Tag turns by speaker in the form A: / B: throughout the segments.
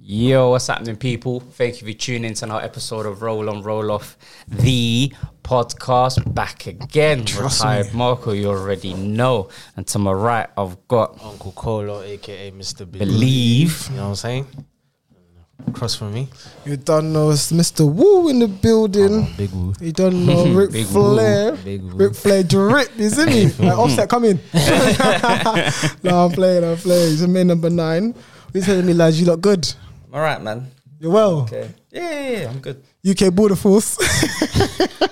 A: Yo, what's happening, people? Thank you for tuning in to another episode of Roll On Roll Off, the podcast. Back again,
B: Trust
A: retired
B: me.
A: Marco. You already know. And to my right, I've got
C: Uncle Colo, aka Mr. Believe.
A: Believe.
C: You know what I'm saying? Cross for me.
B: You don't know it's Mr. Woo in the building.
C: Big Woo.
B: You don't know Ric
A: Big
C: Woo,
B: Flair.
C: Oh. big Woo.
B: Ric Flair drip, isn't he? like offset coming. no, I'm playing, I'm playing. He's main number nine. He's telling me, lads, you look good.
D: All right, man.
B: You're well.
D: Okay. Yeah, yeah, yeah, I'm good.
B: UK Border Force.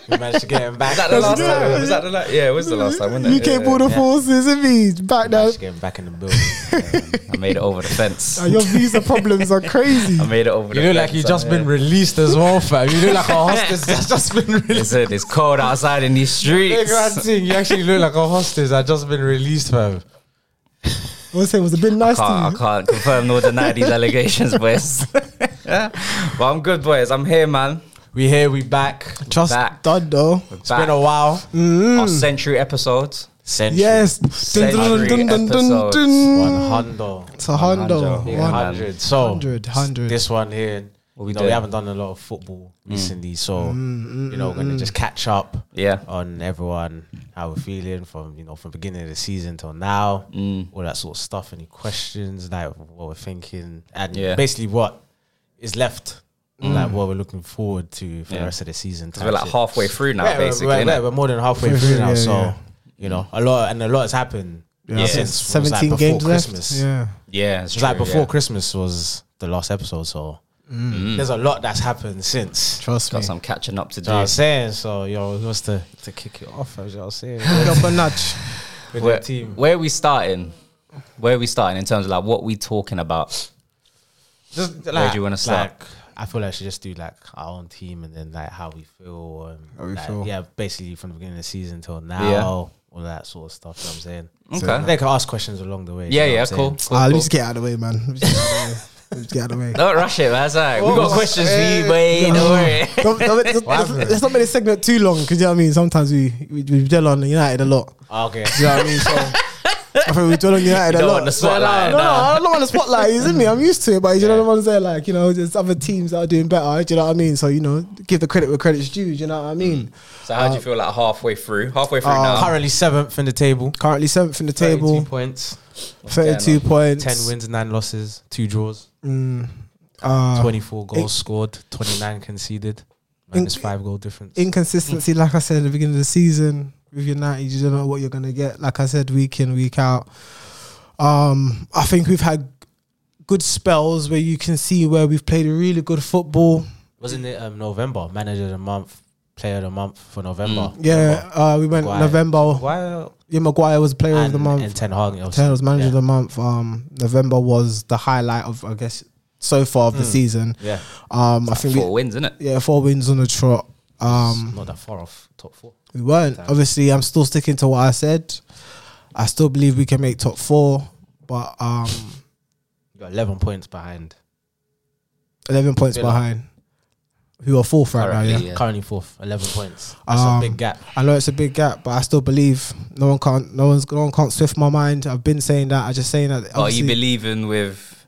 C: We managed to get him
D: Was
C: back.
D: that the last
B: good.
D: time? Was that the last? Yeah, it was the last time, wasn't it?
B: UK
D: yeah,
B: Border Force, isn't he? Back now.
C: managed to get him back in the building.
A: I made it over the fence.
B: Your visa problems are crazy.
A: I made it over
C: You
A: the
C: look
A: fence.
C: like you just
A: I-
C: been released as well, fam. You look like a hostage that's just been released.
A: Listen, it's cold outside in these
C: Big
A: streets.
C: man thing, you actually look like a hostage that just been released, fam.
B: What's it? Was it been nice
A: can't, I
B: to
A: can't confirm nor deny these allegations, boys. but I'm good, boys. I'm here, man.
C: We here, we back. Trust.
A: Back.
B: you? Done though.
C: It's
A: back.
C: been a while.
B: Hmm.
A: Our century episodes.
C: Century.
B: Yes. Dun,
A: Century
B: dun, dun, dun, dun, dun.
C: One hundred.
B: It's a hundo.
A: Yeah, man.
B: One-
C: hundred. So
B: Hundred, hundred.
C: This one here.
A: we
C: you know, we
A: doing?
C: haven't done a lot of football recently, so you know, we're gonna just catch up
A: Yeah.
C: on everyone, how we're feeling from you know from beginning of the season till now,
A: Mm.
C: all that sort of stuff. Any questions, like what we're thinking, and
A: Yeah. Mm.
C: basically what is left, like what we're looking forward to for
A: Yeah.
C: the rest of the season.
A: 'Cause We're like
C: type shit.
A: halfway through now,
C: Yeah, we're-
A: basically.
C: we're,
A: innit?
C: yeah, we're more than halfway
B: Halfway
C: through
B: through,
C: now,
B: yeah,
C: so
B: yeah.
C: you know a lot and a lot has happened.
B: Yeah.
A: Yeah.
C: Since it was, like,
B: 17
C: before
B: games
C: Christmas.
B: left. Yeah.
A: Yeah, it's
C: It's like
A: true,
C: before
A: yeah. Mm.
C: Christmas was the last episode, so
B: Mm.
C: there's a lot that's happened since. Do
B: Trust
A: Got
B: me.
A: some catching up to do.
C: you know what I'm saying? So, yo, who wants to, to kick it off? As you know what I'm saying,
B: Up a notch.
C: with
A: Where,
C: the team.
A: where we starting? Where we starting in terms of like what we talking about?
C: Just, like,
A: do you wanna start?
C: Like, I feel like I should just do like our own team and then like how we feel and
B: How we
C: like,
B: feel.
C: yeah, basically from the beginning of the season till now,
A: Yeah.
C: all that sort of stuff. You know what I'm saying,
A: Okay.
C: they can ask questions along the way.
A: Yeah,
C: you know
A: yeah,
C: what I'm
A: cool.
C: saying?
A: cool,
B: Ah, let
A: cool.
B: me just get out of the way, man. Let me just get out of the way. Let me just get out of the way.
A: Don't rush it, man. It's all right. We got
C: Oh,
A: questions for you,
C: eh,
A: boy. Don't worry.
B: Don't- don't- let's-
C: happened?
B: let's, let's not make this segment too long because you know what I mean. Sometimes we we, we dwell on United a lot.
C: Ah, Okay,
B: Do you know what I mean? So I think we dwell on United
A: You
B: a
A: don't
B: lot.
A: want the spotlight,
B: No, no,
A: nah.
B: I don't want the spotlight. Isn't me? I'm used to it, but you know
A: Yeah.
B: the ones there, like you know, there's other teams that are doing better. Do you know what I mean? So you know, give the credit where credit's due. Do you know what I mean?
A: So how do you feel like halfway through? Halfway
B: Ah,
A: through now.
C: Uh, currently seventh in the table,
B: Currently seventh in the
C: 32
B: table,
C: points,
B: thirty-two points,
C: ten wins, nine losses, two draws.
B: Mm, uh,
C: 24 goals scored, 29 conceded, minus five goal difference.
B: inconsistency, like I said at the beginning of the season with United, you don't know what you're gonna get. Like I said, week in, week out. Um, I think we've had good spells where you can see where we've played really good football.
C: Wasn't it um, November? Manager of the month, player of the month for November.
B: Yeah, uh, we went
C: Maguire.
B: November.
C: Why?
B: Yeah, Maguire was player
C: And,
B: of the month.
C: and Ten Hag. also.
B: Taylor was manager
C: yeah.
B: of the month. Um, November was the highlight of I guess so far of
C: Mm.
B: the season.
C: Yeah,
B: Um, I think
A: Four
B: we,
A: wins, isn't it?
B: yeah four wins on the trot. Um,
C: not that far off top four.
B: We weren't. Obviously, I'm still sticking to what I said. I still believe we can make top four, but um,
C: You got 11 points behind.
B: 11 points
C: Villa.
B: behind. Who are fourth right now? Yeah,
A: Currently, yeah.
C: Currently fourth, 11 points. That's
B: Um,
C: a big gap.
B: I know it's a big gap, but I still believe no one can't. No one's no one can't swift my mind. I've been saying that. I just saying that.
A: But are you
B: obviously,
A: believing with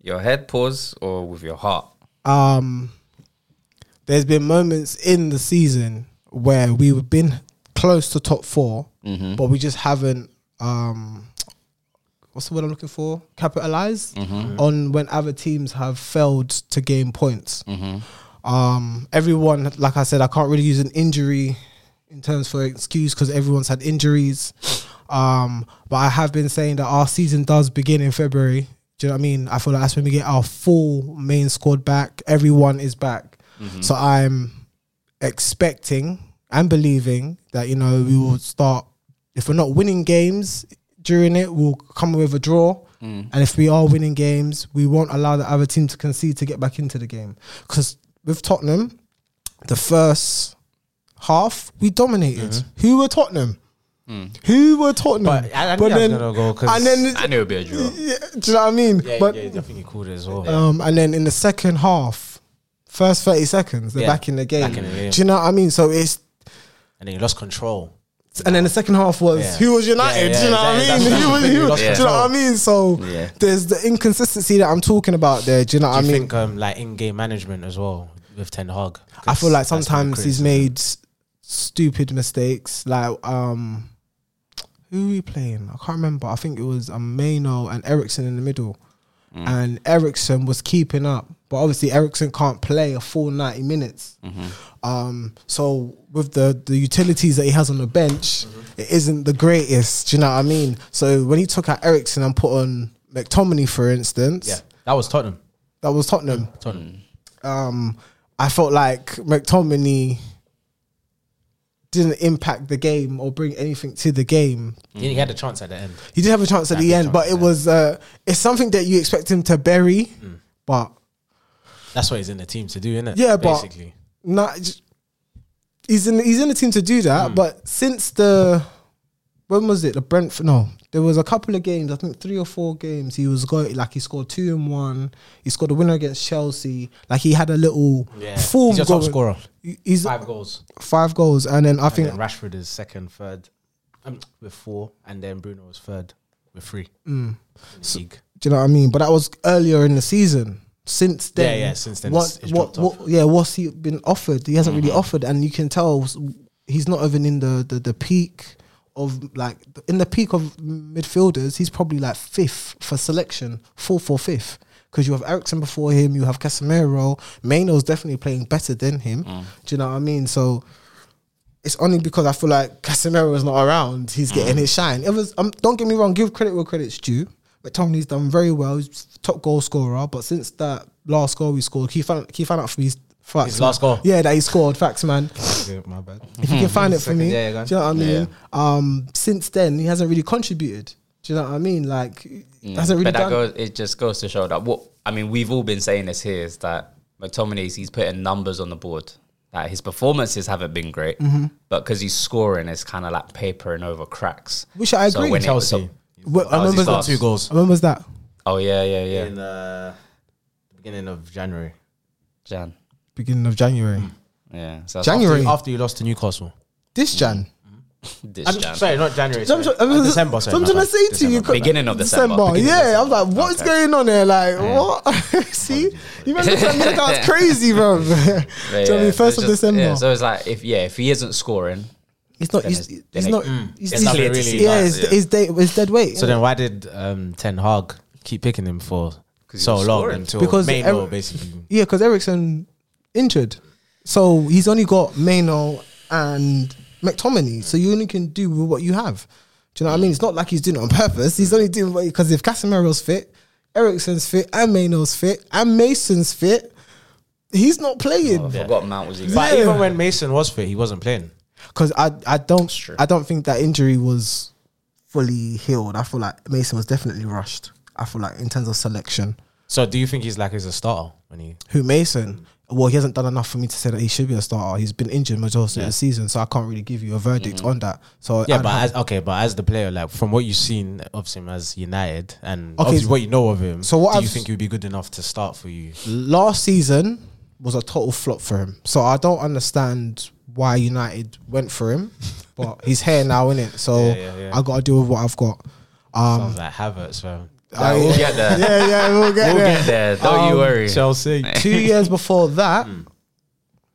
A: your head pause or with your heart?
B: um, there's been moments in the season where we've been close to top 4 but we just haven't. Um, what's the word I'm looking for? Capitalized on when other teams have failed to gain points.
C: Mm-hmm.
B: Um, everyone, like I said, I can't really use an injury in terms for excuse because everyone's had injuries. Um, but I have been saying that our season does begin in February. Do you know what I mean? I feel like that's when we get our full main squad back. Everyone is back. So I'm expecting and believing that, you know, we will start, if we're not winning games during it, we'll come with a draw.
A: Mm.
B: And if we are winning games, we won't allow the other team to concede to get back into the game. Because with Tottenham, the first half, we dominated.
A: Mm-hmm.
B: Who were Tottenham? Who were Tottenham?
C: But I, I knew I was going to go because.
B: and then,
A: Mm. I knew it'd be a draw.
B: yeah, do you know what I mean?
C: Yeah,
B: but
C: yeah, I think you called it as well.
B: um, and then in the second half, first thirty seconds, they're
C: Yeah,
B: back in the game.
C: back in the game.
B: Do you know what I mean? So it's
C: And then you lost control.
B: And then the second half was
C: Yeah.
B: who was United.
C: Yeah, yeah,
B: do you know
C: exactly.
B: what I mean?
C: That's-
B: Who was,
C: that's-
B: who was,
C: that's-
B: Do you know what I mean? So
D: Yeah.
B: there's the inconsistency that I'm talking about there. Do you know
C: Do
B: what I
C: you
B: mean?
C: think um, like in-game management as well with Ten Hag?
B: I feel like
C: That's been
B: sometimes he's
C: criticised.
B: made s- stupid mistakes. Like um, who we playing? I can't remember. I think it was um, Maino and Ericsson in the middle,
C: Mm.
B: and Ericsson was keeping up, but obviously Ericsson can't play a full ninety minutes.
C: Mm-hmm.
B: Um, so with the the utilities that he has on the bench,
C: Mm-hmm.
B: it isn't the greatest. Do you know what I mean? So when he took out Ericsson and put on McTominay, for instance,
C: Yeah, that was Tottenham.
B: that was Tottenham
C: Tottenham.
B: um, I felt like McTominay didn't impact the game or bring anything to the game.
C: He- He had a chance at the end.
B: He did have a chance at the
C: Had a
B: end, but
C: chance,
B: it
C: yeah.
B: was uh, it's something that you expect him to bury, but
C: That's what he's in the team to do, innit?
B: Yeah, but-
C: basically.
B: not. j- He's in he's in the team to do that,
C: Hmm.
B: but since the when was it the Brentford? No, there was a couple of games. I think three or four games. He was going like he scored two and one. He scored a winner against Chelsea. Like he had a little
C: Yeah,
B: form.
C: he's your top
B: going.
C: scorer.
B: He- He's
C: Five goals.
B: five goals, and then I
C: And
B: think
C: then Rashford is second, third, um, with four, and then Bruno is third with three.
B: Mm.
C: In the league.
B: Do you know what I mean? But that was earlier in the season. Since then,
C: Yeah, yeah, since then
B: what,
C: it's- it's
B: what,
C: dropped off. Mm-hmm.
B: what- yeah, what's he been offered? He hasn't really offered, and you can tell s- he's not even in the, the the peak of like in the peak of midfielders. He's probably like fifth for selection, fourth or fifth. Because you have Ericsson before him, you have Casemiro. Maino's definitely playing better than him.
C: Mm.
B: Do you know what I mean? So it's only because I feel like Casemiro is not around. He's getting his shine. It was. Um, don't get me wrong. Give credit where credit's due. McTominay's done very well. He's top goal scorer. But since that last goal we scored, he found he found out for me. Facts,
C: His last
B: man.
C: goal?
B: Yeah, that he scored. Facts, man.
C: my bad.
B: If you can find it for me,
D: yeah, yeah,
B: do you know what I
D: yeah,
B: mean? Um, since then, he hasn't really contributed. Do you know what I mean? Like, he hasn't
A: Hmm. but that
B: really done.
A: goes, it just goes to show that what I mean, we've all been saying this here is that McTominay's he's putting numbers on the board. That his performances haven't been great,
B: Mm-hmm.
A: but because he's scoring, it's kind of like papering over cracks.
B: Which I agree.
A: when it was
C: Chelsea.
A: up-
B: Well, I
A: was his
B: remember
A: last
B: that.
C: Two goals.
B: I remember that.
A: oh yeah, yeah, yeah.
C: In uh, the beginning of January.
A: Jan,
B: Beginning of January.
A: yeah. So that's
B: January.
C: After you lost to Newcastle.
B: This Jan.
A: after this
C: I'm
A: Jan.
C: sorry, not January.
B: So I'm,
C: Sorry.
B: tr-
C: Uh,
B: I'm just-
C: December.
B: so
C: Sorry,
B: I'm
C: my
B: trying to
C: bad.
B: say to you,
C: December.
A: Beginning of December. Beginning of
B: yeah, I was like, what's
A: Okay.
B: going on here? Like, what? See, you remember that minute that was crazy, bro. Do you
A: But
B: know what I
A: yeah,
B: mean?
A: it's
B: First of
A: just-
B: December.
A: Yeah, so it's like if yeah, if he isn't scoring,
B: it's not.
A: then
B: He's,
A: it's-
B: he's
A: then
B: not.
A: it- Mm.
B: He's,
A: it's
B: he's-
A: nothing
C: really
A: to see.
B: yeah, it's, it's, dead, it's dead weight.
C: So then, why did um, Ten Hag keep picking him for
A: he
C: so
A: was
C: long
A: scoring.
C: until
B: Because
C: because
B: every-
C: basically?
B: yeah, because Ericsson injured, so he's only got Maino and McTominay. So you only can do with what you have. Do you know what I mean? It's not like he's doing it on purpose. He's only doing what because if Casemiro's fit, Ericsson's fit, and Maino's fit, and Mason's fit, he's not playing.
A: I forgot Mount was even.
C: But
B: Yeah.
C: even when Mason was fit, he wasn't playing.
B: because I I don't
A: true.
B: I don't think that injury was fully healed. I feel like Mason was definitely rushed. I feel like in terms of selection,
C: So do you think he's like he's a starter when he?
B: who Mason? Well, he hasn't done enough for me to say that he should be a starter. He's been injured majority of the season, so I can't really give you a verdict on that. So
C: Mm-hmm. Yeah,
B: I'd
C: but
B: have-
C: as, okay, but as the player, like from what you've seen of him as United and
B: Okay,
C: obviously what you know of him,
B: so
C: so
B: what
C: what do
B: I've-
C: you think he would be good enough to start for you?
B: last season was a total flop for him. So I don't understand why United went for him, but he's here now, innit? So
C: Yeah, yeah, yeah.
B: I got to deal with what I've got. Um,
C: Sounds like Havertz, man.
A: Like, we'll get there.
B: yeah, yeah, we'll get
A: We'll
B: there.
A: get there. Don't you
B: Um,
A: worry.
C: Chelsea.
B: two years before that,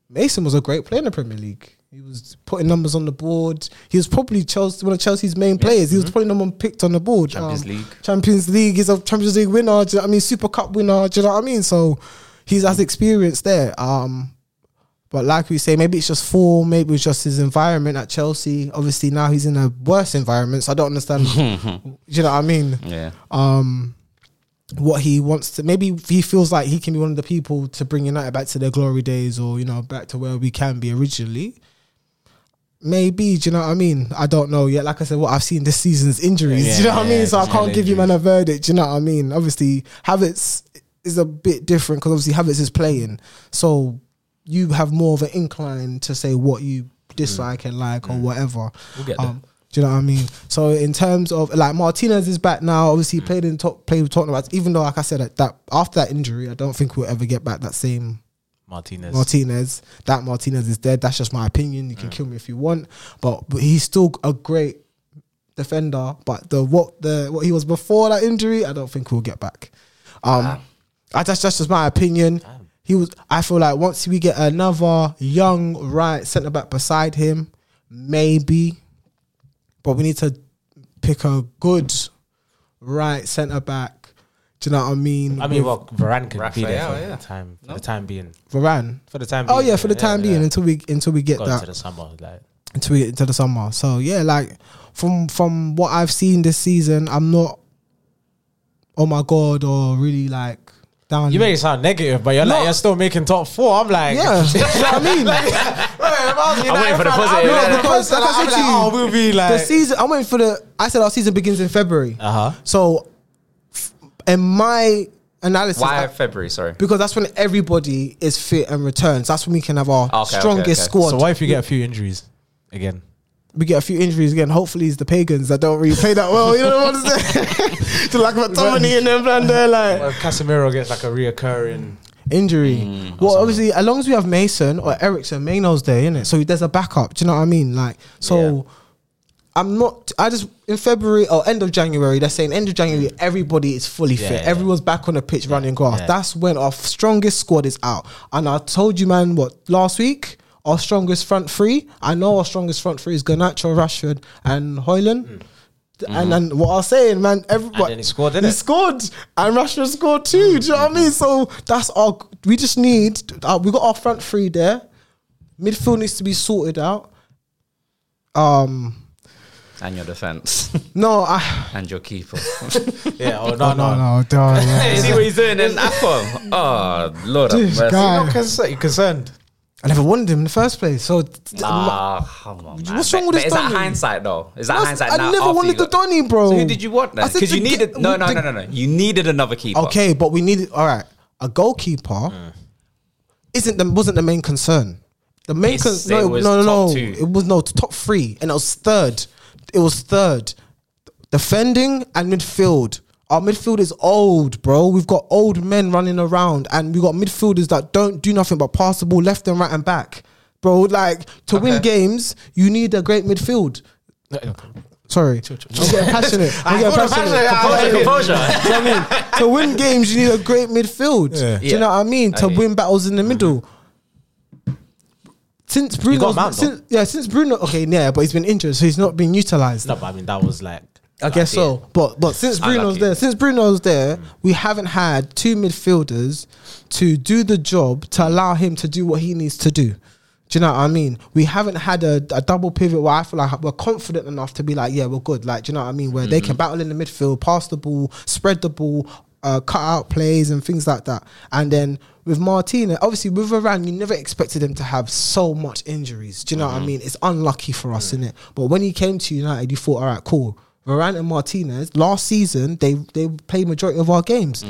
B: Mason was a great player in the Premier League. He was putting numbers on the board. He was probably Chelsea, one of Chelsea's main players. He was probably number one picked on the board.
A: Mm-hmm.
B: Oh,
A: Champions League.
B: Champions League. He's a Champions League winner. Do you know what I mean? Super Cup winner. Do you know what I mean? So he's as experienced there. Um, but like we say, maybe it's just form. Maybe it's just his environment at Chelsea. Obviously now he's in a worse environment. So I don't understand. do you know what I mean?
A: Yeah.
B: um what he wants to maybe he feels like he can be one of the people to bring United back to their glory days or you know back to where we can be originally maybe do you know what I mean I don't know yet like I said what I've seen this season's injuries
C: Yeah,
B: do you know what I
C: yeah,
B: mean so I
C: just
B: can't
C: had
B: give you man
C: injuries.
B: a verdict do you know what I mean obviously Havertz is a bit different because obviously Havertz is playing so you have more of an incline to say what you dislike and like or whatever
A: Mm. We'll get there.
B: um, do you know what I mean? So in terms of like Martinez is back now.
A: Mm.
B: Obviously, he played in top played with Tottenham. Even though, like I said, at that after that injury, I don't think we'll ever get back that same
C: Martinez.
B: Martinez. That Martinez is dead. That's just my opinion. You can kill me if you want, but, but he's still a great defender. But the what the what he was before that injury, I don't think we'll get back. Um, I, that's that's just my opinion. He was. I feel like once we get another young right centre back beside him, maybe, but we need to pick a good right centre back. Do you know what I mean?
C: I mean,
B: With
C: well, Varane can be there
D: Raphael,
C: for
D: yeah.
C: the time, for the time being.
B: Varane.
C: For the time.
B: Oh
C: being,
B: yeah, for the time being, until we until we get
C: Going
B: that
C: to the summer, like
B: until we get into the summer. So yeah, like from from what I've seen this season, I'm not oh my god or really like down.
C: you make it sound negative, but you're like you're still making top four. I'm like,
B: yeah, do you know what I mean.
C: I'm
A: waiting for the positive,
B: yeah.
C: because
B: Like I said
C: I'm
B: to
C: like,
B: you,
C: oh, we'll be
B: the
C: like,
B: season I went for the. I said our season begins in February.
C: uh huh.
B: So, f- in my analysis,
A: Why
B: I-
A: February? Sorry.
B: because that's when everybody is fit and returns. That's when we can have our
A: Okay, okay,
B: strongest
A: okay.
B: squad.
C: So what if you get a few injuries again?
B: we get a few injuries again. Hopefully, it's the pagans that don't really play that well. You know what I'm saying? to like McTominay and then plan there like
C: What if Casemiro gets like a reoccurring?
B: injury.
C: Mm,
B: well, obviously, as long as we have Mason or Ericsson, Maino's there, isn't it? So there's a backup. Do you know what I mean? Like, so I'm not. I just in February or end of January, they're saying end of January, everybody is fully
C: Mm. Yeah,
B: fit.
C: yeah.
B: Everyone's back on the pitch running grass.
C: yeah.
B: That's when our strongest squad is out. And I told you, man, what last week. Our strongest front three. I know our strongest front three is Garnacho, Rashford, and Hoyland. And and what I was saying, man,
C: Mm.
B: everybody
C: Mm-hmm. then he scored, didn't
B: He
C: it?
B: scored, and Rashford scored too. Do you know what I mean? So that's our. We just need. Uh, we got our front three there. Midfield needs to be sorted out. Um,
A: And your defense
B: no, I
A: and your keeper.
C: Yeah. Oh no, no, no.
B: no,
A: Hey, see what he's doing in AFCON. Oh, Lord have
B: This
A: mercy.
B: guy.
C: You're concerned. You're concerned.
B: I never wanted him in the first place. So th-
A: Nah, Ah, come on, man.
B: What's wrong
A: But- but
B: with this
A: Is that
B: dummy?
A: hindsight though? Is that
B: that's-
A: hindsight?
B: I
A: now
B: never
A: after
B: wanted
A: you
B: the
A: got-
B: Donny, bro.
A: So who did you want then?
B: I said
A: Because you
B: the-
A: needed no, no,
B: the-
A: no, no, no. You needed another keeper.
B: Okay, but we needed all right. A goalkeeper
A: Mm.
B: isn't the wasn't the main concern. The main
A: It's-
B: concern no,
A: it was
B: no, no,
A: top
B: no.
A: two.
B: It was no top three, and it was third. It was third, defending and midfield. Our midfield is old, bro. We've got old men running around, and we've got midfielders that don't do nothing but pass the ball left and right and back, bro. Like to win games, you need a great midfield. Sorry, I'm getting passionate. I'm getting
C: got
B: passionate.
C: passionate. I-
A: Composure, composure.
B: Do you know what I mean? To win games, you need a great midfield. Do you
A: Yeah.
B: know what I mean?
A: I
B: to
A: hear
B: win battles in the middle. Since Bruno,
C: Mount, though.
B: since, yeah, since Bruno, okay, yeah, but he's been injured, so he's not been utilized.
C: No, but I mean that was like.
B: I guess so, but but since
A: Unlucky.
B: Bruno's there, since Bruno's there, we haven't had two midfielders to do the job to allow him to do what he needs to do. Do you know what I mean? We haven't had a, a double pivot where I feel like we're confident enough to be like, yeah, we're good. Like, do you know what I mean? Where they can battle in the midfield, pass the ball, spread the ball, uh, cut out plays and things like that. And then with Martina, obviously with Varane, you never expected him to have so much injuries. Do you know what I mean? It's unlucky for us, isn't it? But when he came to United, you thought, all right, cool. Varane and Martinez last season they they played majority of our games.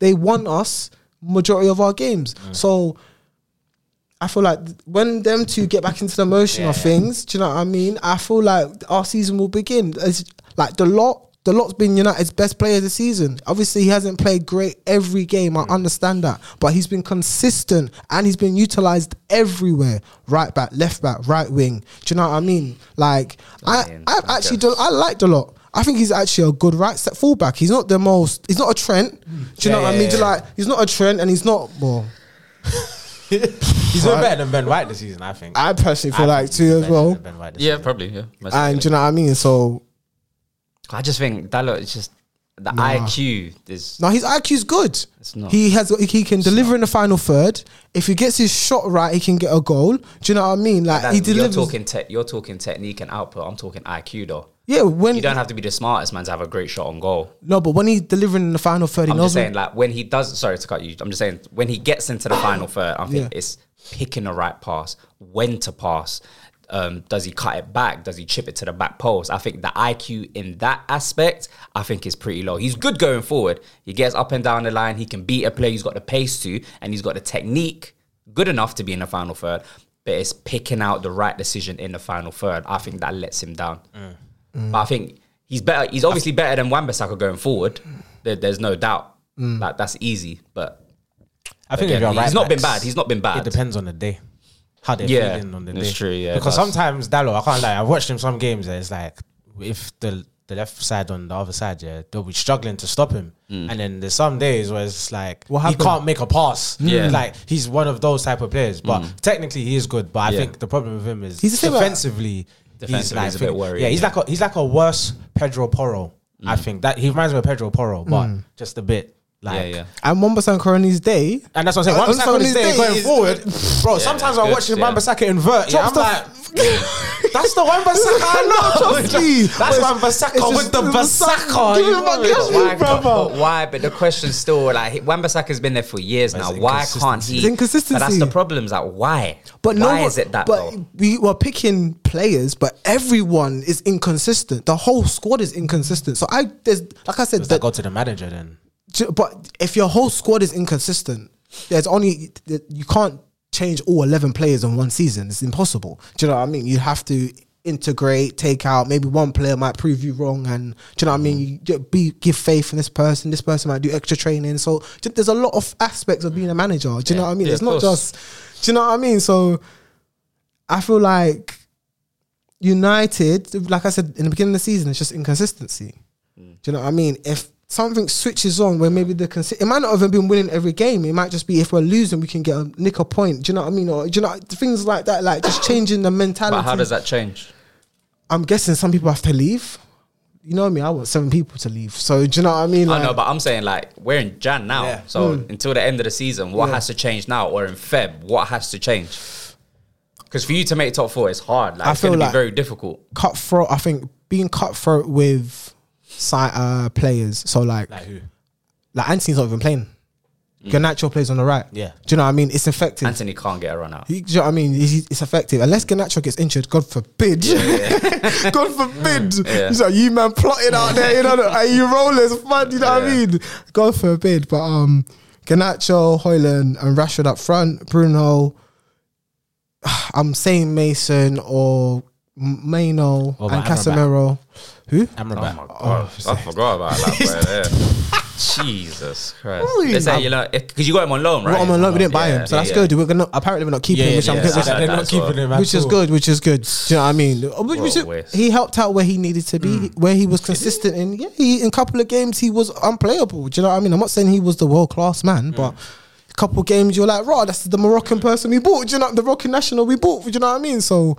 B: They won us majority of our games. So I feel like th- when them two get back into the motion of things, do you know what I mean? I feel like our season will begin. It's like the lot. The lot's been United's best player of the season. Obviously, he hasn't played great every game. I understand that, but he's been consistent and he's been utilized everywhere: right back, left back, right wing. Do you know what I mean? Like, I,
A: mean,
B: I
A: I
B: actually,
A: guess.
B: do, I like the lot. I think he's actually a good right set fullback. He's not the most. He's not a Trent. Do you know what I mean? Do you Like, he's not a Trent, and he's not. Well,
C: He's doing better than Ben White this season, I think.
B: I personally feel
C: I think
B: like
C: he's
B: too as
C: better
B: well.
C: than Ben White this
A: Yeah,
C: season.
A: probably. Yeah. Most
B: And
A: likely.
B: do you know what I mean? So
A: I just think that look. It's just the IQ is.
B: now his IQ's good.
A: It's not.
B: He has he can deliver in the final third. If he gets his shot right, he can get a goal. Do you know what I mean? Like
A: That,
B: he
A: you're
B: delivers.
A: talking te- You're talking technique and output. I'm talking IQ though.
B: yeah, when
A: You don't have to be the smartest man to have a great shot on goal.
B: no, but when he's delivering in the final third, he
A: I'm
B: knows.
A: just
B: when-
A: saying, like when he does. Sorry to cut you. I'm just saying when he gets into the final third, I think
B: Yeah.
A: it's picking the right pass, when to pass. Um, does he cut it back? Does he chip it to the back post? I think the IQ in that aspect, I think, is pretty low. He's good going forward. He gets up and down the line. He can beat a player. He's got the pace to, and he's got the technique good enough to be in the final third. But it's picking out the right decision in the final third. I think that lets him down. But I think he's better. He's obviously better
B: Mm.
A: than Wan-Bissaka going forward. There, there's no doubt. Like that's easy. But
C: I think if
A: Again,
C: you're right
A: he's not been
C: backs,
A: bad. He's not been
C: It
A: bad.
C: depends on the day. How they're
A: Yeah,
C: feeling on the
A: it's
C: day.
A: true, yeah, it
C: because
A: does.
C: sometimes Dallo, I can't lie. I've watched him some games. And it's like if the the left side on the other side, yeah, they'll be struggling to stop him.
A: Mm.
C: And then there's some days where it's like
B: What
C: he
B: happened?
C: can't make a pass.
A: Yeah. Mm.
C: like he's one of those type of players. But technically, he is good. But I
A: Yeah.
C: think the problem with him is
B: He's the same- uh,
C: defensively.
A: Defensively, he's a bit worrying,
C: Yeah, he's
A: yeah. Mm.
C: like a, he's like a worse Pedro Porro. I think that he reminds me of Pedro Porro, but
B: Mm.
C: just a bit like
A: yeah, yeah.
B: And Mombasa and Coroni's day.
C: and that's what I'm saying.
B: Uh,
C: Wan-Bissaka
B: Wan-Bissaka
C: on his
B: on his
C: day
B: day
C: going
B: is-
C: forward, bro. sometimes I'm
A: good,
C: watching
A: yeah.
C: Wan Bissaka invert. Yeah, I'm
B: Chop
C: like, that's the Wan Bissaka I know.
B: me.
C: That's Wan Bissaka with the Bissaka.
B: Give me
C: you
B: my
C: know it.
B: gas,
A: Why, but,
B: brother.
A: but why? But the question's still like Wan-Bissaka's been there for years now.
C: It's
A: Why can't
C: inconsistency.
A: he?
B: It's inconsistency.
A: But that's the problem. Is like why?
B: But no
A: why
B: one-
A: is it that?
B: But
A: though?
B: we were picking players, but everyone is inconsistent. The whole squad is inconsistent. So I, there's like I said,
C: Does that
B: the,
C: go to the manager then?
B: ju- but if your whole squad is inconsistent, there's only you can't change all eleven players in one season. It's impossible. Do you know what I mean? You have to integrate, take out. Maybe one player might prove you wrong, and do you know what I mean? You ju- be give faith in this person. This person might do extra training. So ju- there's a lot of aspects of being a manager. Do you know what I mean?
A: Yeah,
B: it's
A: of
B: not
A: course.
B: just. Do you know what I mean? So I feel like United, like I said in the beginning of the season, it's just inconsistency.
A: Hmm.
B: Do you know what I mean? If something switches on where maybe the consi- it might not have been winning every game. It might just be if we're losing, we can get a nick a point. Do you know what I mean? Or do you know things like that, like just changing the mentality.
A: But how does that change?
B: I'm guessing some people have to leave. You know me, I want seven people to leave. So do you know what I mean?
A: I
B: Like,
A: know, but I'm saying like we're in Jan now,
C: Yeah.
A: so
B: Hmm.
A: until the end of the season, what has to change now, or in Feb, what has to change? Because for you to make top four, it's hard. Like,
B: I
A: it's going
B: feel
A: to be
B: like-
A: very difficult.
B: cutthroat. I think being cutthroat with si- uh, players. So like,
C: Like
B: like,
C: who?
B: Anthony's not even playing.
A: Hmm.
B: Your natural plays on the right.
C: Yeah.
B: Do you know what I mean? It's effective.
A: Anthony can't get a run out.
B: You, do you know what I mean? It's, it's effective. Unless Ganacho gets injured, God forbid. God forbid.
A: Yeah.
B: So you man plotting out there, you know, are you rollers fun, you know what I
A: Yeah.
B: mean? God forbid. But um Ganacho, Hoyland, and Rashford up front, Bruno, I'm saying Mason or M- Maino
C: What
B: and
C: about
B: Casemiro. Who?
A: Oh
C: Amrabat.
A: God, I forgot about that. Jesus Christ!
B: Really?
A: They say you know because you got him on loan, right?
B: We're on loan, we didn't buy
A: Yeah,
B: him, so
A: yeah,
B: that's
A: yeah.
B: good. We're gonna apparently we're not keeping him, which
A: yeah,
B: I'm
A: yeah.
B: good.
A: Which
C: they're
A: I-
C: not
A: that's what-
C: keeping him. at
B: which is
C: all.
B: good, which is good. Do you know what I mean? Which,
A: a
B: which is-
A: waste.
B: he helped out where he needed to be,
A: Mm.
B: where he was consistent, and yeah, he, in a couple of games he was unplayable. Do you know what I mean? I'm not saying he was the world class
A: Mm.
B: man, but a couple of games you're like, right, that's the Moroccan person we bought. Do you know the Moroccan national we bought? Do you know what I mean? So,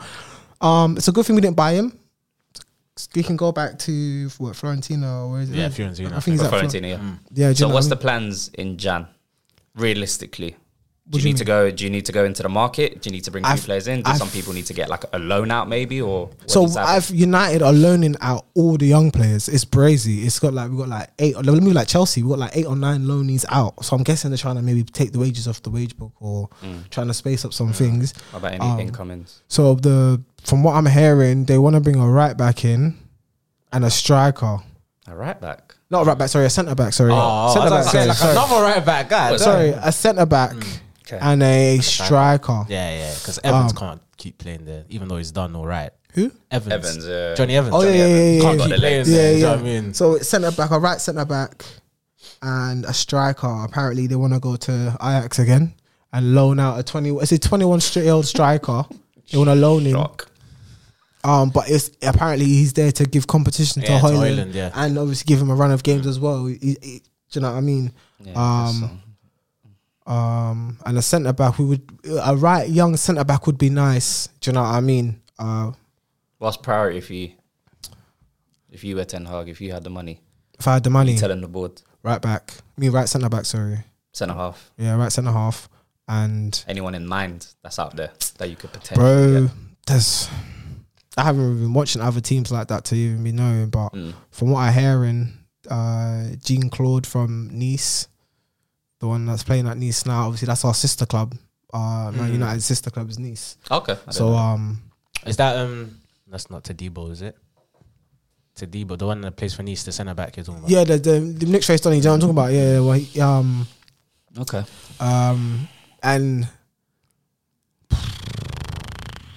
B: um, it's a good thing we didn't buy him. We can go back to what Florentino, where is it?
C: Yeah,
B: now?
C: Fiorentina, I
B: I
C: think.
B: think he's at Flor-
A: Fiorentina, yeah.
B: Yeah, do you
A: So
B: know
A: what's
B: what I
A: the plans in Jan? Realistically, do
B: do
A: you
B: you
A: need to go? Do you need to go into the market? Do you need to bring
B: I've-
A: two players in? Do
B: I've-
A: some people need to get like a loan out, maybe? Or what
B: So
A: needs to happen?
B: I've United are loaning out all the young players. It's brazy. It's got like we got like eight. Let me like Chelsea. We got like eight or nine loanees out. So I'm guessing they're trying to maybe take the wages off the wage book or
C: Mm.
B: trying to space up some things.
A: What about any
B: Um,
A: incomings?
B: So the from what I'm hearing, they want to bring a right back in and a striker.
A: A right back.
B: Not a right back. Sorry, a centre back. Sorry,
C: Oh, I
B: centre back.
C: was
B: Sorry,
C: saying, like
B: sorry,
C: another right back guy.
B: Sorry, a centre back and a striker.
C: Yeah, yeah. Because Evans can't keep playing there, even though he's done all right.
B: Who?
C: Evans.
A: Evans, yeah.
C: Johnny Evans.
B: Oh yeah,
C: Johnny
B: yeah,
C: Evans.
B: yeah, yeah,
C: Can't
B: yeah.
C: keep playing
B: yeah,
C: there.
B: yeah.
C: You know what I mean?
B: So it's centre back, a right centre back, and a striker. Apparently, they want to go to Ajax again and loan out a twenty. Is it twenty-one straight old striker? They want to loan him.
A: Shock.
B: Um, but it's apparently he's there to give competition to
C: Yeah, to
B: Hoyland,
C: Hoyland, yeah.
B: and obviously give him a run of games as well. He- he- do you know what I mean? um, um, and a centre back, we would a right young centre back would be nice. Do you know what I mean? Uh,
A: What's priority for you? If you were Ten Hag, if you had the money,
B: if I had the money,
A: tell him the board,
B: right back, me right centre back. Sorry,
A: centre half.
B: Yeah, right centre half. And
A: Anyone in mind that's out there that you could potentially
B: bro,
A: get?
B: there's I haven't really been watching other teams like that to even be knowing, but
A: Mm.
B: from what I hearing, uh Jean Claude from Nice, the one that's playing at Nice now, obviously that's our sister club. Uh Man United's sister club is Nice.
A: Okay. Mm. I
B: So
A: don't know.
B: um
C: Is that um? That's not Tadebo, is it? Tadebo, the one that plays for Nice, the centre back you're talking about.
B: yeah, the the, the next race Donny, do you know what I'm talking about? Yeah, yeah, well he, um
A: okay.
B: um and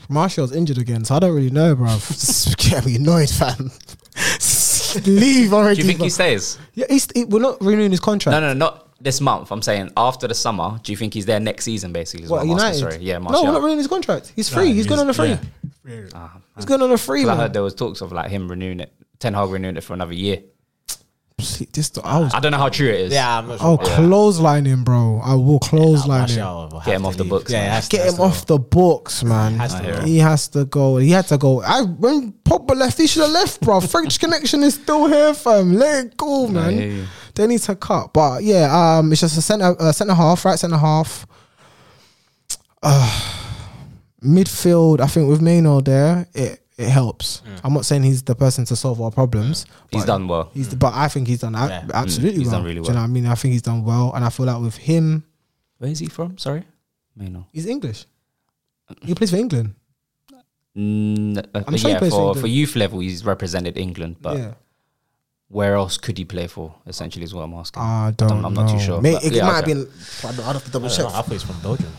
B: Marshall's injured again, so I don't really know, bro. Get me annoyed, fam. Leave
A: Do
B: already.
A: you think
B: bruv.
A: he stays?
B: Yeah, he's, he, we're not renewing his contract.
A: No, no, not this month. I'm saying after the summer. Do you think he's there next season? Basically, is what,
B: What,
A: I'm
B: United?
A: asking. Sorry, yeah,
B: no,
A: Martial.
B: we're not renewing his contract. He's free. he's going on a free.
C: yeah.
A: Ah,
B: He's going on a free.
A: 'Cause I
B: man.
A: heard there was talks of like him renewing it. Ten Hag renewing it for another year.
B: See, This, I was,
A: I don't know how true it is.
C: Yeah, I'm not
B: I'll
C: sure.
B: clothesline him, bro. I will clothesline him.
C: Martial will have
A: Get him
C: to
A: off the
C: leave.
A: books,
C: Yeah,
A: man.
C: has to-
B: Get
C: has
B: him
C: to
B: off the books, man.
C: Has to
B: he has to go. He had to go. I when Pogba left, he should have left, bro. French connection is still here, fam. Let it go, man.
A: hear you.
B: They need to cut, but yeah, um, it's just a center, uh, center half, right center half. Uh, midfield, I think with Maynard there, it it helps. I'm not saying he's the person to solve our problems.
A: he's
B: but
A: done well.
B: He's, but I think he's done a-
C: Yeah.
B: absolutely
A: He's
B: well.
A: done really
B: Do you know what I mean? I think he's done well, and I feel like with him,
A: Where is he from? Sorry, Maynard.
B: he's English. He plays for England.
A: Mm, i
B: sure he
A: yeah,
B: plays for
A: for,
B: England.
A: for youth level, he's represented England, but
B: yeah.
A: where else could he play for? Essentially, is what I'm asking.
B: I don't,
A: I'm not too
B: know.
A: sure,
B: May-
A: but
B: it
A: yeah,
B: might
A: okay.
B: have been. I don't- I'd have to double
C: I
B: check.
C: don't know, I thought he's from Belgium.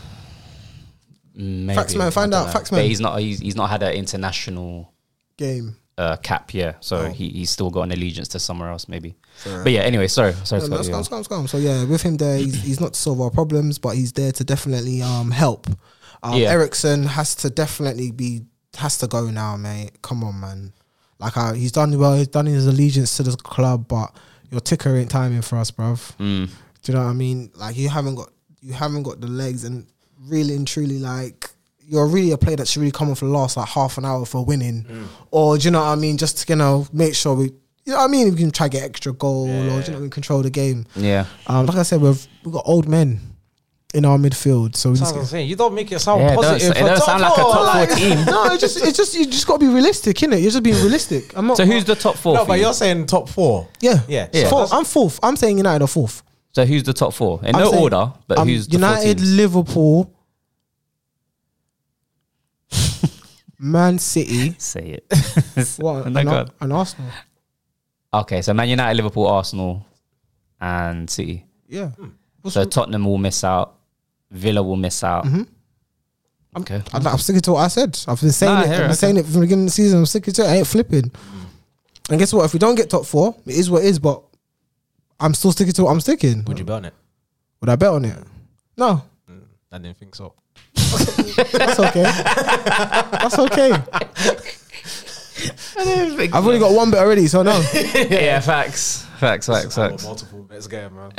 A: Mm, Maybe,
B: Facts, man,
A: I
B: find
A: don't
B: out, facts,
A: But
B: man.
A: he's not. He's, he's not had an international
B: Game.
A: uh, cap yet, so he, he's still got an allegiance to somewhere else, maybe. But yeah, anyway, sorry, sorry,
B: No,
A: to cut
B: that's
A: you
B: calm,
A: off.
B: calm, calm. So yeah, with him there, he's, he's not to solve our problems, but he's there to definitely um help. Um,
A: Yeah.
B: Ericsson has to definitely be has to go now, mate. Come on, man. Like I, he's done well. He's done his allegiance to the club, but your ticker ain't timing for us, bruv.
A: Mm.
B: Do you know what I mean? Like you haven't got you haven't got the legs, and really and truly, like you're really a player that should really come on for the last like half an hour for winning, or do you know what I mean? Just to, you know make sure we. You know what I mean? We can try get extra goal, or do you know what I mean? Control the game.
A: Yeah,
B: Um, like I said, we've we got old men in our midfield, so we
C: That's
B: just
C: what I'm saying. You don't make it sound
A: Yeah, it don't-
C: positive.
A: it
C: for
A: don't sound like a
C: four,
A: top four team.
B: no, it's just it's just you just got to be realistic, innit? You're just being realistic. I'm not.
A: So who's the top four?
C: No,
A: for
C: but
A: you?
C: you're saying top four.
B: yeah
C: Yeah.
A: Yeah.
B: Fourth, I'm fourth. I'm saying United are fourth.
A: So who's the top four? In
B: I'm
A: no
B: saying-
A: order, but
B: Um,
A: who's the United?
B: United, Liverpool, Man City,
A: Say it.
B: what,
A: No,
B: and,
A: go
B: Ar-
A: on.
B: and Arsenal.
A: Okay, so Man United, Liverpool, Arsenal, and City.
B: Yeah,
A: So Tottenham will miss out. Villa will miss out. Okay.
B: I'm, I'm sticking to what I said. I've been saying
A: Nah, I
B: it.
A: hear
B: I've
A: it,
B: been
A: okay.
B: saying it from the beginning of the season. I'm sticking to it. I ain't flipping. And guess what? If we don't get top four, it is what it is. But I'm still sticking to what I'm sticking.
C: Would you bet on it? Mm,
B: Would I bet on it? No,
C: I didn't think so.
B: that's okay. that's okay. I've only got one bet already, so no.
A: yeah, facts, facts, facts, facts.
C: Multiple bets game, man.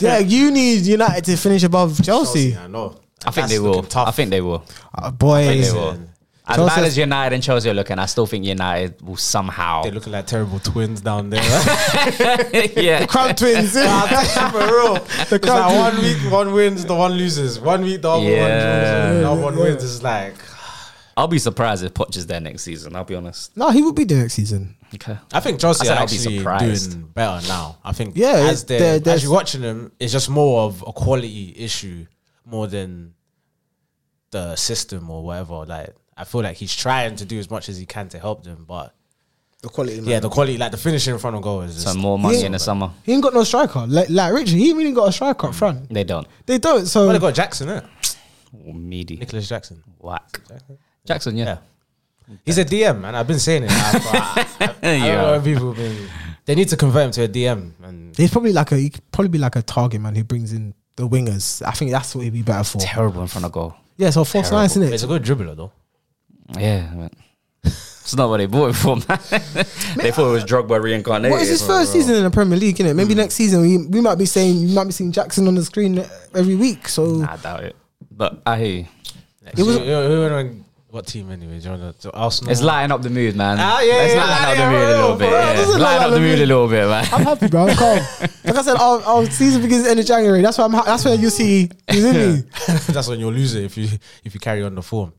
B: yeah, you need United to finish above Chelsea.
C: I know.
A: I think they will. I think they will.
B: Uh, boy,
A: They will. As
B: Chelsea-
A: bad as United and Chelsea are looking, I still think United will somehow.
C: They're looking like terrible twins down there.
A: yeah,
B: Crown twins.
C: For real. It's like one week, one wins, the one loses. One week, the other
A: Yeah.
C: one draws. The other one wins. It's like.
A: I'll be surprised if Poch is there next season. I'll be honest.
B: no, he will be there next season.
A: Okay.
C: I think
A: I
C: Chelsea
A: said
C: are
A: I'll be
C: actually
A: surprised.
C: doing better now. I think
B: Yeah,
C: as
B: they're-
C: they're,
B: they're-
C: as you're watching them, it's just more of a quality issue more than the system or whatever. Like I feel like he's trying to do as much as he can to help them, but
B: The quality, man.
C: yeah, the quality, like the finishing in front of goal, is just
A: So more money
B: Yeah.
A: in the summer.
B: He ain't got no striker. Like, like Richard, he ain't really got a striker up front.
A: They don't.
B: They don't. So
C: Well, they got Jackson, innit?
A: Oh, meaty.
C: Nicholas Jackson.
A: Whack. Jackson, yeah.
C: He's a DM, man. I've been saying it. I, ah, I, I, I don't
A: Yeah.
C: know if people have been. They need to convert him to a DM. And
B: he's probably like a he could probably be like a target man who brings in the wingers. I think that's what he'd be better for.
A: Terrible in front of goal.
B: Yeah, so false nine, isn't
C: it's
B: it?
C: a good dribbler, though.
A: Yeah. Man. It's not what they bought it for, man.
D: They thought it was Drogba reincarnated.
B: What is his first season in the Premier League, innit?
C: Mm.
B: Maybe next season we, we might be saying you might be seeing Jackson on the screen uh, every week. So
A: I doubt it. But I hear you.
C: It was what team anyway? Do you want to, Arsenal?
A: It's lighting up the mood, man.
C: Ah, yeah,
A: Let's
C: yeah,
A: lighten up
C: yeah,
A: the mood a
C: for
A: little
C: real,
A: bit.
C: for real.
A: Yeah.
B: This is
A: Lighten up the mood a little bit, man.
B: I'm happy, bro. I'm calm. Like I said, our, our season begins end of January. That's why I'm. Ha- that's where you see. You see me?
C: That's when you'll lose it if you if you carry on the form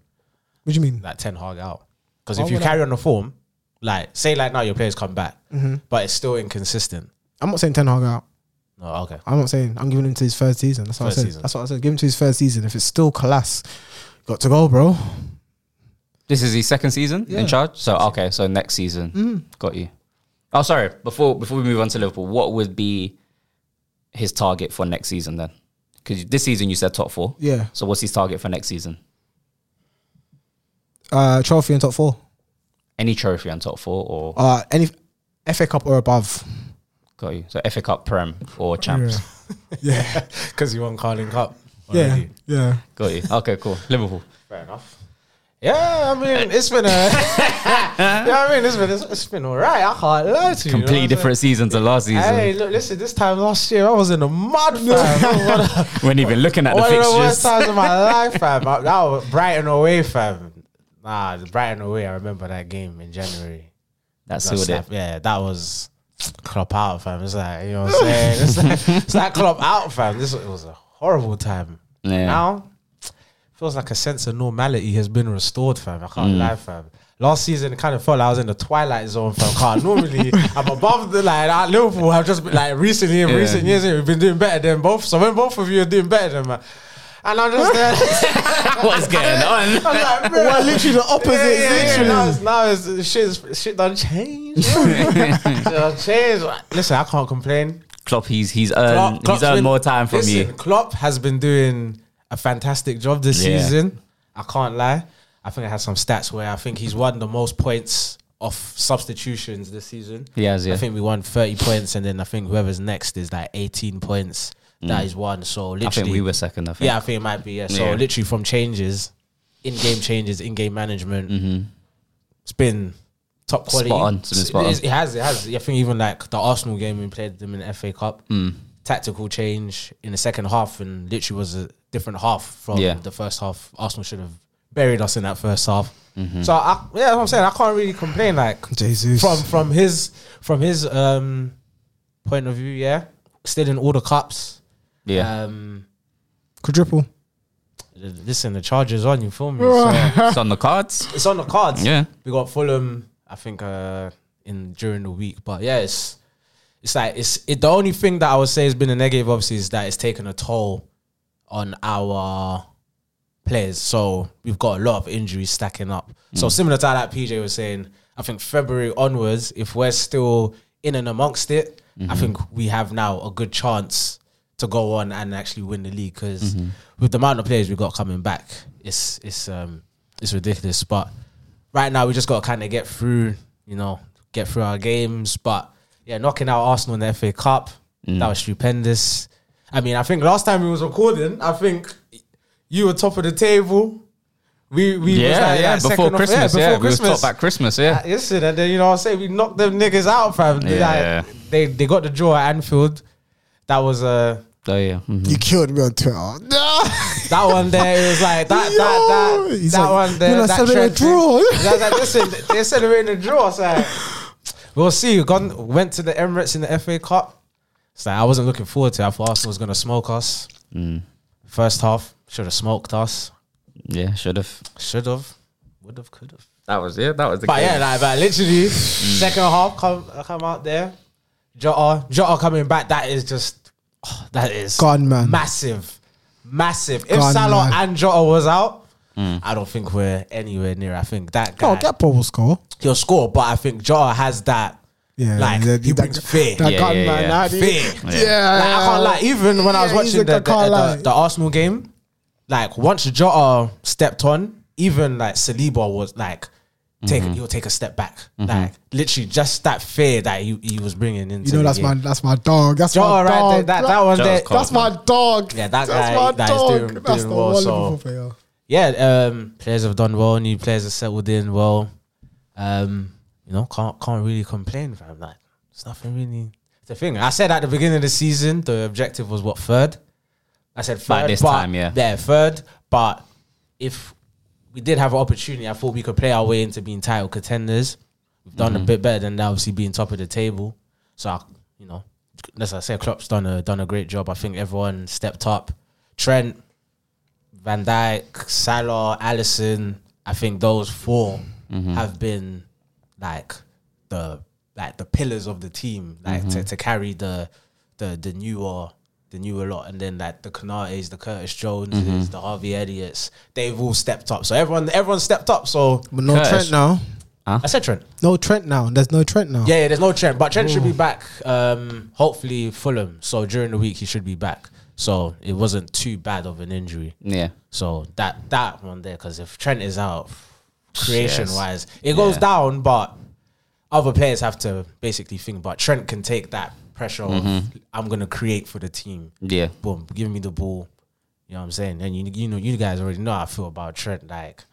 B: What do you mean?
C: like Ten Hag out. Because
B: Why
C: if you
B: would
C: carry on the form, like say like now your players come back,
B: Mm-hmm.
C: but it's still inconsistent.
B: I'm not saying Ten Hag out.
C: No, okay.
B: I'm not saying I'm giving him to his third season. That's what
C: Third
B: I said.
C: season.
B: That's what I said. Give him to his third season. If it's still class, got to go, bro.
A: This is his second season
B: Yeah.
A: in charge. So okay, so next season,
C: Mm-hmm.
A: got you. Oh, sorry. Before before we move on to Liverpool, what would be his target for next season then? Because this season you said top four.
B: Yeah.
A: So what's his target for next season?
B: Uh, trophy and top four.
C: Oh.
A: Any trophy on top four or
B: Uh, any FA Cup or above.
A: Got you. So FA Cup Prem or Champs.
B: Yeah,
C: because he won Carling Cup.
B: yeah,
C: already.
B: yeah.
A: Got you. Okay, cool. Liverpool.
C: Fair enough. Yeah, I mean, it's been a. yeah, I mean, it's been it's, it's been all right. I can't lie to you. you. know
A: Completely
C: what I'm
A: different season to last
C: saying?
A: season.
C: Hey, look, listen. This time last year, I was in the mud, fam. One of-
A: When even looking at the
C: One of the
A: fixtures.
C: worst times of my life, fam. I- That was Brighton away, fam. Nah, the Brighton away. I remember that game in January.
A: That
C: That
A: sealed it.
C: stuff, Yeah, that was Klopp out, fam. It's like you know what I'm saying. It's like it's like Klopp out, fam. This it was a horrible time.
A: Yeah.
C: Now feels like a sense of normality has been restored, fam. I can't
B: Mm.
C: lie, fam. Last season, it kind of felt like I was in the twilight zone, fam. Can't normally I'm above the line. At Liverpool have just been like recently in recent years, we've been doing better than both. So when both of you are doing better than man. And I'm just there.
A: What's going on?
C: I'm like, bro.
B: Well, literally the opposite. literally.
C: Now it's, now it's shit. Shit done changed. shit done changed. Listen, I can't complain.
A: Klopp, he's he's earned
C: Klopp's
A: uh, he's earned
C: been-
A: more time from
C: listen,
A: you.
C: Klopp has been doing a fantastic job this
A: Yeah.
C: season. I can't lie. I think I had some stats where I think he's won the most points off substitutions this season.
A: He has, yeah.
C: I think we won 30 points, and then I think whoever's next is like 18 points that he's won. So literally,
A: Mm. I think we were second. I think.
C: yeah, I think it might be. Yeah. So
A: Yeah.
C: literally from changes, in-game changes, in-game management, it's been top quality.
A: on. It's been Mm-hmm. spot
C: It
A: on.
C: is- It has. It has. I think even like the Arsenal game we played them in the FA Cup.
A: Mm.
C: Tactical change in the second half and literally was a different half from
A: Yeah.
C: the first half. Arsenal should have buried us in that first half.
A: Mm-hmm.
C: So I, yeah, that's what I'm saying I can't really complain. Like
B: Jesus.
C: from from his from his um point of view, yeah, still in all the cups.
A: yeah.
C: Um,
B: Quadruple.
C: Listen, the Chargers on, you feel me? So
A: it's on the cards.
C: it's on the cards.
A: Yeah.
C: We got Fulham, I think, uh, in during the week. But yeah, it's it's like it's it the only thing that I would say has been a negative obviously is that it's taken a toll on our players. So we've got a lot of injuries stacking up. So similar to that PJ was saying, I think February onwards, if we're still in and amongst it, I think we have now a good chance to go on and actually win the league because with the amount of players we've got coming back, it's it's um it's ridiculous. But right now we just got to kind of get through, you know, get through our games. But yeah, knocking out Arsenal in the FA Cup, that was stupendous. I mean, I think last time we was recording, I think you were top of the table. We we was
A: Yeah,
C: like,
A: yeah.
C: like
A: Before
C: second off-
A: Christmas, yeah.
C: before
A: We was top
C: Christmas.
A: at Christmas, yeah.
C: Uh, Listen, and then you know what I'm saying, we knocked them niggas out, fam. They,
A: Yeah.
C: Like, they they got the draw at Anfield. That was uh
A: Oh yeah. mhm.
B: You killed me on Twitter. No.
C: that one there. It was like that that that
B: He's
C: that
B: like,
C: one
B: "You're
C: there.
B: not
C: That
B: celebrating
C: Trent
B: a draw."
C: thing. That's like, listen, they're celebrating the draw. So like, we'll see. Gone went to the Emirates in the FA Cup. So I wasn't looking forward to. It. I thought Arsenal was gonna smoke us.
A: Mm.
C: First half should have smoked us.
A: Yeah. Should have.
C: Should have. Would have. Could have.
A: That was yeah. That was the
C: But yeah, like, but literally, second half come come out there, Jota Jota coming back. That is just oh, that is
B: Gone, man.
C: massive, massive. If
B: Gone,
C: Salah
B: man.
C: and Jota was out, I don't think we're anywhere near. I think that guy
B: Oh, Gakpo will score.
C: he'll score, but I think Jota has that.
B: Yeah,
C: like
B: that-
C: he
B: that-
C: brings fear.
B: That
A: Yeah,
B: gun,
A: yeah,
B: man.
A: yeah.
B: how do you-
C: Fear.
B: Yeah.
C: Like, I can't lie. Even when I was
B: Yeah, he's
C: watching
B: like,
C: the,
B: I
C: the,
B: can't
C: the,
B: lie.
C: the, the Arsenal game, like once Jota stepped on, even like Saliba was like, take he'll take a step back. Like literally just that fear that he, he was bringing into.
B: You know
C: the
B: that's
C: game.
B: my that's my dog. That's
C: Jota
B: my
C: right
B: dog.
C: there. That that one
A: Jota's
C: there.
A: cold.
B: that's my dog.
C: Yeah, that
B: that's
C: guy-
B: my
C: that is
B: dog.
C: doing-
B: that's
C: doing
B: the
C: well,
B: one
C: so-
B: Liverpool player.
C: Yeah, um, players have done well. New players have settled in well. Um, you know, can't can't really complain, fam. Like, it's nothing really. The thing I said at the beginning of the season, the objective was what third. I said third,
A: By this
C: but-
A: time, yeah.
C: yeah, third. But if we did have an opportunity, I thought we could play our way into being title contenders. We've done a
A: Mm-hmm.
C: bit better than that, obviously being top of the table. So I, you know, as I said, Klopp's done a done a great job. I think everyone stepped up. Trent, Van Dijk, Salah, Allison. I think those 4 have been like the like the pillars of the team, like to, to carry the the the newer the newer lot, and then like the Canates, the Curtis Joneses, the Harvey Elliots. They've all stepped up. So everyone everyone stepped up. So
B: But no
A: Curtis.
B: Trent now.
C: I said Trent.
B: No Trent now. There's no Trent now.
C: Yeah, yeah, there's no Trent, but Trent should be back. Um, hopefully Fulham. So during the week he should be back. So it wasn't too bad of an injury.
A: Yeah.
C: So that that one there, because if Trent is out, creation
A: Yes.
C: wise, it goes
A: Yeah.
C: down. But other players have to basically think. But Trent can take that pressure
A: Mm-hmm.
C: of I'm gonna create for the team.
A: Yeah.
C: Boom, give me the ball. You know what I'm saying? And you you know you guys already know how I feel about Trent. Like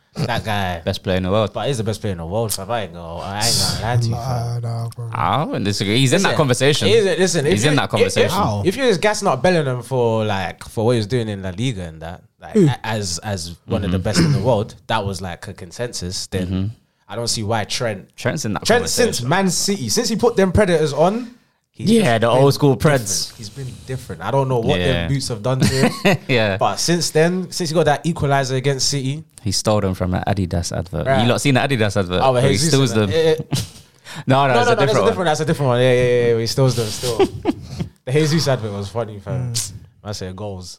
C: that guy
A: Best player in the world.
C: but he's the best player in the world, so I ain't gonna I ain't gonna lie to you. fam.
B: Nah, Uh, nah, bro.
A: I wouldn't disagree. He's in that
C: Listen,
A: conversation.
C: He's, listen, if
A: He's in
C: you-
A: that conversation.
C: If,
B: How?
C: if, if you're just gassing out Bellingham for like for what he was doing in La Liga and that, like a- as as one of the best
A: Mm-hmm.
C: in the world, that was like a consensus. Then I don't see why Trent
A: Trent's in that
C: Trent
A: Mm-hmm. conversation.
C: since Man City since he put them Predators on. He's
A: Yeah, the
C: been
A: old school
C: different.
A: Preds.
C: He's been different. I don't know what
A: Yeah.
C: them boots have done to him.
A: yeah.
C: But since then, since he got that equalizer against City,
A: He stole them from an Adidas advert.
C: Right.
A: You lot seen the Adidas advert?
C: oh,
A: where he
C: Jesus
A: steals
C: and
A: them.
C: that- eh, eh,
A: No, no,
C: No,
A: it's
C: no,
A: a
C: no, that's a
A: different
C: different.
A: one.
C: That's a different one. Yeah, yeah, yeah. We still them still. the Jesus advert was funny, fam.
A: Mm.
C: I say goals.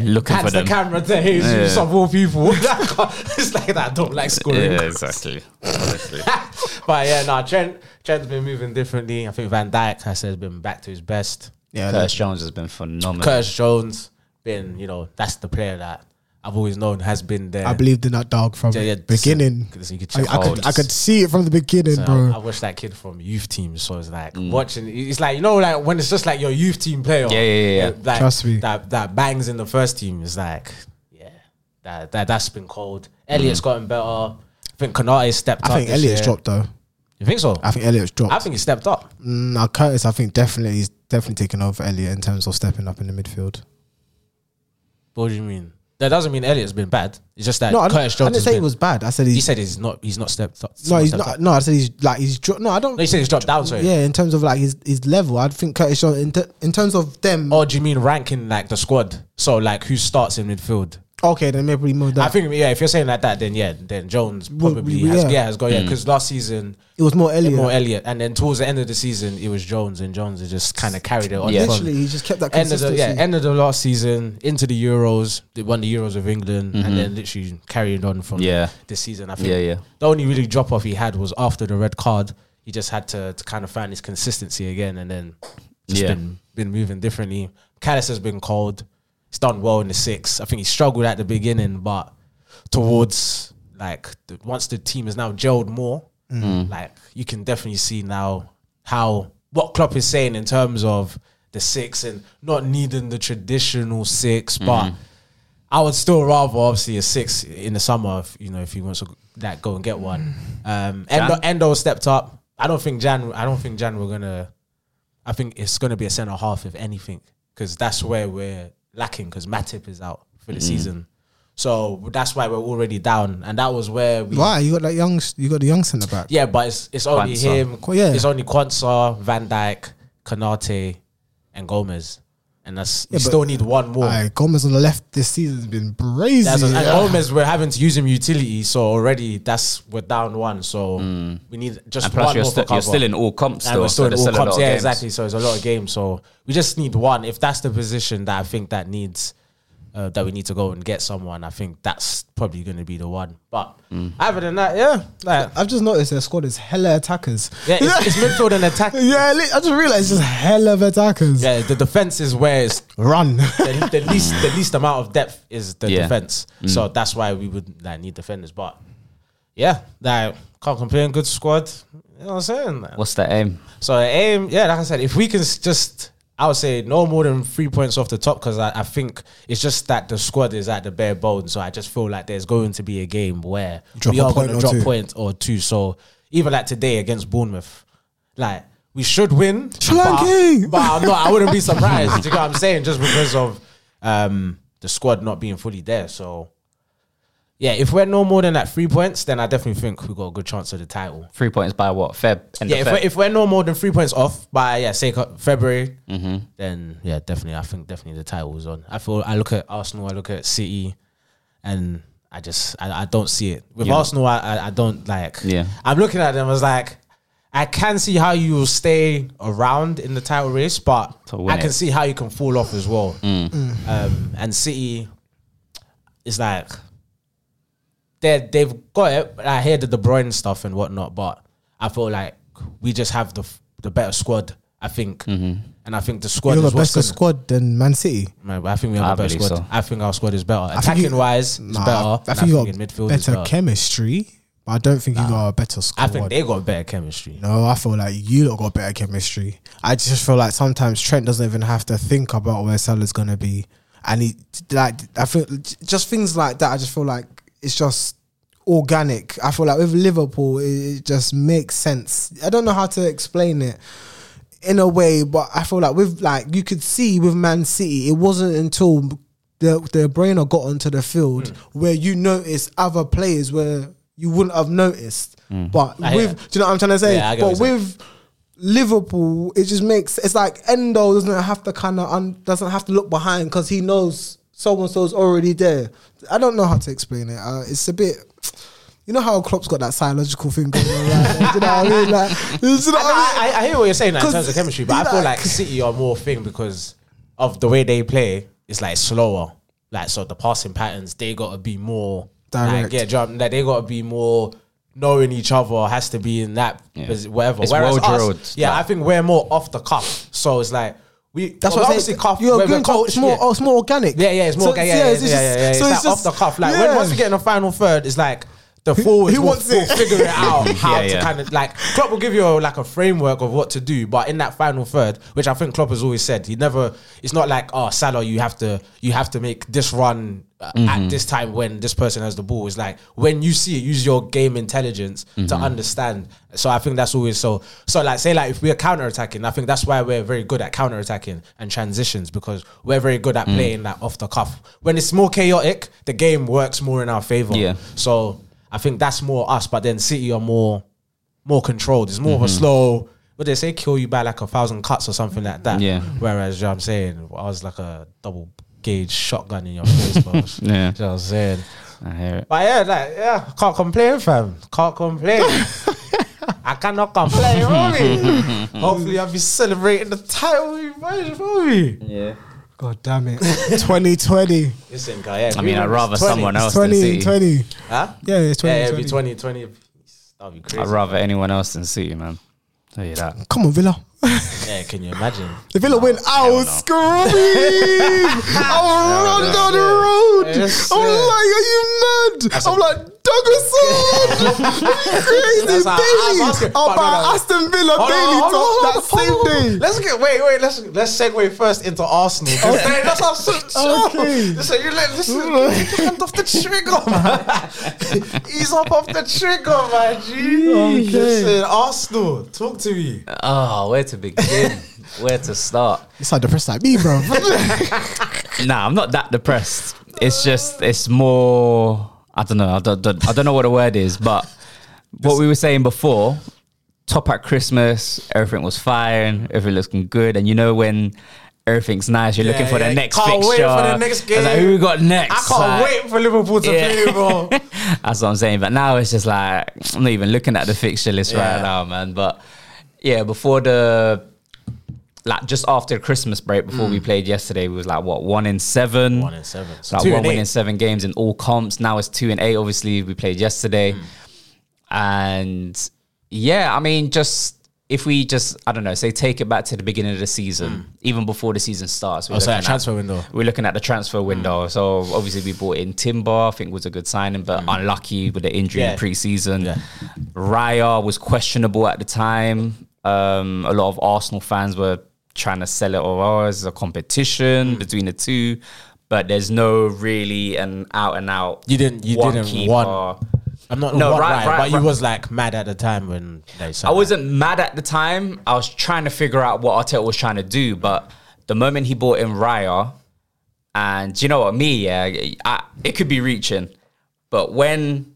A: Looking
C: Hands
A: for
C: the
A: them.
C: camera to Jesus
A: Yeah.
C: of all people. it's like that. I don't like scoring.
A: Yeah, exactly. Honestly.
C: but yeah, nah. Trent Trent's been moving differently. I think Van Dijk has said been back to his best.
B: Yeah,
A: Curtis Jones has been phenomenal.
C: Curtis Jones been you know that's the player that I've always known has been there.
B: I believed in that dog from
C: Yeah, yeah,
B: the beginning.
C: Because you could
B: I,
C: check
B: I could,
C: out.
B: I could see it from the beginning,
C: So
B: bro.
C: I, I watched that kid from youth team, so it's like watching. It's like you know, like when it's just like your youth team player.
A: Yeah, yeah, yeah, yeah.
C: Like,
B: Trust me.
C: That that bangs in the first team is like, yeah, that that that's been cold. Elliott's gotten better. I think Kanate stepped up.
B: I think
C: this
B: Elliot's
C: year.
B: dropped though.
C: You think so?
B: I think Elliot's dropped. Mm,
C: I think he stepped up.
B: Now Curtis, I think definitely he's definitely taken over Elliot in terms of stepping up in the midfield.
C: What do you mean? That doesn't mean Elliott's been bad. It's just that
B: No, I, didn't-
C: Curtis
B: I
C: Jones.
B: didn't
C: has
B: say he
C: been-
B: was bad. I said he's
C: He said he's not. He's not stepped up.
B: no, he's
C: stepped
B: not.
C: up.
B: No, I said he's like he's dro- no. I don't.
C: No, he said he's dropped down. Sorry.
B: yeah, in terms of like his his level, I think Curtis Jones in, ter- in terms of them.
C: Or Oh, do you mean ranking like the squad? So like who starts in midfield?
B: okay, then maybe we move
C: I
B: that.
C: think yeah, if you're saying like that, then yeah, then Jones
B: Well,
C: probably
B: yeah.
C: has yeah has gone
A: Mm.
C: yeah because last season
B: It was more Elliot.
C: more Elliot and then towards the end of the season it was Jones and Jones has just kind of carried it on.
A: Yeah.
C: from
B: Literally, he just kept that
C: End of the
B: consistency.
C: yeah end of the last season into the Euros they won the Euros of England and then literally carried on from
A: Mm-hmm. Yeah.
C: this season. I think
A: Yeah, yeah.
C: the only really drop off he had was after the red card. He just had to, to kind of find his consistency again and then just
A: Yeah.
C: been, been moving differently. Callis has been cold. He's done well in the six. I think he struggled at the beginning, but towards like the, once the team is now gelled more, like you can definitely see now how what Klopp is saying in terms of the six and not needing the traditional six, but I would still rather obviously a six in the summer, if, you know, if he wants to like go and get one. Um, Endo, Endo stepped up. I don't think Jan. I don't think Jan. We're gonna. I think it's gonna be a centre half if anything, because that's where we're lacking. Because Matip is out for the season, so that's why we're already down. And that was where we.
B: Why you got that young? You got the young centre back.
C: Yeah, but it's it's only
A: Kwanzaa.
C: him.
B: Qu- yeah.
C: It's only Kwanzaa, Van Dyke, Kanate, and Gomez, and that's we
B: Yeah, but-
C: still need one more.
B: Aye, Gomez on the left this season's been brazy.
C: That's what- and
B: Yeah.
C: Gomez, we're having to use him utility, so already that's we're down one. So we need
A: Mm.
C: just
A: And plus,
C: one
A: you're,
C: more
A: st-
C: for
A: you're
C: cover.
A: still in all comps,
C: and
A: still.
C: we're still
A: so
C: in
A: there's
C: all
A: still a lot
C: comps.
A: of
C: Yeah,
A: games.
C: exactly. So it's a lot of games. So we just need one. If that's the position that I think that needs uh, that we need to go and get someone, I think that's probably going to be the one. But
A: Mm.
C: other than that, yeah, like,
B: I've just noticed their squad is hella attackers.
C: yeah, it's, it's midfield and attack.
B: Yeah, li- I just realized it's just hella of attackers.
C: Yeah, the defense is where it's
B: Run.
C: the, the least the least amount of depth is the
A: Yeah.
C: defense. So that's why we would like, need defenders. But yeah, like can't complain. Good squad. You know what I'm saying?
A: What's the aim?
C: So the aim, yeah, like I said, if we can s- just, I would say no more than three points off the top because I, I think it's just that the squad is at the bare bones. So I just feel like there's going to be a game where
B: Drop
C: we
B: a
C: are
B: point
C: going to
B: or
C: drop
B: two.
C: point or two. So even like today against Bournemouth, like we should win.
B: Sri
C: but-
B: Lanka!
C: But, I'm not, I wouldn't be surprised. do you know what I'm saying? Just because of um, the squad not being fully there. So. Yeah, if we're no more than like three points, then I definitely think we've got a good chance of the title
A: Three points by what? Feb. End
C: yeah,
A: of
C: if
A: Feb.
C: we're, if we're no more than three points off by yeah, say co- February,
A: Mm-hmm.
C: then yeah, definitely. I think definitely the title is on. I feel I look at Arsenal, I look at City, and I just I, I don't see it with Arsenal. I, I I don't like.
A: Yeah.
C: I'm looking at them as like I can see how you will stay around in the title race, but
A: To win
C: I can
A: it. Mm.
C: see how you can fall off as well. Um, and City is like they they've got it. but I hear the De Bruyne stuff and whatnot, but I feel like we just have the f- the better squad. I think,
A: Mm-hmm.
C: and I think the squad
B: You
C: is
B: have a
C: what's
B: better
C: gonna-
B: squad than Man City.
C: Man, I think we have
A: I
C: a better
A: believe
C: squad.
A: so.
C: I think our squad is better.
B: think you-
C: Attacking wise, it's
B: Nah,
C: better. and I think,
B: you got
C: in midfield, it's
B: better
C: better.
B: chemistry. But I don't think you got a better squad.
C: I think they got better chemistry.
B: No, I feel like you lot got better chemistry. I just feel like sometimes Trent doesn't even have to think about where Salah's gonna be, and he like I feel just things like that. I just feel like it's just organic. I feel like with Liverpool, it, it just makes sense. I don't know how to explain it in a way, but I feel like with like you could see with Man City, it wasn't until the the brainer got onto the field where you noticed other players where you wouldn't have noticed. But
C: I hear
B: with do you know what I'm trying to say?
C: Yeah, I get what
B: but
C: you're saying.
B: with Liverpool, it just makes it's like Endo doesn't have to kind of un, doesn't have to look behind because he knows so and so's already there. I don't know how to explain it. Uh, it's a bit. You know how Klopp's got that psychological thing going on, right? Do you know what I mean? Like, do you know what I
C: I,
B: mean?
C: I, I hear what you're saying like, in
B: 'Cause
C: terms of chemistry, but I feel like
B: like-
C: City are more thing because of the way they play. It's like slower, like so the passing patterns they gotta be more
B: Direct.
C: Like, yeah, jump. Like they gotta be more knowing each other has to be in that posi- whatever.
A: It's
C: Whereas
A: well-drilled,
C: us, yeah,
A: like-
C: I think we're more off the cuff, so it's like we.
B: That's
C: well,
B: what I'm
C: obviously
B: saying.
C: cuff.
B: You're
C: when we're
B: agreeing to- it's more,
C: yeah.
B: oh, it's more organic.
C: Yeah, yeah, it's more.
B: So
C: yeah, yeah, yeah,
B: it's just-
C: yeah, yeah, yeah.
B: so
C: it's, like
B: just-
C: off the cuff. Like
B: yeah.
C: when, once we get in the final third, it's like the forwards
B: who
C: will,
B: wants
C: will
B: it?
C: figure it out how
A: Yeah,
C: to
A: yeah.
C: kind of like Klopp will give you like a framework of what to do, but in that final third, which I think Klopp has always said, he never. It's not like oh Salah, you have to you have to make this run uh, at this time when this person has the ball. It's like when you see it, use your game intelligence to understand. So I think that's always so. So like say like if we're counter attacking, I think that's why we're very good at counter attacking and transitions because we're very good at playing that off the cuff. When it's more chaotic, the game works more in our favor.
A: Yeah.
C: So I think that's more us, but then City are more more controlled. It's more of a
A: Mm-hmm.
C: slow. What they say, kill you by like a thousand cuts or something like that.
A: Yeah.
C: Whereas you know what I'm saying, I was like a double gauge shotgun in your face, bro.
A: Yeah.
C: You know what I'm saying.
A: I hear it.
C: But yeah, like yeah, can't complain, fam. Can't complain. I cannot complain, you feel me? Hopefully, I'll be celebrating the title, you boys, you feel me?
A: Yeah.
B: God damn it. 2020.
C: Listen, guy, yeah,
A: I mean, I'd rather someone else than City.
B: 2020.
C: Huh?
B: Yeah, it's
C: Yeah, it'd be
B: 2020.
C: 20, 20. That'd be crazy.
A: I'd rather anyone else than City, man. Tell you that.
B: Come on, Villa.
C: Yeah, can you imagine?
B: If Villa win, I will scream. I'll run down the road.
C: Yes, sir.
B: I'm like, are you mad? I'm like, Douglas, are you
C: That's
B: crazy?
C: how I- I was
B: Bailey.
C: asking.
B: I'll
C: But
B: buy
C: no, no.
B: Aston Villa
C: Hold on,
B: Bailey
C: hold on, hold on,
B: top
C: hold
B: that
C: on.
B: same day.
C: Let's get wait, wait. Let's let's segue first into Arsenal. 'cause that- that's our switch.
B: Okay.
C: Listen, you let listen. Get your hand off the trigger, man. Ease up off the trigger, man. G.
B: Okay.
C: Listen, Arsenal, talk to me.
A: Oh, where to begin? where to start?
B: It's like depressed like me, bro.
A: Nah, I'm not that depressed. It's just, it's more. I don't know. I don't, don't- I don't know what the word is, but what we were saying before. Top at Christmas, everything was fine, everything looking good, and you know when everything's nice, you're looking
C: Yeah,
A: for the
C: yeah,
A: next
C: can't wait
A: fixture.
C: for the
A: It's
C: next
A: like,
C: game.
A: who we got next?
C: I can't
A: Like,
C: wait for Liverpool to
A: Yeah.
C: play, bro.
A: That's what I'm saying. But now it's just like I'm not even looking at the fixture list right
C: Yeah.
A: now, man. But yeah, before the like just after Christmas break, before we played yesterday, we was like what one in seven,
C: Mm. One in seven.
A: So like
C: Two
A: one
C: and
A: win
C: eight.
A: in seven games in all comps. Now it's two and eight. Obviously, we played
C: Mm.
A: yesterday, and yeah, I mean, just if we just I don't know, say take it back to the beginning of the season,
C: Mm.
A: even before the season starts. we're looking at-
C: Oh, window.
A: we're looking at the transfer window.
C: Mm.
A: So obviously we bought in Timber. I think was a good signing, but unlucky with the injury
C: Mm. Yeah.
A: in pre-season.
C: Yeah.
A: Raya was questionable at the time. Um, a lot of Arsenal fans were trying to sell it or oh, it's a
C: Mm.
A: competition between the two, but there's no really an out and out.
C: You didn't- you didn't want- I'm not
A: No,
C: not
A: right, right, right.
C: was like mad at the time when they.
A: I wasn't mad at the time. I was trying to figure out what Arteta was trying to do, but the moment he brought in Raya, and do you know what, me, yeah, I, it could be reaching, but when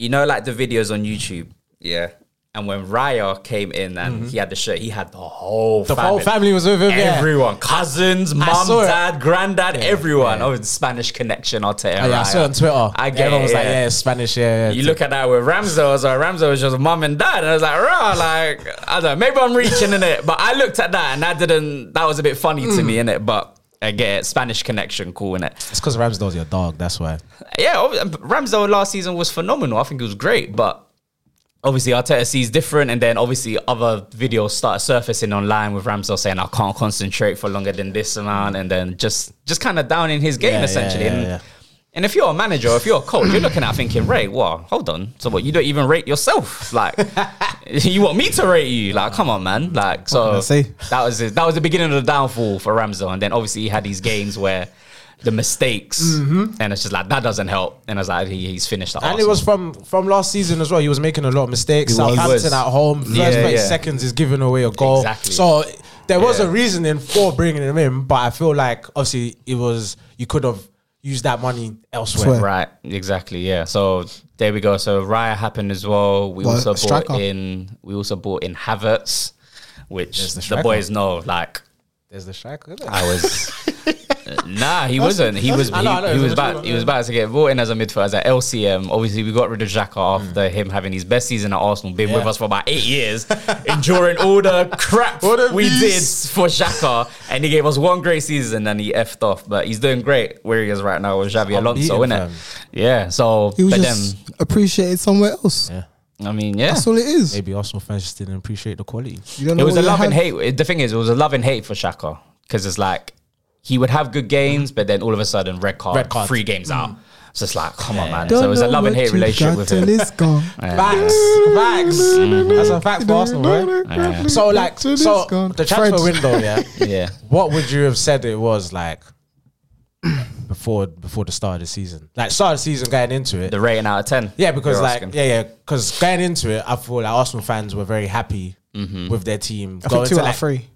A: you know, like the videos on YouTube, yeah, and when Raya came in and he had the shirt, he had the whole
C: Mm-hmm. The whole family was with him. yeah.
A: Everyone, cousins, mum,
C: saw it.
A: dad, granddad, everyone. Oh, it's Spanish connection, Arteta.
C: Oh, yeah, I saw it on
A: Raya.
C: Twitter.
A: I get
C: Everyone
A: it,
C: was like,
A: yeah.
C: yeah, it's Spanish, yeah. yeah.
A: You look at that with Ramsdale, was like Ramsdale was just mum and dad, and I was like, rah, like I don't know, maybe I'm reaching in it, but I looked at that and that didn't, that was a bit funny to me in it, but I get it, Spanish connection, cool in it.
C: It's because Ramsdale's your dog, that's why.
A: Yeah, ob- Ramsdale last season was phenomenal. I think it was great, but obviously Arteta sees different, and then obviously other videos start surfacing online with Ramsdale saying I can't concentrate for longer than this amount, and then just just kind of down in his game
C: Yeah, yeah,
A: essentially.
C: yeah,
A: and
C: yeah.
A: And if you're a manager, if you're a coach, you're looking at thinking, Ray, what? Hold on. So what? You don't even rate yourself? Like, you want me to rate you? Like, come on, man. Like,
B: can
A: so
B: I say?
A: that was it. that was the beginning of the downfall for Ramsdale. And then obviously he had these games where the mistakes, and it's just like that doesn't help. And I was like, he, he's finished. At
C: Mm-hmm. And it
A: Arsenal.
C: was from from last season as well. He was making a lot of mistakes.
A: He was.
C: Southampton
A: He was.
C: at home, first
A: Yeah,
C: 30
A: yeah.
C: seconds is giving away a goal.
A: Exactly.
C: So there was a
A: Yeah.
C: reasoning for bringing him in, but I feel like obviously it was you could have used that money elsewhere.
B: Elsewhere.
A: Right, exactly, yeah. So there we go. So Raya happened as well. We
B: Well,
A: also bought
B: striker.
A: in. We also bought in Havertz, which
C: the
A: the,
C: striker.
A: boys know. Like
C: There's the striker.
A: I was, nah, he wasn't. He was.
C: I know, I know,
A: he, he
C: it's
A: was
C: a
A: about.
C: midfielder,
A: He was
C: yeah.
A: about to get bought in as a midfielder, as a LCM. Obviously, we got rid of Xhaka after him having his best season at Arsenal, been with
C: Mm. Yeah.
A: us for about eight years, enduring all the crap
C: What a
A: we
C: beast.
A: did for Xhaka, and he gave us one great season, and he effed off. But he's doing great where he is right now with Xavi Alonso,
C: Unbeaten,
A: isn't it? Yeah. So,
B: He was
A: but
B: just appreciated somewhere else.
C: Yeah.
A: then, I mean, yeah.
B: That's all it is.
C: Maybe Arsenal fans just didn't appreciate the quality.
B: You don't
A: It
B: know
A: was
B: what
A: a
B: you
A: love and
B: had.
A: hate. The thing is, it was a love and hate for Shaka because it's like he would have good games, but then all of a sudden, red card,
C: Red card.
A: three games out. So it's like, come on, man.
B: Don't
A: so it was a
B: know
A: love and
B: what
A: hate
B: you
A: relationship
B: got
A: with
B: till
A: him.
B: it's gone.
A: Yeah.
C: Facts, facts.
A: Mm-hmm.
C: That's a fact for Arsenal, right? So like, so
B: Till it's gone.
C: the transfer
B: Fred.
C: window, yeah.
A: Yeah.
C: what would you have said it was like before before the start of the season? Like start of the season going into it.
A: The rating out of 10.
C: yeah, because
A: you're
C: like
A: asking.
C: yeah, yeah, because going into it, I feel like Arsenal fans were very happy
A: Mm-hmm.
C: with their team.
B: I
C: going
B: think two
C: to,
B: out
C: like,
B: of three.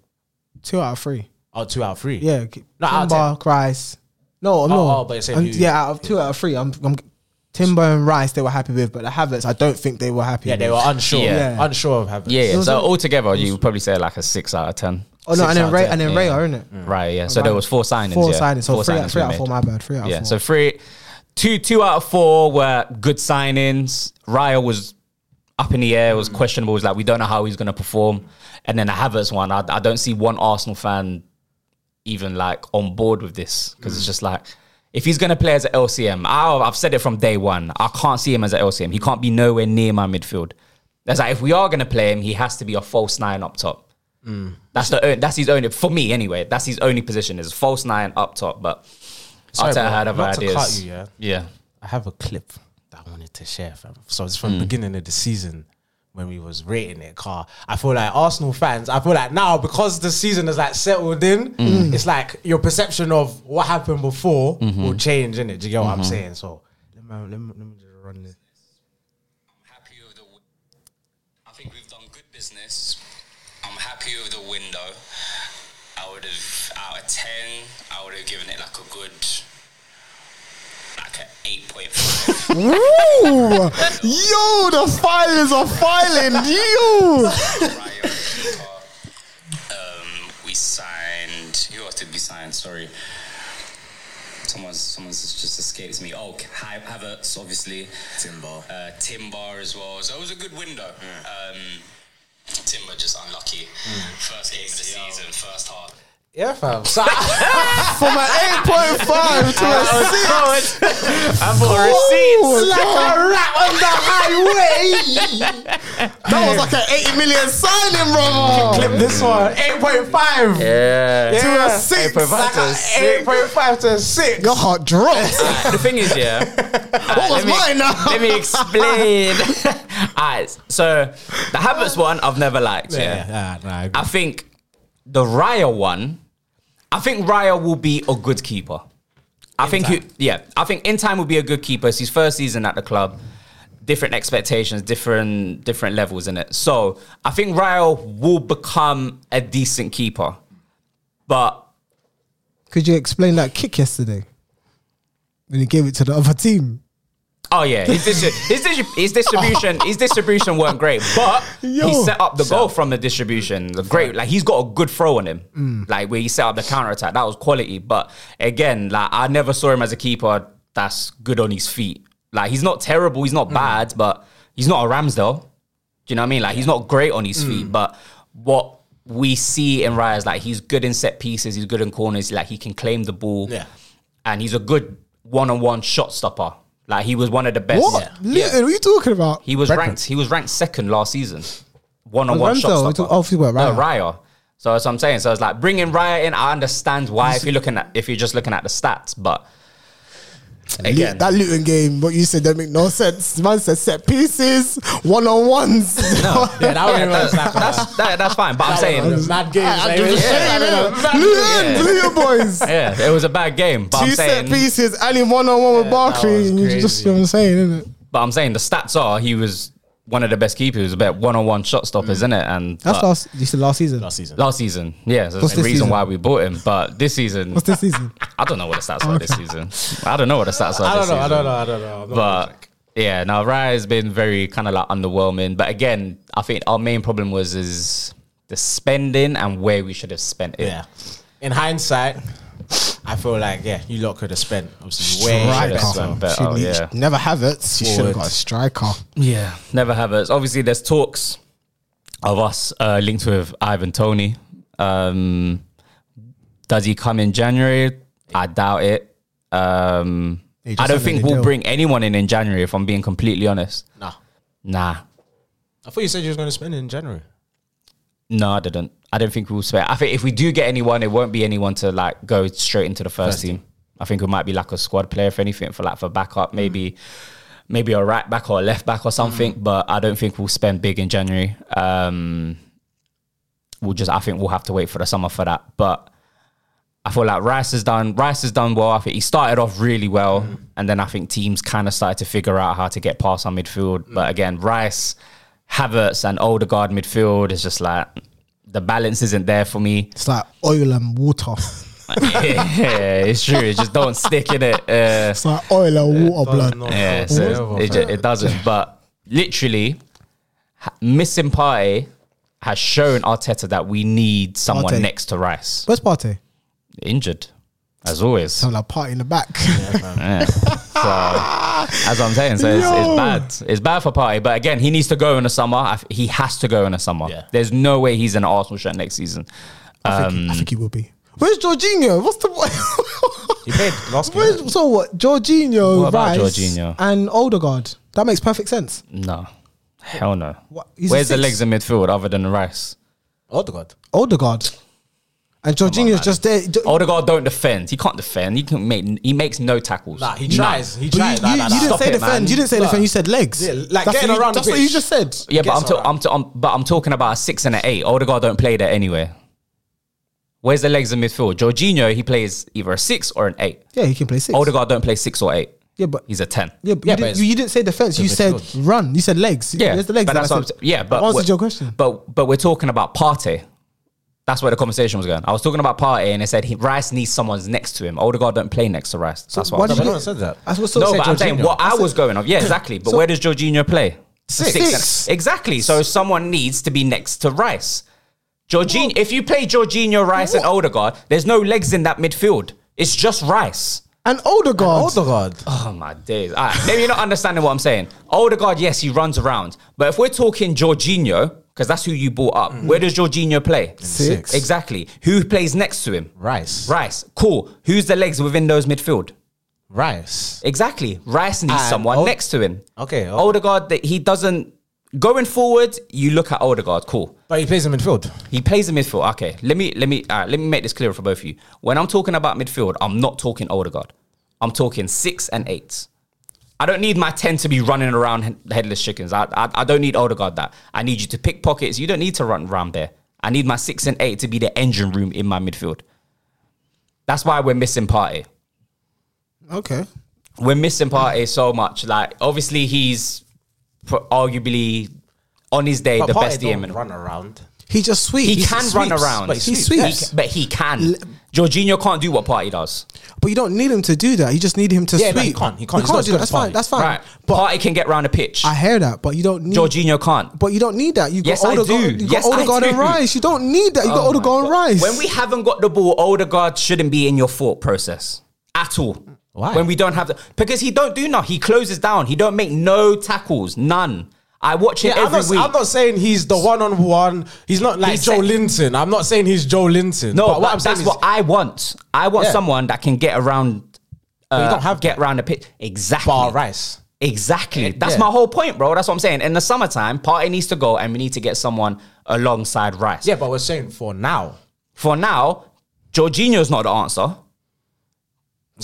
B: Two out of three.
C: Oh, two out of three.
B: Yeah.
C: No, out of
B: Timber, Rice. No, no.
C: oh, but you're saying
B: And
C: who-
B: yeah, out of two out of three, I'm, I'm Timber and Rice they were happy with, but the Havertz I don't think they were happy.
C: yeah, they
B: with.
C: were unsure,
A: Yeah.
B: Yeah.
C: unsure of having.
A: Yeah, yeah.
B: So
A: So
B: it's-
A: altogether, you would probably say like a six out of 10.
B: Oh no,
C: Six
B: and
C: out
B: then
C: of
B: Ray
C: ten, Mm.
B: and then
A: yeah.
B: Ray are in it.
A: Right, yeah. So
B: Right.
A: there was four signings.
B: Four
A: yeah.
B: signings. So three, out, three
A: we
B: out of
A: made.
B: four. My bad. Three out of
A: Yeah,
B: four.
A: so three, two, two out of four were good signings. Raya was up in the air, was questionable. It was like we don't know how he's going to perform. And then the Havertz one, I, I don't see one Arsenal fan even like on board with this because it's just like if he's going to play as an LCM, I, I've said it from day one. I can't see him as an LCM. He can't be nowhere near my midfield. That's like if we are going to play him, he has to be a false nine up top. That's the that's his only for me anyway. That's his only position is false nine up top. But
C: Sorry,
A: Arteta
C: bro,
A: had other
C: not to
A: ideas.
C: cut you, yeah.
A: yeah.
C: I have a clip that I wanted to share, fam. So it's from the beginning of the season when we was rating it. Car, I feel like Arsenal fans. I feel like now because the season is like settled in, it's like your perception of what happened before will change, innit? Do you get what I'm saying? So let me, let me, let me just run this.
E: happy with the. w- I think we've done good business. I'm happy with the window. I would have out of ten. I would have given it like a good, like an eight point five.
B: Ooh, yo, the fires are filing. Yo,
E: Raya, Lukaku. um, we signed. Who else did we sign? Sorry. Someone's someone's just escapes me. Oh, Hi- Havertz, obviously. Timbar. Uh, Timbar as well. So it was a good window. Um, Timber just unlucky. First game of the season, first half.
C: Yeah, fam. So I,
B: from an eight point five to a six.
A: I'm receipts.
B: a rat on the highway. that was like an 80 million signing, brother.
C: clip this one. Eight point five.
A: Yeah.
B: To a six.
C: Like
A: to a six.
C: eight point five to a six.
B: Your heart dropped.
A: Alright, the thing is, yeah. Alright,
B: was
A: let me-
B: mine now?
A: Let me explain. Alright, so the Havertz one I've never liked. Yeah.
C: Yeah, nah, nah, I agree.
A: I think the Raya one. I think Raya will be a good keeper. I think he, yeah. I think in time will be a good keeper. It's his first season at the club. Different expectations, different different levels in it. So I think Raya will become a decent keeper, but
B: Could you explain that kick yesterday when he gave it to the other team?
A: Oh yeah, his, distri- his, distri- his distribution, his distribution weren't great, but he
B: Yo.
A: set up the goal from the distribution. The great, like he's got a good throw on him, like where he set up the counter attack. That was quality, but again, like I never saw him as a keeper that's good on his feet. Like he's not terrible, he's not bad, but he's not a Ramsdale. Do you know what I mean? Like he's not great on his feet, but what we see in Raya is like he's good in set pieces, he's good in corners, like he can claim the ball
C: Yeah.
A: and he's a good one-on-one shot stopper. Like he was one of the best.
B: What? Luton, what are you talking about?
A: He was
C: Brentford.
A: ranked. He was ranked second last season. One-on-one
B: Ramsdale,
A: shot
B: we
A: stopper.
B: took- oh, we were
A: No,
B: Raya.
A: Raya. So that's what I'm saying. So it's like bringing Raya in. I understand why if you're looking at if you're just looking at the stats, but Again.
B: That Luton game, what you said, don't make no sense. Man said set pieces, one on ones.
A: No,
C: Yeah, that one was like,
A: that's that, that's fine. But I'm saying,
C: mad games.
B: I
C: like,
B: do the
C: yeah.
B: same, innit?
A: Yeah.
B: Luton, Luton boys.
A: yeah, it was a bad game. But I'm
B: Two
A: saying,
B: set pieces, and in one on one with
C: Yeah, that was
B: Barkley, and you just, you know what I'm saying, isn't it?
A: but I'm saying the stats are he was one of the best keepers, about one-on-one shot stoppers, isn't it? And
B: Mm. That's
A: but-
B: last, you said last season.
C: Last season.
A: last season, yeah, so that's
B: What's
A: the
B: this
A: reason
B: season?
A: why we bought him. But this season,
B: What's this season?
A: I don't know what the stats are this season. I don't know what the stats are.
C: I
A: this
C: don't
A: Season.
C: know. I don't know. I don't know. I'm not gonna check.
A: But yeah, now Raya has been very kind of like underwhelming. But again, I think our main problem was is the spending and where we should have spent it.
C: yeah, in hindsight, I feel like yeah, you lot could have spent obviously way
B: Striker.
A: Should've
C: better.
A: done better,
B: Shouldn't- you
A: oh, yeah.
B: should Never have it. She should have
C: Forward.
B: got a striker.
A: Yeah, never have us. Obviously, there's talks of us uh, linked with Ivan Tony. Um, does he come in January? I doubt it. Um,
B: He just
A: I don't
B: signed
A: think
B: a
A: we'll
B: deal.
A: bring anyone in in January. If I'm being completely honest,
C: Nah,
A: nah,
C: I thought you said you was going to spend it in January.
A: no, I didn't. I don't think we'll spare. I think if we do get anyone, it won't be anyone to like go straight into the first, team. I think it might be like a squad player, if anything, for like for backup, maybe, maybe a right back or a left back or something. But I don't think we'll spend big in January. Um, we'll just, I think we'll have to wait for the summer for that. But I feel like Rice has done Rice has done well. I think he started off really well, and then I think teams kind of started to figure out how to get past our midfield. But again, Rice, Havertz, and Odegaard midfield is just like the balance isn't there for me.
B: It's like oil and water.
A: yeah, it's true. It just don't stick in it. Uh,
B: It's like oil and water, blood.
A: yeah, so it, ju- it doesn't. But literally, ha- missing Partey has shown Arteta that we need someone
B: Partey.
A: next to Rice.
B: Where's Partey?
A: Injured, as always.
B: Sound like party in the back.
A: Yeah. so uh, that's what I'm saying. So it's,
B: Yo.
A: it's bad. It's bad for Party. But again, he needs to go in the summer. I f- he has to go in the summer.
C: Yeah.
A: There's no way he's in an Arsenal shirt next season.
B: I, think,
A: Um,
B: he- I think he will be. Where's Jorginho? What's the
C: He played last game.
B: Where's, so what? Jorginho,
A: What about
B: Rice,
A: Jorginho?
B: and Odegaard. That makes perfect sense.
A: No, hell no.
B: What? He's a
A: Where's the
B: six.
A: legs in midfield other than Rice?
C: Oh God.
B: Odegaard and Jorginho's just there. Jo-
A: Odegaard don't defend. He can't defend. He can make. He makes no tackles.
C: Nah, he tries. He
B: But you,
C: tries. Nah,
B: you-
C: nah, nah.
B: you didn't
A: Stop
B: say
A: it,
B: defend.
A: man.
B: You didn't say defend. You said legs.
C: Yeah, like
B: that's
C: getting
B: what you,
C: around the
B: That's what you
C: pitch.
B: just said.
A: Yeah, but
C: Gets
A: I'm, to,
C: around.
A: I'm, to, I'm but I'm talking about a six and an eight. Odegaard don't play there anyway. Where's the legs in midfield? Jorginho, he plays either a six or an eight.
B: Yeah, he can play six.
A: Odegaard don't play six or eight.
B: Yeah, but
A: He's a ten.
B: yeah, but
C: Yeah, but
B: you, didn't,
C: it's-
B: you, you didn't say defense. You
C: it's a
B: said
C: midfield.
B: run. You said legs.
A: Yeah,
B: Where's the legs.
A: But
B: And I
A: that's what I'm,
B: said-
A: t- yeah, but
B: I
A: we're-
B: answered your question.
A: But but we're talking about Partey. That's where the conversation was going. I was talking about Partey, and they said he, Rice needs someone next to him. Odegaard don't play next to Rice. That's what.
B: why
A: I was
B: did
C: No,
B: you
A: saying.
C: but no one said
B: get-
C: that.
B: That's what Sol
A: No,
B: said,
A: but I'm saying
B: Jorginho.
A: what I was going off. Yeah, exactly. But where does Jorginho play?
B: Six. Six.
A: Exactly. So someone needs to be next to Rice. Jorginho, if you play Jorginho, Rice, and Odegaard, there's no legs in that midfield. It's just Rice.
B: And Odegaard.
C: Odegaard.
A: Oh my days. All right, maybe you're not understanding what I'm saying. Odegaard, yes, he runs around. But if we're talking Jorginho, because that's who you brought up, where does Jorginho play?
C: Six.
A: Exactly. Who plays next to him?
C: Rice.
A: Rice. Cool. Who's the legs within those midfield?
C: Rice.
A: Exactly. Rice needs
C: And
A: someone
C: Od-
A: next to him.
C: Okay, oh. okay.
A: Odegaard, that he doesn't. Going forward, you look at Odegaard. Cool.
C: But he plays in midfield.
A: He plays in midfield. Okay, let me let me all right, let me make this clearer for both of you. When I'm talking about midfield, I'm not talking Odegaard. I'm talking six and eight. I don't need my ten to be running around he- headless chickens. I, I I don't need Odegaard that. I need you to pick pockets. You don't need to run around there. I need my six and eight to be the engine room in my midfield. That's why we're missing Partey.
B: Okay.
A: We're missing Partey so much. Like obviously he's pro- arguably on his day the
C: Partey
A: best
C: don't
A: DM in
C: run around.
B: He just sweeps.
A: he can run around.
C: but he
B: He sweeps.
A: He- but he can. Jorginho can't do what Party does.
B: But you don't need him to do that. You just need him to
C: Yeah,
B: sweep.
C: no, he can't. He can't. He's not
B: do
C: good at
B: that. That's fine.
C: party.
B: That's fine.
A: Right.
B: But
A: Party can get round a pitch.
B: I hear that. But you don't need.
A: Jorginho can't.
B: But you don't need that. You got
A: Yes, I
B: Odegaard.
A: do.
B: You got
A: Yes, I
B: Odegaard and
A: do.
B: Rice. You don't need that. You got Odegaard and Rice.
A: Oh When we haven't got the ball, Odegaard shouldn't be in your thought process at all.
C: Why?
A: When we don't have the because he don't do nothing. He closes down. He don't make no tackles. None. I watch it
C: Yeah, I'm
A: every
C: not,
A: week.
C: I'm not saying he's the one on one. He's not like
A: He's
C: Joe
A: sec-
C: Linton. I'm not saying he's Joe Linton.
A: no,
C: but what
A: that-
C: I'm saying
A: that's
C: is
A: what I want. I want
C: Yeah.
A: someone that can get around.
C: you
A: uh,
C: don't have
A: get around the pitch exactly.
C: Bar Rice.
A: Exactly. That's
C: Eh, yeah.
A: my whole point, bro. That's what I'm saying. In the summertime, party needs to go, and we need to get someone alongside Rice.
C: Yeah, but we're saying for now.
A: For now, Jorginho's not the answer,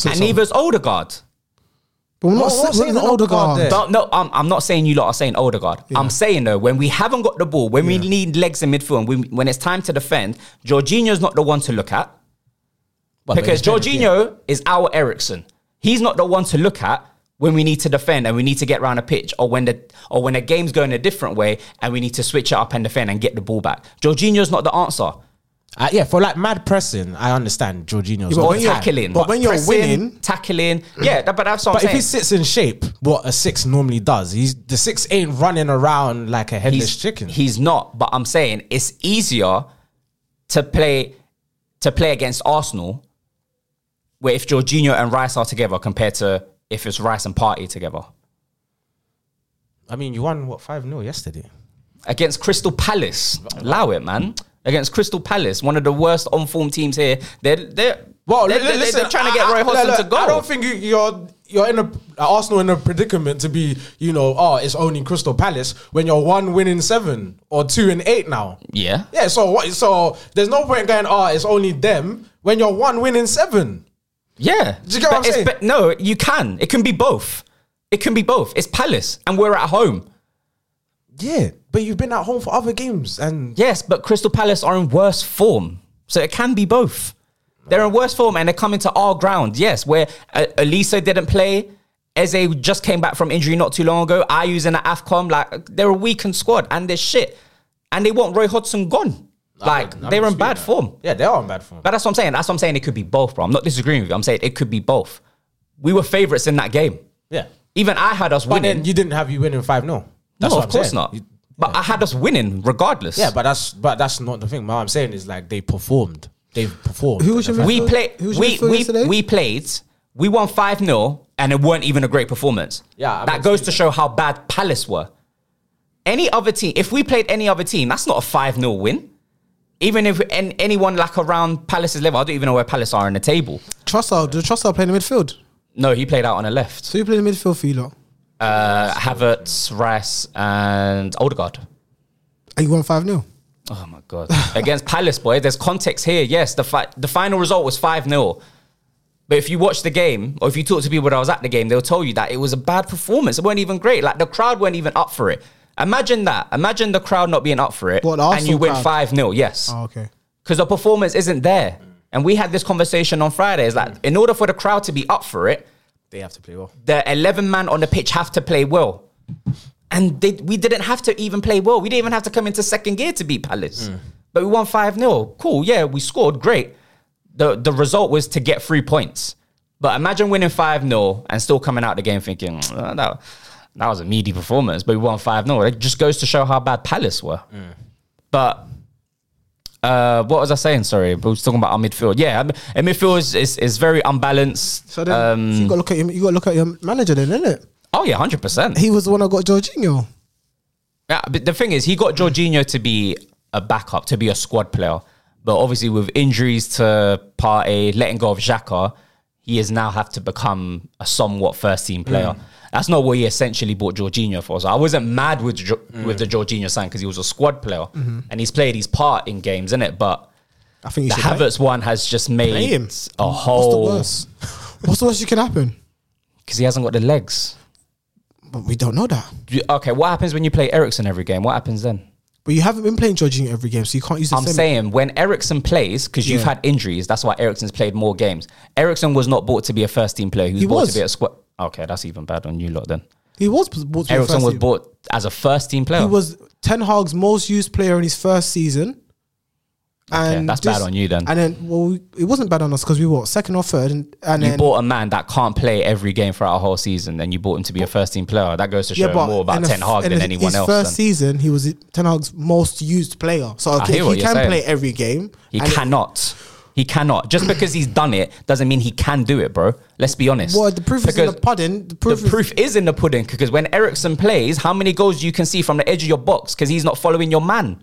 A: and neither's Odegaard.
B: But we're
C: No,
B: not,
C: I'm not
B: saying,
C: saying
B: we're
C: they're not
B: older
C: bad there.
A: But
B: guard.
A: no, I'm, I'm not saying you lot are saying Odegaard. I'm saying though, when we haven't got the ball, when we need legs in midfield, and when, when it's time to defend, Jorginho's not the one to look at. because Jorginho is our Ericsson. He's not the one to look at when we need to defend and we need to get round a pitch or when the or when the game's going a different way and we need to switch it up and defend and get the ball back. Jorginho's not the answer.
C: Uh, yeah, for like mad pressing, I understand Jorginho's
B: Yeah, but
C: not
A: Or
B: when
C: the
B: you're-
C: type.
A: tackling.
B: but when you're winning-
A: tackling. Yeah, that, but that's what
C: But
A: I'm
C: if he
A: saying.
C: sits in shape, what a six normally does, he's the six ain't running around like a headless
A: He's,
C: chicken.
A: he's not, but I'm saying it's easier to play to play against Arsenal where if Jorginho and Rice are together compared to if it's Rice and Party together.
C: I mean, you won what five 0 yesterday.
A: against Crystal Palace. Allow it, man. Against Crystal Palace, one of the worst on-form teams here. They're they're
C: Well,
A: they're,
C: li- li-
A: they're-
C: listen,
A: they're trying to
C: I-
A: get
C: I-
A: Roy Hodgson
C: look,
A: to go.
C: I don't think you, you're you're in a uh, Arsenal in a predicament to be, you know, oh, it's only Crystal Palace when you're one win in seven or two in eight now.
A: yeah.
C: Yeah, so what? So there's no point going, oh, it's only them when you're one win in seven.
A: Yeah.
C: Do you get what
A: But
C: I'm
A: it's
C: saying?
A: be- no, you can. It can be both. It can be both. It's Palace and we're at home.
C: Yeah, but you've been at home for other games and
A: Yes, but Crystal Palace are in worse form. So it can be both. They're in worse form and they're coming to our ground. Yes, where uh, Elisa didn't play. Eze just came back from injury not too long ago. Ayu's in the AFCOM. Like, they're a weakened squad and they're shit. And they want Roy Hodgson gone. like,
C: I'm
A: they're in
C: disputing
A: bad
C: that.
A: form.
C: Yeah, they are in bad form.
A: But that's what I'm saying. That's what I'm saying. It could be both, bro. I'm not disagreeing with you. I'm saying it could be both. We were favourites in that game.
C: yeah,
A: Even I had us
C: but
A: winning.
C: then you didn't have you winning five 0
A: no, of course not. but I had us winning regardless.
C: Yeah, but that's but that's not the thing. What I'm saying is like they performed. They've performed.
B: Who was
C: in the first-
B: your
A: we
B: midfield-
A: play
B: who was your
A: we
B: midfield yesterday?
A: we, we played we won 5-0 and it weren't even a great performance
C: Yeah, I'm
A: that
C: not
A: goes
C: saying
A: to show how bad palace were any other team if we played any other team that's not a 5-0 win even if an- anyone like around palace's level i don't even know where palace are in the table
B: Trossard, did Trossard play in the midfield?
A: no he played out on the left
B: So you play in the midfield for you lot?
A: uh, havertz rice and odegaard
B: And you won 5 0.
A: Oh my god! Against Palace, boy. There's context here. Yes, the fi- the final result was five 0 but if you watch the game, or if you talk to people that was at the game, they'll tell you that it was a bad performance. It weren't even great. Like the crowd weren't even up for it. Imagine that. Imagine the crowd not being up for it,
B: What, the
A: and
B: Arsenal
A: you win
B: crowd?
A: five 0 Yes,
B: Oh, okay.
A: because the performance isn't there. And we had this conversation on Friday. It's like in order for the crowd to be up for it,
C: They have to play well.
A: the 11 man on the pitch have to play well. And they, we didn't have to even play well. We didn't even have to come into second gear to beat Palace. But we won 5 0. Cool. Yeah, we scored. Great. The, the result was to get three points. But imagine winning 5 0 and still coming out the game thinking, "Uh, that, that was a meaty performance, but we won 5 0. It just goes to show how bad Palace were. But uh, what was I saying? Sorry, we was talking about our midfield. Yeah, our midfield is, is, is very unbalanced.
B: So then
A: Um,
B: so you got to look at him. You got to look at your manager then, isn't it?
A: oh, yeah, 100%.
B: He was the one that got Jorginho.
A: Yeah, but the thing is, he got Jorginho to be a backup, to be a squad player. But obviously, with injuries to Partey, letting go of Xhaka, he has now have to become a somewhat first team
B: Mm.
A: player. That's not what he essentially bought Jorginho for. So I wasn't mad with Jo-
B: Mm.
A: with the Jorginho sign because he was a squad player
B: Mm-hmm.
A: and he's played his part in games, isn't it? But
B: I think you
A: the
B: should play-
A: Havertz one has just made
B: play him.
A: a
B: What's the
A: whole
B: worst? What's the worst you can happen?
A: because he hasn't got the legs.
B: But we don't know that.
A: You- Okay, what happens when you play Ericsson every game? What happens then?
B: But you haven't been playing Jorginho every game, so you can't use the
A: I'm
B: same.
A: saying when Ericsson plays, because you've
B: Yeah.
A: had injuries, that's why Ericsson's played more games. Ericsson was not bought to be a first team player. He was
B: He
A: bought
B: was.
A: to be a squad. Okay, that's even bad on you lot then.
B: he was bought to
A: Ericsson
B: the
A: was
B: first team.
A: bought as a first team player.
B: He was Ten Hag's most used player in his first season. And
A: that's bad on you then.
B: And then, well, we- it wasn't bad on us because we were what, second or third, and, and
A: you
B: then
A: bought a man that can't play every game throughout a whole season, and you bought him to be a first team player. That goes to show more about
B: and the-
A: Ten Hag
B: and
A: than
B: the-
A: anyone
B: his
A: else.
B: First
A: then.
B: season, he was Ten Hag's most used player. So okay,
A: hear what
B: he
A: you're
B: can
A: saying.
B: play every game.
A: He
B: and-
A: cannot. He cannot. Just because he's done it doesn't mean he can do it, bro. Let's be honest.
B: Well, the proof is in the
A: Because-
B: pudding. The proof,
A: the proof is in the pudding because when Ericsson plays, how many goals you can see from the edge of your box because he's not following your man.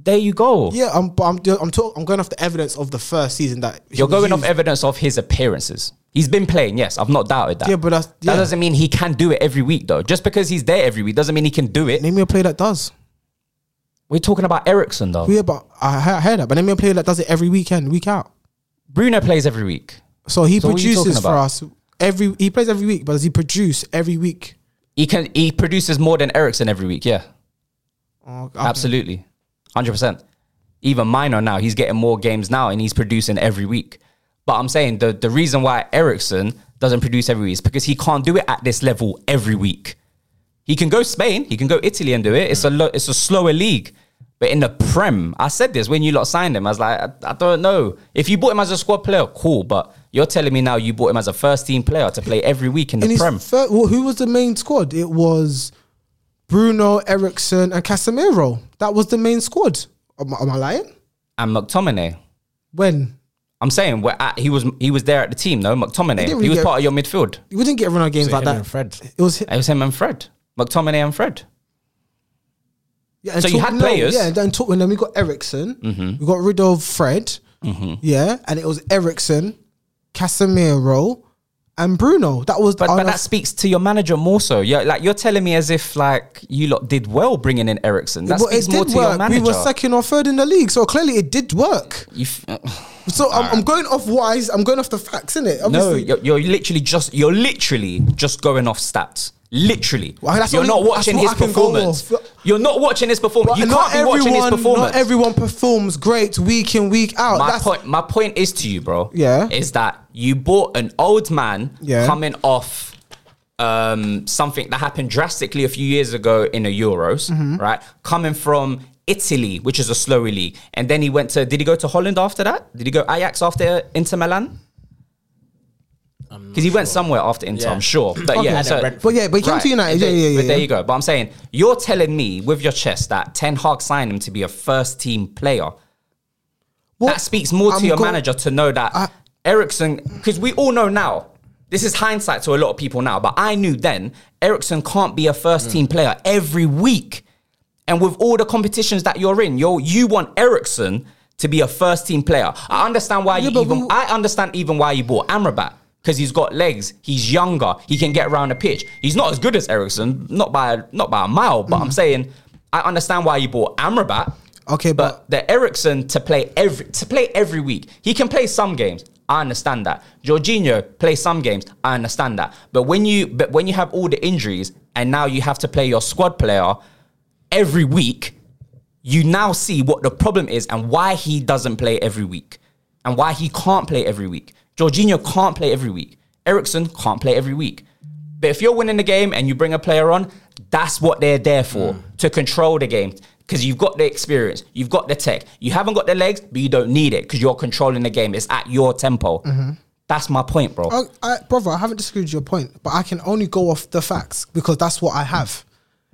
A: There you go.
B: is yeah. I'm, but I'm, I'm, talk, I'm going off the evidence of the first season that he
A: You're
B: was
A: going off
B: used.
A: evidence of his appearances. He's been playing, yes. I've not doubted that.
B: Yeah, but that's- yeah.
A: that doesn't mean he can do it every week, though. Just because he's there every week doesn't mean he can do it.
B: Name me a player that does.
A: We're talking about Ericsson, though.
B: We about I he- I heard that, but name me a player that does it every weekend, week out.
A: Bruno plays every week.
B: So he
A: So what are you
B: produces
A: talking
B: for
A: about?
B: us every he plays every week, but does he produce every week?
A: He can he produces more than Ericsson every week. Yeah,
B: Oh, okay.
A: absolutely, hundred percent. Even minor now, he's getting more games now, and he's producing every week. But I'm saying the the reason why Ericsson doesn't produce every week is because he can't do it at this level every week. He can go Spain, he can go Italy and do it. It's a lo- it's a slower league. But in the Prem, I said this when you lot signed him. I was like, I, I don't know. If you bought him as a squad player, cool. But you're telling me now you bought him as a first team player to play every week in the
B: In his
A: Prem.
B: fir- well, who was the main squad? It was Bruno, Ericsson, and Casemiro. That was the main squad. Am, I- am I lying?
A: and McTominay.
B: When
A: I'm saying we're at, he was he was there at the team though. McTominay.
B: didn't
A: He,
B: really
A: was
B: get-
A: part of your midfield.
B: we didn't get run out games
C: Him
B: like
C: and
B: that.
C: Fred.
B: It was
A: It was him and Fred. McTominay and Fred.
B: Yeah, and
A: So you had
B: no,
A: players. Mm-hmm.
B: Yeah, then talk, and then we got Ericsson. We got rid of Fred. Yeah, and it was Ericsson, Casemiro, and Bruno. That was
A: But,
B: on
A: but
B: a-
A: that speaks to your manager more so. Yeah, like you're telling me as if like you lot did well bringing in Ericsson. That
B: well,
A: speaks more to your
B: We
A: manager.
B: were second or third in the league, so clearly it did work.
A: You f- uh,
B: So I'm, I'm going off wise. I'm going off the facts, innit?
A: no,
B: Obviously.
A: you're, you're literally just you're literally just going off stats. Literally,
B: Well, that's
A: you're
B: what-
A: not
B: that's
A: watching
B: what
A: his
B: I can go
A: performance.
B: off.
A: You're not watching his performance.
B: But
A: you can't be watching his performance.
B: Not everyone performs great week in week out.
A: my
B: That's,
A: point my point is to you, bro.
B: Yeah.
A: Is that you bought an old man
B: Yeah.
A: coming off um, something that happened drastically a few years ago in the Euros,
B: Mm-hmm.
A: right? Coming from Italy, which is a slower league. And then he went to did he go to Holland after that? Did he go Ajax after Inter Milan? Because he went somewhere after Inter,
C: Yeah.
A: I'm sure. But yeah,
C: And then
A: so-
C: Brentford.
B: But yeah, but he came
A: Right.
B: to United. Yeah,
A: But
B: yeah, yeah.
A: there
B: yeah.
A: you go. But I'm saying you're telling me with your chest that Ten Hag signed him to be a first team player.
B: What-
A: That speaks more to
B: I'm
A: your
B: go-
A: manager to know that
B: I-
A: Ericsson, because we all know now. This is hindsight to a lot of people now, but I knew then Ericsson can't be a first team player every week. And with all the competitions that you're in, you you want Ericsson to be a first team player. I understand why
B: Yeah,
A: you
B: but
A: even
B: we-
A: I understand even why you bought Amrabat because he's got legs, he's younger, he can get around the pitch. He's not as good as Ericsson, not by not by a mile,
B: Mm.
A: but I'm saying I understand why you bought Amrabat.
B: Okay, but-
A: the Ericsson to play every to play every week. He can play some games. I understand that. Jorginho plays some games. I understand that. But when you but when you have all the injuries and now you have to play your squad player every week, you now see what the problem is and why he doesn't play every week and why he can't play every week. Jorginho can't play every week. Ericsson can't play every week. But if you're winning the game and you bring a player on, that's what they're there for
B: Mm.
A: to control the game because you've got the experience, you've got the tech, you haven't got the legs, but you don't need it because you're controlling the game. It's at your tempo.
B: Mm-hmm.
A: That's my point, bro.
B: I, Oh, I, brother, I haven't disagreed with your point, but I can only go off the facts because that's what I have.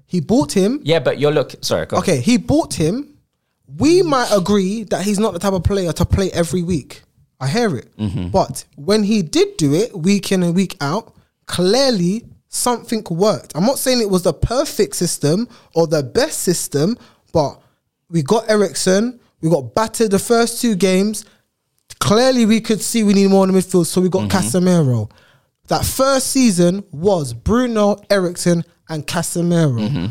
B: He bought him.
A: yeah, but you're look. Sorry, go on.
B: Okay, he bought him. We might agree that he's not the type of player to play every week. I hear it. But when he did do it week in and week out, clearly something worked. I'm not saying it was the perfect system or the best system, but we got Ericsson, we got battered the first two games. Clearly, we could see we need more in the midfield, so we got Casemiro. That first season was Bruno, Ericsson, and Casemiro.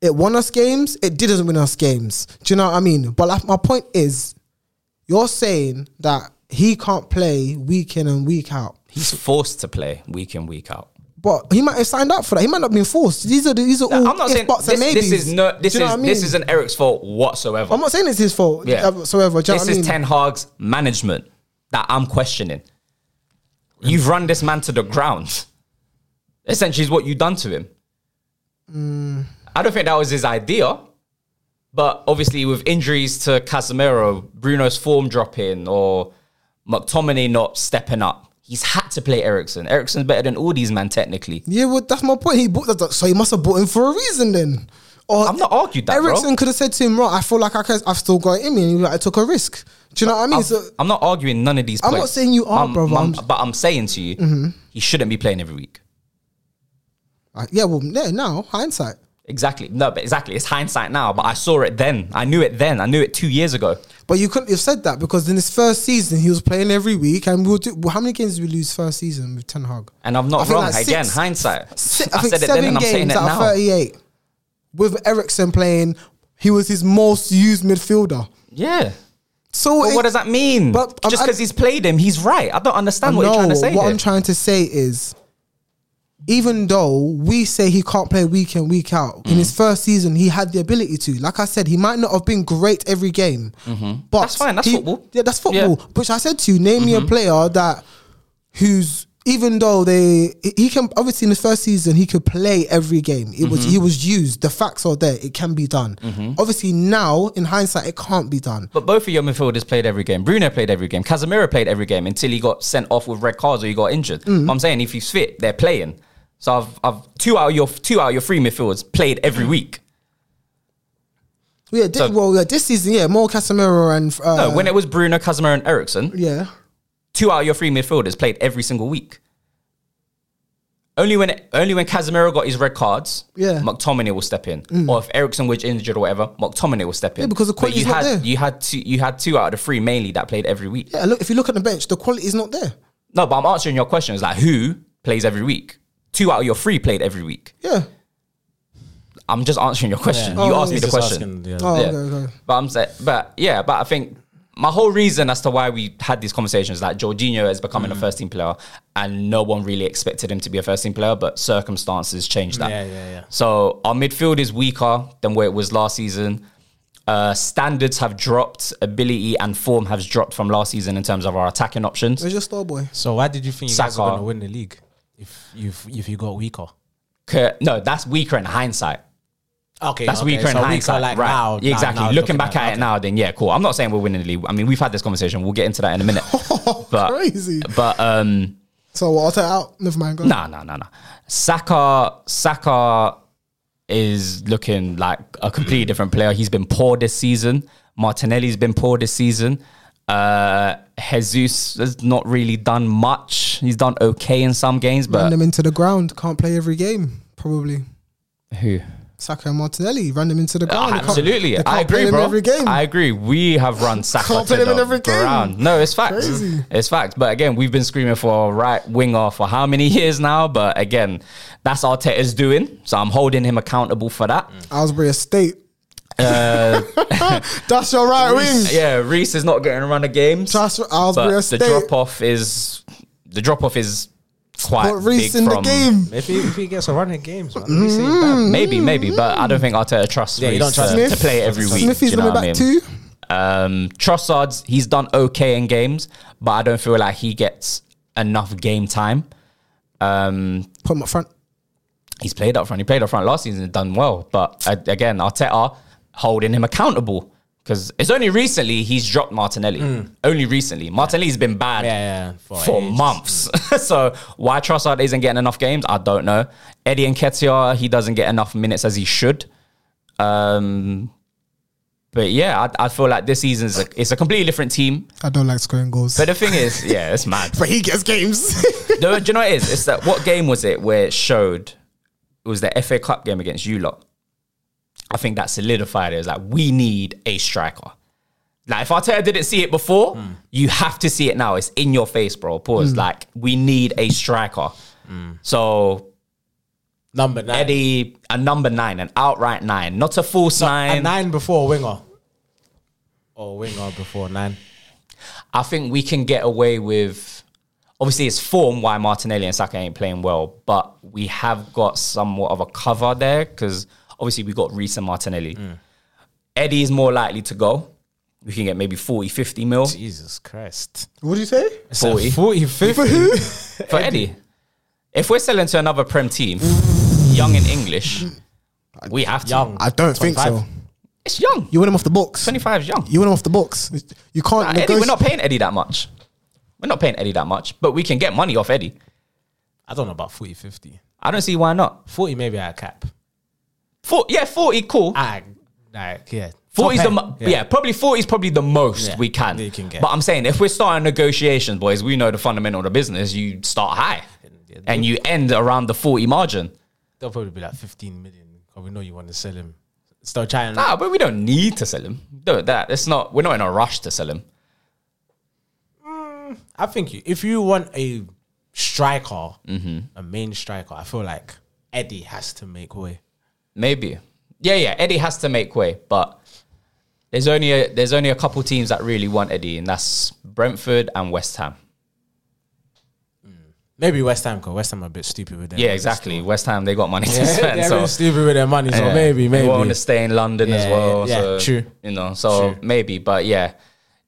B: It won us games. It didn't win us games. Do you know what I mean? But like, my point is, you're saying that he can't play week in and week out.
A: He's forced to play week in week out.
B: But he might have signed up for that. He might not have been forced. These are the- these are all
A: I'm not
B: if,
A: saying
B: buts,
A: this,
B: and maybes.
A: this is no. This
B: Do you know
A: is
B: what I mean? Oh
A: this isn't Eric's fault whatsoever.
B: I'm not saying it's his fault.
A: Yeah.
B: Yeah. Whatsoever. Do you know
A: this
B: what I mean?
A: is Ten Hag's management that I'm questioning. You've run this man to the ground. Essentially, is what you've done to him. I don't think that was his idea, but obviously, with injuries to Casemiro, Bruno's form dropping, or McTominay not stepping up, he's had to play Ericsson. Ericsson's better than all these men technically.
B: Yeah, well, that's my point. He bought that, so he must have bought him for a reason then. Or
A: I've not argued that, bro.
B: Ericsson could have said to him, "Right, I feel like I can, I've still got it in me, and he was like, I took a risk." Do you know what I mean? so
A: I'm, I'm not arguing none of these.
B: I'm
A: points.
B: not saying you are,
A: I'm-
B: brother.
A: I'm-
B: I'm- Mm-hmm.
A: but I'm saying to you, he shouldn't be playing every week.
B: uh, yeah, well, yeah, now hindsight.
A: Exactly. No, but exactly. It's hindsight now, but I saw it then. I knew it then. I knew it two years ago.
B: But you couldn't have said that because in his first season he was playing every week, and we'll do. Well, how many games did we lose first season with Ten Hag?
A: And I'm not
B: I think
A: wrong.
B: like six-
A: Again, hindsight.
B: Si-
A: I, said it then and I'm saying it
B: out
A: now.
B: of thirty-eight with Ericsson playing, he was his most used midfielder.
A: Yeah.
B: So
A: But
B: it-
A: what does that mean?
B: But I'm-
A: Just because he's played him, he's right. I don't understand what
B: no,
A: you're trying to say.
B: What
A: here.
B: I'm trying to say is, even though we say he can't play week in, week out, in
A: Mm.
B: his first season, he had the ability to. Like I said, he might not have been great every game. But
A: Mm-hmm. That's fine, that's
B: he-
A: football.
B: Yeah, that's football.
A: Yeah. Mm-hmm.
B: Which I said to you, name me a player that who's even though they he can obviously in his first season he could play every game. It was
A: Mm-hmm.
B: he was used. The facts are there. It can be done. Obviously now in hindsight it can't be done.
A: But both of your midfielders played every game. Bruno played every game. Casemiro played every game until he got sent off with red cards or he got injured.
B: Mm-hmm.
A: But I'm saying if he's fit, they're playing. So I've, I've two out of your two out of your three midfielders played every week.
B: Yeah, thi-
A: So-
B: well yeah, this season yeah more Casemiro and uh,
A: No, when it was Bruno, Casemiro, and Ericsson,
B: yeah.
A: two out of your three midfielders played every single week. Only when only when Casemiro got his red cards,
B: Yeah. Mm.
A: McTominay will step in, or if Ericsson was injured or whatever, McTominay will step in.
B: Yeah, because the
A: But you
B: quality's not
A: had
B: there.
A: you had two you had two out of the three mainly that played every week.
B: Yeah, look, if you look at the bench, the quality is not there.
A: No, but I'm answering your question. It's like who plays every week? Two out of your three played every week.
B: Yeah.
A: I'm just answering your question. You
B: Oh,
A: asked me
B: he's
A: the
C: Just
A: question.
C: asking, yeah.
B: Oh,
A: Yeah.
B: okay, okay.
A: But I'm saying, but yeah, but I think my whole reason as to why we had these conversations, like Jorginho is becoming a
C: Mm.
A: first team player, and no one really expected him to be a first team player, but circumstances changed that.
C: Yeah, yeah, yeah.
A: So our midfield is weaker than where it was last season. Uh, standards have dropped, ability and form has dropped from last season in terms of our attacking options.
B: Where's your star boy?
C: So why did you think you guys were
A: Saka.
C: going to win the league if you if you got weaker?
A: Cur- No, that's weaker in hindsight.
C: Okay,
A: That's
C: okay,
A: weaker in
C: so
A: hindsight,
C: like
A: right?
C: now,
A: Yeah,
C: now-
A: exactly.
C: now
A: looking back at it
C: okay.
A: now, then yeah, cool. I'm not saying we're winning the league. I mean, we've had this conversation. We'll get into that in a minute. but
B: Oh, Crazy.
A: But um,
B: So what, I'll take it out. Never mind. Go. on.
A: nah, nah, nah, nah. Saka, Saka is looking like a completely different player. He's been poor this season. Martinelli's been poor this season. Uh, Jesus has not really done much. He's done okay in some games,
B: Run
A: but
B: them into the ground. Can't play every game. Probably.
A: who?
B: Saka and Martinelli. Run them into the ground. They can't-
A: Absolutely,
B: they
A: I
B: can't play
A: agree,
B: them
A: bro.
B: Every game.
A: I agree. We have run Saka
B: Can't
A: to
B: play them in
A: the
B: every game.
A: ground. No, it's fact.
B: Crazy.
A: It's fact. But again, we've been screaming for a right winger for how many years now? But again, that's Arteta's doing. So I'm holding him accountable for that.
B: Aylesbury Estate. That's your right wing.
A: Uh, Yeah, Reese is not getting around the games.
B: That's what Aylesbury
A: but the
B: Estate.
A: drop off is the drop off is quite
B: Put Reese
A: big
B: in the
A: from-
B: game.
C: Maybe if he gets a run in games, man, we say bad.
A: Maybe, maybe, but I don't think Arteta trusts
C: Yeah, you
A: Reece
C: don't trust
A: to,
C: him.
A: to play every week.
B: Smithy's
A: do you know
B: coming
A: what I
B: back
A: mean?
B: too.
A: Um, Trossard's he's done okay in games, but I don't feel like he gets enough game time. Um,
B: Put him up front.
A: he's played up front. He played up front last season and done well, but uh, again, Arteta holding him accountable because it's only recently he's dropped Martinelli. Only recently, Martinelli's been bad
C: Hmm. Yeah, yeah, yeah, for
A: for
C: ages.
A: months. so why Trossard isn't getting enough games, I don't know. Eddie and Nketiah, he doesn't get enough minutes as he should. Um, but yeah, I, I feel like this season's a, it's a completely different team.
B: I don't like scoring goals.
A: But
B: But,
A: the thing is, yeah, it's mad.
B: he gets games.
A: No, do you know what it is? It's that what game was it where it showed? It was the FA Cup game against you lot. I think that solidified it. It was like we need a striker. Like if Arteta didn't see it before, you have to see it now. It's in your face, bro. Pause. Like we need a striker. So
C: number nine.
A: Eddie, a number nine, an outright nine, not a false
C: A
A: nine.
C: nine before winger. Or winger Oh, before nine.
A: I think we can get away with. Obviously, it's form why Martinelli and Saka ain't playing well, but we have got somewhat of a cover there because obviously we got Reese and Martinelli. Eddie is more likely to go. We can get maybe 40, 50 mil
C: Jesus Christ.
B: what do you say?
C: It's
A: 40.
C: like 40, 50.
A: for Eddie. If we're selling to another Prem team, young and English, we have to.
C: Young.
B: I don't think so.
C: 25.
A: It's young.
B: You want him off the books.
A: 25 is young.
B: You want him off the books. You can't.
A: Nah,
B: negotiate.
A: Eddie, we're not paying Eddie that much. We're not paying Eddie that much, but we can get money off Eddie.
C: I don't know about 40, 50.
A: I don't see why not.
C: 40 maybe at a cap.
A: Four, yeah, 40, cool.
C: I, like, yeah.
A: 40's the
C: Top
A: mo-
C: end.
A: yeah. probably 40 is probably the most
C: Yeah,
A: we can.
C: that you can get.
A: But I'm saying if we're starting negotiations, boys, we know the fundamental of the business. You start high
C: Yeah,
A: and you end around the 40 margin.
C: They'll probably be like 15 million. Because we know you want to sell him. Still trying.
A: Ah, but we don't need to sell him. Do that. It's not. We're not in a rush to sell him.
C: I think you, if you want a striker, a main striker, I feel like Eddie has to make way.
A: Maybe. Yeah, yeah. Eddie has to make way, but There's only a, there's only a couple teams that really want Eddie, and that's Brentford and West Ham.
C: Maybe West Ham, because West Ham are a bit stupid with their
A: Yeah,
C: money.
A: exactly. West Ham they got money to
C: Yeah,
A: spend,
C: they're a
A: so
C: bit stupid with their money, so
A: yeah.
C: maybe, maybe.
A: they want to stay in London as
C: Yeah,
A: well.
C: yeah,
A: so,
C: true.
A: You know, so
C: True.
A: maybe, but yeah.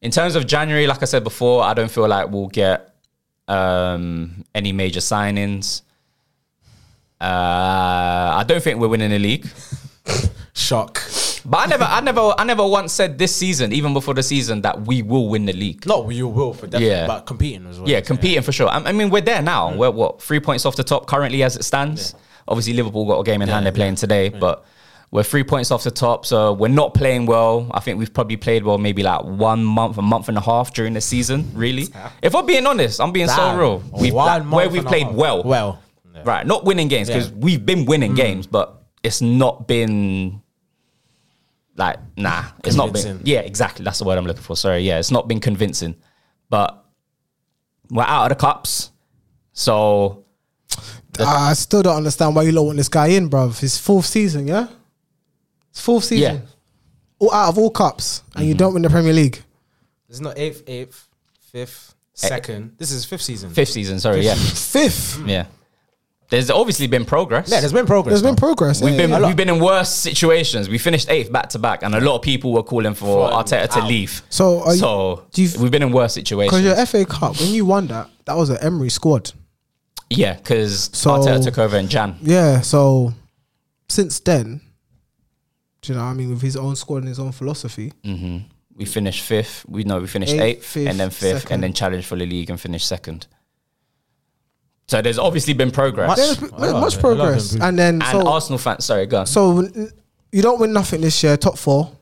A: In terms of January, like I said before, I don't feel like we'll get um, any major signings. Uh, I don't think we're winning the league.
C: Shock.
A: But I never, I never, I never once said this season, even before the season, that we will win the league.
C: Not you will for definitely,
A: Yeah.
C: but competing as Mm. well.
A: Yeah, competing for sure. I, I mean, we're there now. We're what three points off the top currently as it stands. Obviously, Liverpool got a game in hand. They're playing today, but we're three points off the top. So we're not playing well. I think we've probably played well maybe like one month, a month and a half during the season. Really, if I'm being honest, I'm being so
C: Damn.
A: real. We've
C: One
A: like,
C: month
A: where
C: and
A: we've
C: a
A: played
C: half.
A: well,
C: Well. Yeah.
A: right? Not winning games because
C: Yeah. Hmm.
A: we've been winning games, but it's not been like nah. It's not been
C: Convincing.
A: yeah, exactly. That's the word I'm looking for. Sorry, yeah, it's not been convincing, but we're out of the cups, so
B: I still don't understand why you lot want this guy in, bruv. His fourth season, yeah? It's fourth season.
A: Yeah. Mm-hmm.
B: All out of all cups, and you don't win the Premier League.
C: This is not eighth, eighth, fifth, second. This is fifth season.
A: Eh. fifth season. Sorry, yeah,
B: Fifth.
A: yeah. There's obviously been progress.
C: Yeah, there's been progress.
B: There's been
C: though.
B: progress. eh?
A: We've
B: yeah,
A: been
B: yeah.
A: we've been in worse situations. We finished eighth back to back, and a lot of people were calling for
C: For him
A: Arteta to
C: out.
A: leave.
B: So are you-
A: so
B: do you-
A: we've been in worse
B: Because
A: situations.
B: your FA Cup, when you won that, that was an Emery squad.
A: yeah, because
B: So-
A: Arteta took over in Jan.
B: Yeah, so since then, do you know what I mean? With his own squad and his own philosophy.
A: we finished fifth. We know we finished
B: Eighth,
A: eighth,
B: fifth,
A: and then fifth,
B: second.
A: and then challenged for the league and finished second. So there's obviously been progress.
B: There's been-
C: I love
B: much
C: it. I love
B: progress.
C: them.
B: And then,
A: and
B: so,
A: Arsenal fans, sorry, go on.
B: so n- you don't win nothing this year, top four.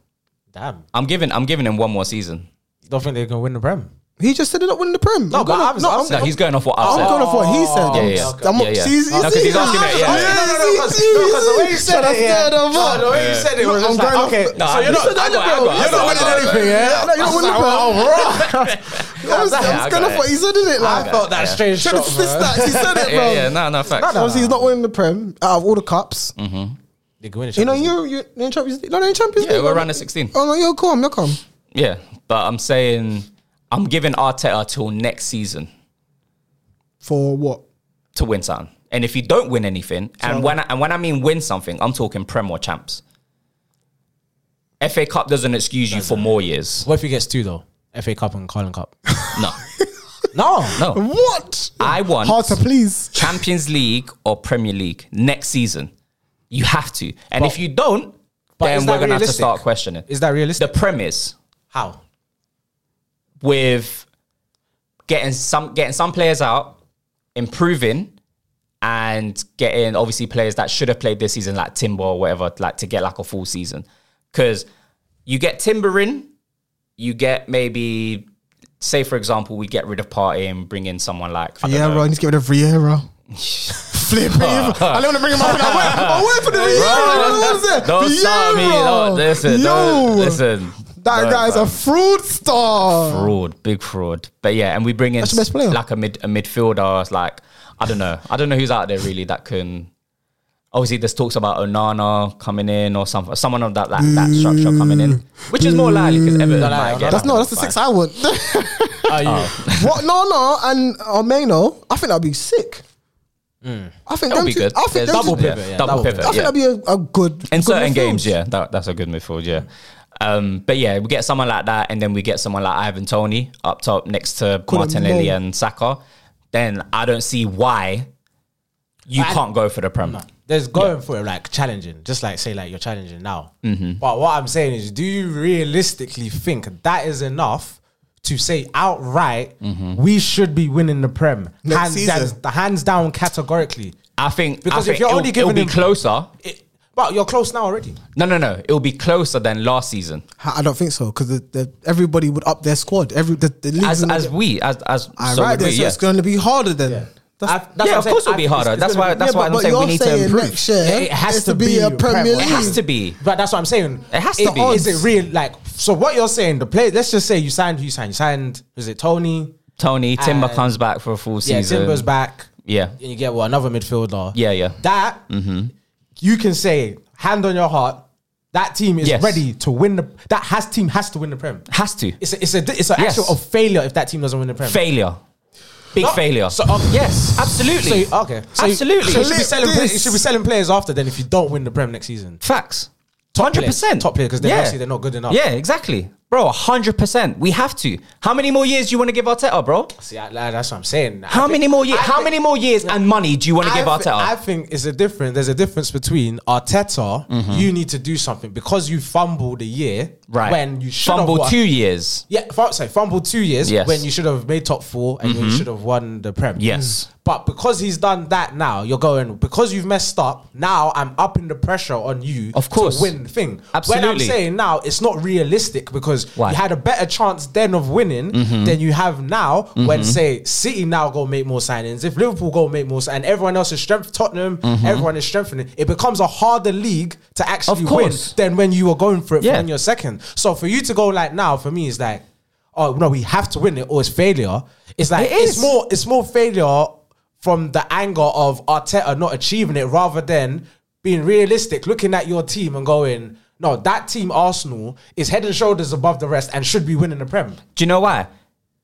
C: Damn.
A: I'm giving I'm giving him one more season.
C: You don't think they're going to win the Prem?
B: He just said they're not winning the Prem.
C: No, but
B: I'm gonna-
C: I was- I was-
A: No,
B: I'm-
A: he's going off what I
B: I'm
A: said.
B: going off what he said.
A: Yeah,
B: I'm,
A: yeah,
B: just- I'm
A: yeah, yeah.
B: He's,
A: No, 'cause he's asking it, yeah, yeah.
C: No, no, no, 'cause- no, 'cause the way you said it, yeah. No, the way you said it was
B: I'm
C: just like,
B: going off-
C: okay,
A: No,
C: so
A: I-
C: you're not-
A: I got- I got- I got-
B: You're not
A: I got-
B: winning
A: I got-
B: anything, yeah? No, you don't win the Prem. I was-
A: I
B: I was
A: got
B: going off
A: it.
B: what he said, isn't it?
C: I
B: Like,
C: felt that
A: Yeah.
C: strange
B: should
C: shot,
B: have slipped
C: bro.
B: that. He said it,
A: Yeah,
B: bro.
A: yeah, no, no, facts. Mm-hmm.
B: Obviously, he's not winning the Prem out of all the cups.
C: They're going to
B: You know, you're, you're in Champions League. No, they're in Champions
A: Yeah,
B: League.
A: we're around the 16.
B: Oh, no, you're calm, you're calm.
A: Yeah, but I'm saying I'm giving Arteta till next season
B: For what?
A: to win something. And if you don't win anything, and when I, and when I mean win something, I'm talking Prem or Champs. FA Cup doesn't excuse you for more years.
C: What if he gets two, though? FA Cup and Carling Cup.
A: No,
C: No.
A: no.
B: What?
A: I want
B: Hard to please.
A: Champions League or Premier League next season. You have to, and if you don't,
C: but
A: then
C: is
A: we're gonna have
C: that
A: to
C: realistic?
A: start questioning.
C: Is that
A: the
C: realistic?
A: premise
C: How?
A: with getting some getting some players out, improving, and getting obviously players that should have played this season, like Timber or whatever, like to get like a full season. Because you get Timber in, you get maybe say for example we get rid of Party and bring in someone like I don't know.
B: Vieira, I need to get rid of Vieira. Flip Vieira. I don't want to bring him up. and I went, I went for the Vieira. I
A: Don't start me. Don't, listen, don't, listen.
B: That
A: Don't,
B: guy's a
A: man.
B: fraud star.
A: fraud, big fraud. But yeah, and we bring in
B: That's your best player.
A: like a mid a midfielder. Like I don't know, I don't know who's out there really that can. Obviously, there's talks about Onana coming in or something, someone of that that, that structure coming in, which is more likely because Everton
C: No, no,
A: might
C: no,
A: get.
B: Mm. That's no, that's the
A: Fine.
B: six I want.
C: Are you?
B: what? No, no, and Omeno. I think that'd be sick. I think
A: That'll
B: them
A: Hmm. be
B: two-
A: good.
B: I think
A: There's
B: them
C: double
B: two-
C: pivot, yeah,
A: double
C: double
A: pivot.
B: I think
A: yeah.
B: that'd be a, a good
A: in
B: good
A: certain
B: midfield.
A: games, yeah, that, that's a good midfield, yeah. Um, but yeah, we get someone like that, and then we get someone like Ivan Tony up top next to Martinelli
B: Mo.
A: and Saka. Then I don't see why you
C: I-
A: can't go for the Prem.
C: There's going for it, like challenging, just like say, like you're challenging now.
A: Mm-hmm.
C: But what I'm saying is, do you realistically think that is enough to say outright
A: Mm-hmm.
C: we should be winning the Prem?
B: Next
C: hands,
B: season.
C: down, the hands down categorically.
A: I think
C: Because
A: I think
C: if you're
A: it'll,
C: only
A: it'll
C: giving
A: be
C: him-
A: closer.
C: It, but you're close now already.
A: No, no, no. It'll be closer than last season.
B: I don't think so because the, the, everybody would up their squad. Every the, the leagues
A: As
B: and
A: as we as as
B: All
A: so
B: right,
A: we,
B: then, so
A: yeah.
B: it's going to be harder then.
C: I've-
B: That's,
C: that's what
A: yeah,
C: I'm
A: of
C: saying.
A: course it'll be
C: I've-
A: harder.
C: it's
A: That's
C: gonna
A: why.
C: be-
A: That's
B: yeah,
A: why
B: but-
A: I'm
B: but
A: saying we
B: you're
A: need to
B: saying
A: improve.
B: next year,
A: it has
B: it's
A: to
B: to be
A: be
B: a Premier
A: It has
B: League.
A: to be.
C: But that's what I'm saying.
A: It has to be.
C: Is it real? Like, so what you're saying? The play. Let's just say you signed. Who you signed? You signed. Was it Tony?
A: Tony Timber
C: And-
A: comes back for a full
C: Yeah,
A: season.
C: Timber's back.
A: Yeah.
C: and you get what another midfielder.
A: Yeah, yeah.
C: That you can say hand on your heart. That team is
A: Yes.
C: ready to win the. That has team has to win the prem.
A: Has to.
C: It's a, it's a it's an
A: Yes.
C: actual of failure if that team doesn't win the prem.
A: failure. Big
C: No.
A: failure.
C: So, um,
A: yes, absolutely.
C: So, okay. So you-
A: absolutely.
C: So you, should be
B: Clip
C: selling pla-
B: this.
C: you should be selling players after then if you don't win the prem next season.
A: Facts.
C: Top
A: Hundred
C: player.
A: percent.
C: Top player, 'cause they're obviously they're not good enough.
A: Yeah, exactly, bro. Hundred percent. We have to. How many more years do you want to give Arteta, bro?
C: See, I, like, that's what I'm saying. I
A: How
C: think-
A: many more years?
C: I
A: How
C: think-
A: many more years and money do you want to
C: I,
A: give
C: thi-
A: Arteta?
C: I think it's a difference. There's a difference between Arteta. You need to do something because you fumbled a year.
A: Mm-hmm. right.
C: When you should have
A: fumble
C: won-
A: two years.
C: Yeah, f- sorry, fumbled two years
A: Yes. Mm-hmm.
C: when you should have made top four and you should have won the Prem.
A: Yes.
C: But because he's done that now, you're going, because you've messed up, now I'm upping the pressure on you
A: Of course.
C: to win the thing. When I'm
A: Absolutely.
C: saying now, it's not realistic because
A: Why? Mm-hmm.
C: you had a better chance then of winning than you have now when, say, City now go make more signings, if Liverpool go make more signings, everyone else is strength, Tottenham,
A: Mm-hmm.
C: everyone is strengthening, it becomes a harder league to actually win
A: course.
C: than when you were going for it
A: Yeah.
C: when you're second. So for you to go like now, for me, it's like, oh no, we have to win it or it's failure. It's like
A: It
C: it's
A: is.
C: more it's more failure from the anger of Arteta not achieving it rather than being realistic, looking at your team and going, no, that team Arsenal is head and shoulders above the rest and should be winning the Prem.
A: Do you know why?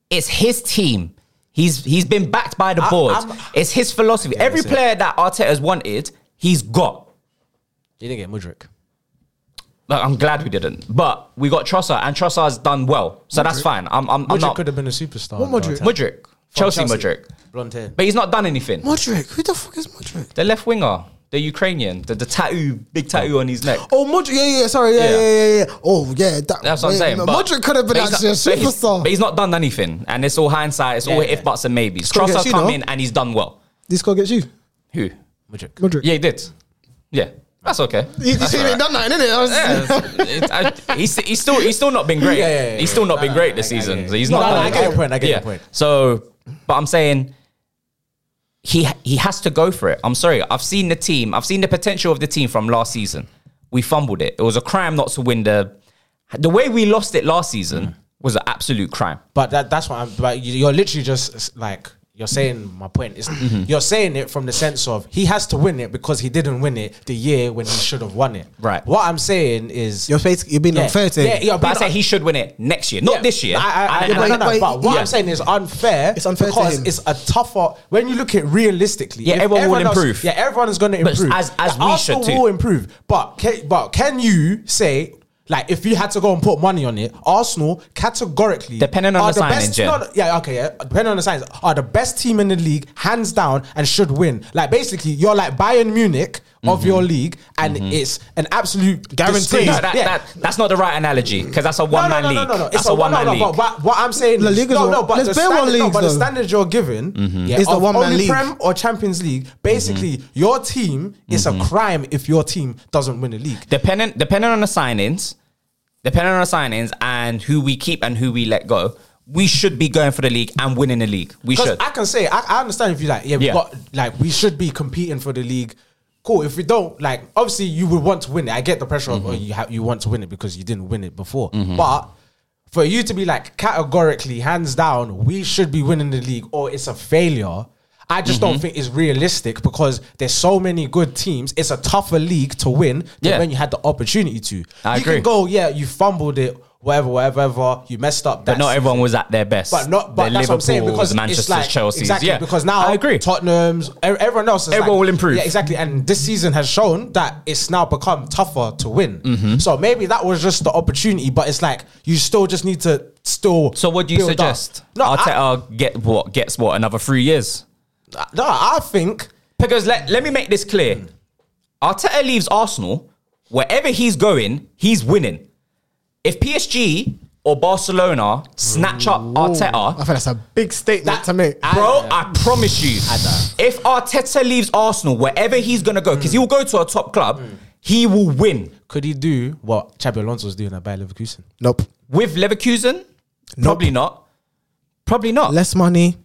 A: It's his team. He's he's been backed by the
C: I-
A: board.
C: I'm-
A: it's his philosophy. Every
C: that's it.
A: player that Arteta's wanted, he's got.
C: You didn't get Mudrick.
A: Look, I'm glad we didn't, but we got Trossard, and Trossard's done well, so that's fine. I'm, I'm, I'm
C: Mudrick
A: not
C: could have been a superstar.
B: What
C: under
B: Mudryk?
C: Arteta.
A: Mudrick, Chelsea,
C: Chelsea.
A: Mudrick,
C: Blonde hair.
A: but he's not done anything.
B: Modric, who the fuck is Modric?
A: The left winger, the Ukrainian, the, the tattoo, big tattoo on his neck.
B: Oh, Modric, yeah, yeah, sorry,
A: Yeah.
B: yeah, yeah, yeah, yeah. Oh, yeah, that,
A: That's what I'm
B: wait,
A: saying.
B: no,
A: but-
B: Modric could have been
A: but he's
B: actually a
A: not- but he's-
B: superstar.
A: But he's not done anything, and it's all hindsight. It's all
C: Yeah,
A: if
C: yeah.
A: buts and maybes.
B: gonna get
A: Trossard's
B: you,
A: come
B: though.
A: in and he's done well.
B: This guy gets you,
A: Who?
C: Mudrick.
B: Modric.
A: Yeah, he did. Yeah, that's okay.
B: you, you see, he ain't done nothing, innit?
A: Yeah, it's- I- he's, he's still he's still not been great.
C: Yeah, yeah, yeah,
A: he's still
C: yeah.
A: not been
C: No,
A: great
C: no,
A: this
C: I- I
A: season.
C: get it.
A: So he's
C: No,
A: not.
C: no,
A: done
C: I get your
A: well.
C: point, I get your point.
A: So, but I'm saying he he has to go for it. I'm sorry. I've seen the team. I've seen the potential of the team from last season. We fumbled it. It was a crime not to win the. The way we lost it last season
C: Mm.
A: was an absolute crime.
C: But that that's what I'm. But you- you're literally just s- like you're saying my point. It's,
A: Mm-hmm.
C: You're saying it from the sense of he has to win it because he didn't win it the year when he should have won it.
A: Right.
C: What I'm saying is
B: You're basically you're being
C: yeah,
B: unfair to
C: yeah,
B: him.
C: yeah,
A: But I say
C: I-
A: he should win it next year, not
C: yeah,
A: this year.
C: I, I, I,
A: And-
C: no,
A: and-
C: no, no,
B: but-
C: but what
A: yeah.
C: I'm saying is unfair.
B: It's unfair to
C: because
B: him.
C: it's a tougher. When you look at it realistically,
A: Yeah,
C: if
A: everyone will
C: else-
A: improve.
C: yeah, everyone is going to
A: But
C: improve.
A: as- as
C: The
A: we
C: Arsenal
A: should too.
C: will improve. But can, but can you say? Like if you had to go and put money on it, Arsenal categorically
A: Depending on
C: are
A: the signings,
C: best,
A: yeah.
C: no, no, yeah, okay, yeah. Depending on the signs, are the best team in the league, hands down, and should win. Like basically, you're like Bayern Munich of your league, and it's an absolute
B: Guaranteed.
C: disgrace.
A: No, Mm-hmm. that,
C: Yeah.
A: that, that's not the right analogy because that's a one man
C: no,
A: league.
C: no, No, no, no,
A: That's a one man
C: no,
A: league.
C: no, But what, what I'm saying,
B: La
C: is-
B: Liga's
C: no,
B: a-
C: no, but
B: let's
C: the
B: bear one
C: standard, no,
B: league,
C: but the
B: though.
C: standard you're given
A: Mm-hmm.
C: yeah,
B: It's the
C: of
B: one-man
C: only
B: league.
C: Prem or Champions League. Basically, your team is
A: Mm-hmm.
C: a crime if your team doesn't win a league.
A: depending depending on the signings, depending on the signings and who we keep and who we let go, we should be going for the league and winning the league. We
C: Because
A: should.
C: I can say, I, I understand if you like, yeah, we
A: Yeah.
C: got like we should be competing for the league. Cool. If we don't, like, obviously you would want to win it. I get the pressure of
A: Mm-hmm.
C: oh, you ha- you want to win it because you didn't win it before. But for you to be like categorically hands down, we should be winning the league, or it's a failure. I just
A: Mm-hmm.
C: don't think it's realistic because there's so many good teams. It's a tougher league to win than
A: Yeah.
C: when you had the opportunity to.
A: I
C: you
A: agree.
C: can go, yeah, you fumbled it, whatever, whatever, whatever. You messed up.
A: but
C: that's-
A: not everyone was at their best.
C: but not. But
A: Their
C: that's what I'm saying
A: Liverpools,
C: because
A: Manchester's,
C: it's like
A: Chelsea's.
C: exactly
A: yeah,
C: because now
A: I agree.
C: Tottenham's e- everyone else. Is
A: Everyone
C: like-
A: will improve.
C: Yeah, exactly. And this season has shown that it's now become tougher to win.
A: Mm-hmm.
C: So maybe that was just the opportunity. But it's like you still just need to still.
A: So what do you
C: build up.
A: suggest?
C: No, I,
A: Arteta get what gets what another three years.
C: no, I think
A: Because let, let me make this clear. Arteta leaves Arsenal, wherever he's going, he's winning. If PSG or Barcelona snatch up
B: I
A: Arteta,
B: think that's a big statement
C: That-
B: to make.
A: Bro, I promise you, if Arteta leaves Arsenal, wherever he's gonna go, because he will go to a top club,
B: Mm.
A: he will win
C: could he do what Xabi Alonso was doing at Bayer Leverkusen?
B: nope.
A: with Leverkusen. Probably not. Probably not.
B: Less money,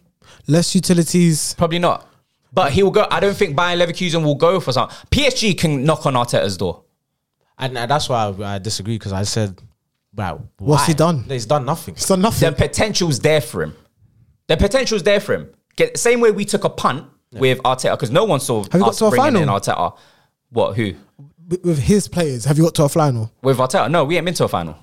B: less utilities.
A: Probably not. But he will go. I don't think Bayern Leverkusen will go for something. PSG can knock on Arteta's door.
C: And uh, that's why I, I disagree because I said, "Wow,
B: What's he
C: why?
B: done?
C: He's done nothing."
B: It's done
A: The
B: nothing.
A: potential's there for him. The potential's there for him. Get, same way we took a punt with Arteta because no one saw
B: you got
A: us
B: to a
A: bringing
B: final?
A: in Arteta. What? Who?
B: with with his players, have you got to a final?
A: with Arteta. No, we ain't been to a final.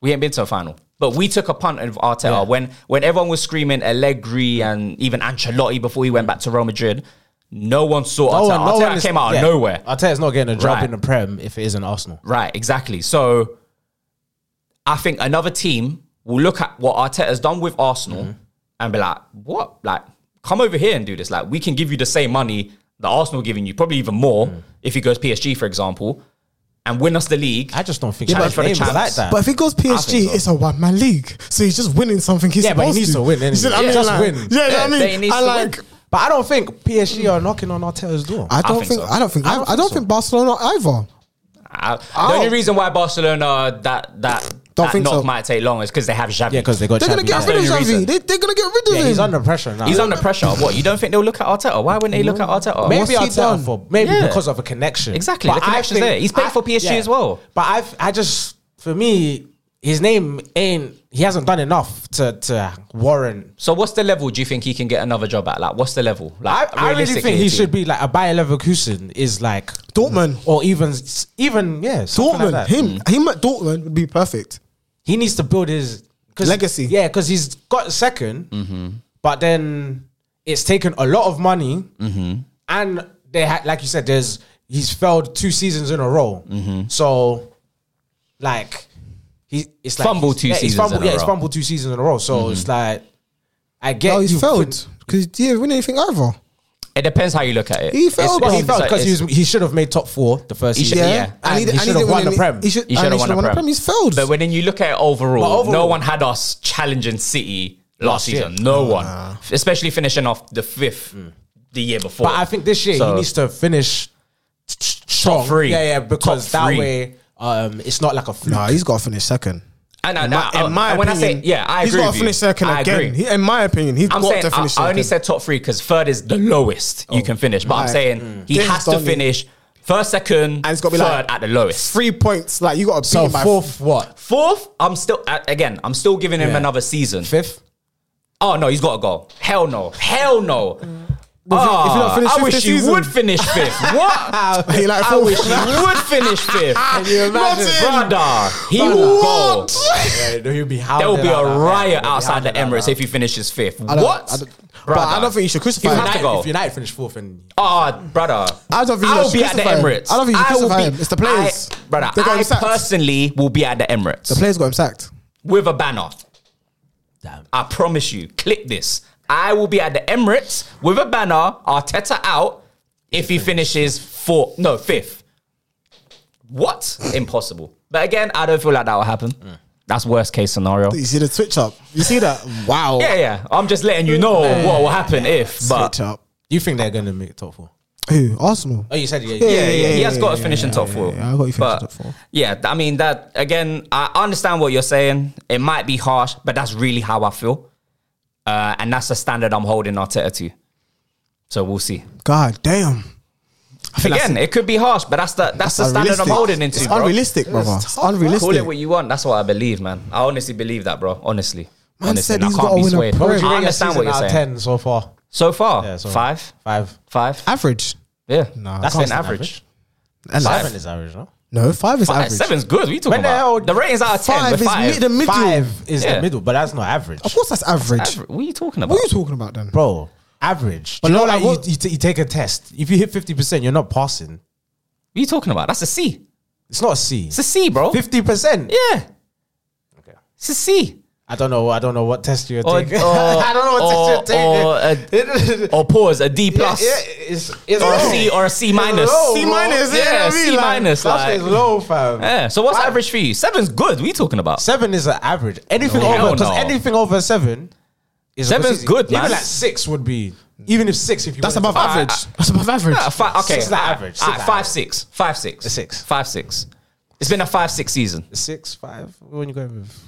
A: We ain't been to a final. But we took a punt of Arteta when when everyone was screaming Allegri and even Ancelotti before he went back to Real Madrid. No one saw Arteta. Arteta came out of nowhere.
C: Arteta's not getting a job
A: Right.
C: in the Prem if it isn't Arsenal.
A: Right, exactly. So I think another team will look at what Arteta's done with Arsenal and be like, what? Like, come over here and do this. Like, we can give you the same money that Arsenal giving you, probably even more if he goes PSG, for example, and win us the league.
C: I just don't think
A: Yeah,
C: yeah,
A: but for the
C: is
A: chance.
C: like that.
B: But if it goes PSG,
A: so.
B: it's a one man league, so he's just winning something. He's
C: Yeah, but he
B: supposed
C: needs to win, innit?
B: You see what I
C: Yeah,
B: mean?
C: just
B: Like-
C: win.
B: Yeah, you know
A: Yeah,
B: what
A: but he
B: I mean,
A: needs
B: I
A: to
B: like.
C: but I don't think PSG are knocking on Arteta's door.
B: I don't
A: think
B: think.
A: so.
B: I don't think. I, I don't think Barcelona either.
A: I- the only reason why Barcelona that that
B: Oh. Don't
A: that
B: think
A: knock
B: so.
A: might take long is because they have Xavi.
C: yeah, because they got
B: They're gonna get
C: Champions
B: rid
A: That's
B: of
A: the only
B: Xavi.
A: reason.
B: They, they're gonna get rid of
C: League.
B: him.
C: Yeah, he's under pressure now.
A: He's under pressure. What you don't think they'll look at Arteta? Why wouldn't they look at Arteta?
C: Maybe
B: he
C: Arteta
B: done?
C: for maybe
A: Yeah.
C: because of a connection.
A: Exactly, the
C: I
A: connection's there. He's paid for PSG as well.
C: But I've I just for me his name ain't he hasn't done enough to to warrant.
A: So what's the level? Do you think he can get another job at? Like, what's the level?
C: I,
A: Like,
C: I really
A: realistically,
C: think he
A: team.
C: should be like a Bayer Leverkusen is like
B: Dortmund.
C: or even even yeah something like
B: Dortmund.
C: that.
B: him. Him at Dortmund would be perfect.
C: he needs to build his 'cause-
B: Legacy.
C: Yeah, because he's got 2nd
A: Mm-hmm.
C: but then it's taken a lot of money,
A: Mm-hmm.
C: and they had, like you said, there's he's failed two seasons in a row.
A: Mm-hmm.
C: So, like, he it's like
A: Fumbled
C: he's-
A: two
C: yeah, he's
A: seasons in
C: fumbled-
A: a
C: yeah,
A: row.
C: he's
A: Mm-hmm.
C: fumbled two seasons in a row. So it's like, I get
B: No, he's
C: you-
B: failed because he didn't win anything either.
A: It depends how you look at it.
B: He failed,
C: Well, he
B: It's
C: failed
A: like-
C: because he, was- he should have made top four the first
A: He should-
C: season.
A: Yeah.
C: And he should
B: didn't
C: have
B: win
C: won the
B: any-
C: Prem.
B: He should
A: He should have
B: and he
A: won, the
B: won
A: prem.
B: the prem. He's failed.
A: But when then you look at it overall,
C: But overall-
A: no one had us challenging City last
C: Last year.
A: season. No one, especially finishing off the fifth
B: Mm.
A: the year before.
C: But I think this year
A: So-
C: he needs to finish strong.
A: three.
C: Yeah, yeah, because
A: Top
C: that
A: three.
C: way um, it's not like a fluke.
B: nah, he's got to finish second.
A: and, I-
B: In my-
A: I-
B: in my
A: and when I say
B: opinion,
A: yeah, I agree.
B: He's got
A: with
B: to
A: you.
B: finish second
A: I
B: again.
A: agree.
B: He- in my opinion, he's
A: I'm
B: got
A: saying
B: to finish
A: I,
B: second. Oh.
A: I only said top three because third is the lowest you can finish. But I'm
B: right. Mm.
A: saying he
B: James
A: has to
B: Donnelly.
A: finish first, second,
B: And it's gotta be
A: third
B: like-
A: at the lowest.
B: three points. Like you got to
C: So
B: beat him by
C: fourth, what?
A: Fourth, I'm still uh, again. I'm still giving him
C: Yeah.
A: another season.
C: Fifth?
A: Oh no, he's got to go. Hell no. Hell no.
B: if he
A: Ah,
B: don't finish
A: I
B: fifth
A: wish
B: this
A: he
B: season.
A: would finish fifth. What?
B: He like
A: I
B: fourth.
A: wish he would finish fifth. Can
C: you imagine?
A: Brother, he will go.
C: Yeah, he'll be
A: There will be a riot
C: outside
A: outside the Emirates if he finishes fifth.
B: I don't-
A: What?
B: I don't- but I don't think you should crucify
A: He's
B: him.
A: not
C: United,
A: go.
C: if United finish fourth, and
A: Ah, brother.
B: I don't think you
A: will
B: should
A: be at the
B: crucify him.
A: Emirates.
B: I don't think you should
A: will
B: crucify
A: be-
B: him. It's the players.
A: I, brother,
B: They got him
A: I
B: sacked.
A: personally will be at the Emirates
B: The players got him sacked.
A: with a banner. I promise you. Click this. I will be at the Emirates with a banner. Arteta out if he finishes fourth. No, fifth. What? Impossible. But again, I don't feel like that will happen. That's worst case scenario.
B: You see the switch up. You see that? Wow.
A: Yeah, yeah. I'm just letting you know what will happen if. But
B: Switch up.
C: you think they're going to make top four?
B: Who? Arsenal.
C: Oh, you said yeah.
A: yeah,
C: yeah.
A: yeah, he has
B: yeah,
A: got us
B: yeah,
A: finishing
B: yeah,
A: top
B: yeah,
A: four.
B: yeah, I got you finishing
A: But,
B: top four.
A: Yeah, I mean that again. I understand what you're saying. It might be harsh, but that's really how I feel, uh, and that's the standard I'm holding Arteta to. So we'll see.
B: God damn. I think
A: Again, it could be harsh, but that's the that's, the standard I'm
B: unrealistic.
A: holding into.
B: It's
A: bro.
B: unrealistic, brother. It's
A: Call it what
B: unrealistic.
A: you want. That's what I believe, man. I honestly believe that, bro. Honestly,
B: Man
A: honestly,
B: said
A: and I
B: he's
A: can't
B: gotta
A: be
B: win a
A: swayed.
B: Prem. What would you
A: I understand what you're saying.
C: Ten so far.
A: So far,
C: Yeah, so-
A: five,
C: Five.
A: five,
B: Average.
A: yeah.
B: Nah,
A: that's
B: can't
A: been
B: say
A: average.
B: Nah,
A: Five.
C: Seven is average, no?
B: No, five is
A: Five,
B: average.
A: seven's good. What are you talking
C: When the
A: about?
C: hell-
A: the ratings out of ten.
B: Five
A: we're
B: is
A: five.
B: mid- the middle.
C: Five is
A: Yeah.
C: the middle, but that's not average,
B: Of course, that's average.
A: Aver- What are you talking about?
B: What are you talking about then?
C: bro. Average. But
B: no,
C: you know, like,
B: like,
C: you-
B: what-
C: you, t- you take a test. If you hit fifty percent, you're not passing.
A: What are you talking about? That's a C.
C: It's not a C.
A: It's a C, bro.
C: Fifty percent.
A: Yeah.
C: Okay.
A: It's a C.
C: I don't know. I don't know what test you're
A: Or,
C: taking.
A: or-
C: I don't know what test you're
A: or,
C: taking.
A: or, a, or Oh, pause, a D
C: Yeah,
A: plus.
C: yeah, it's, it's
A: Or a
C: low.
A: C or a C minus.
C: low,
A: C
C: bro.
B: Oh, minus, yeah,
A: Yeah,
B: I mean,
A: C
B: like,
A: minus.
C: That
A: Like,
C: shit's low, fam.
A: yeah. So what's
C: Five.
A: average for you? Seven's good. What are you talking about?
C: Seven is an average. Anything
A: No.
C: over,
A: Hell
C: because
A: no.
C: anything over seven is a
A: Seven's
C: consistency.
A: good,
C: Even
A: man.
C: like six would be. Even if six, if you
B: That's
C: wanted
B: above
C: to-
B: average. That's above average.
A: Yeah, fi- Ah, okay.
C: Six is like
A: alright,
C: average, six
A: alright,
C: like
A: five,
C: average.
A: six. Five, six.
C: A six.
A: Five, six. It's been a five, six season.
C: six, five. When you go with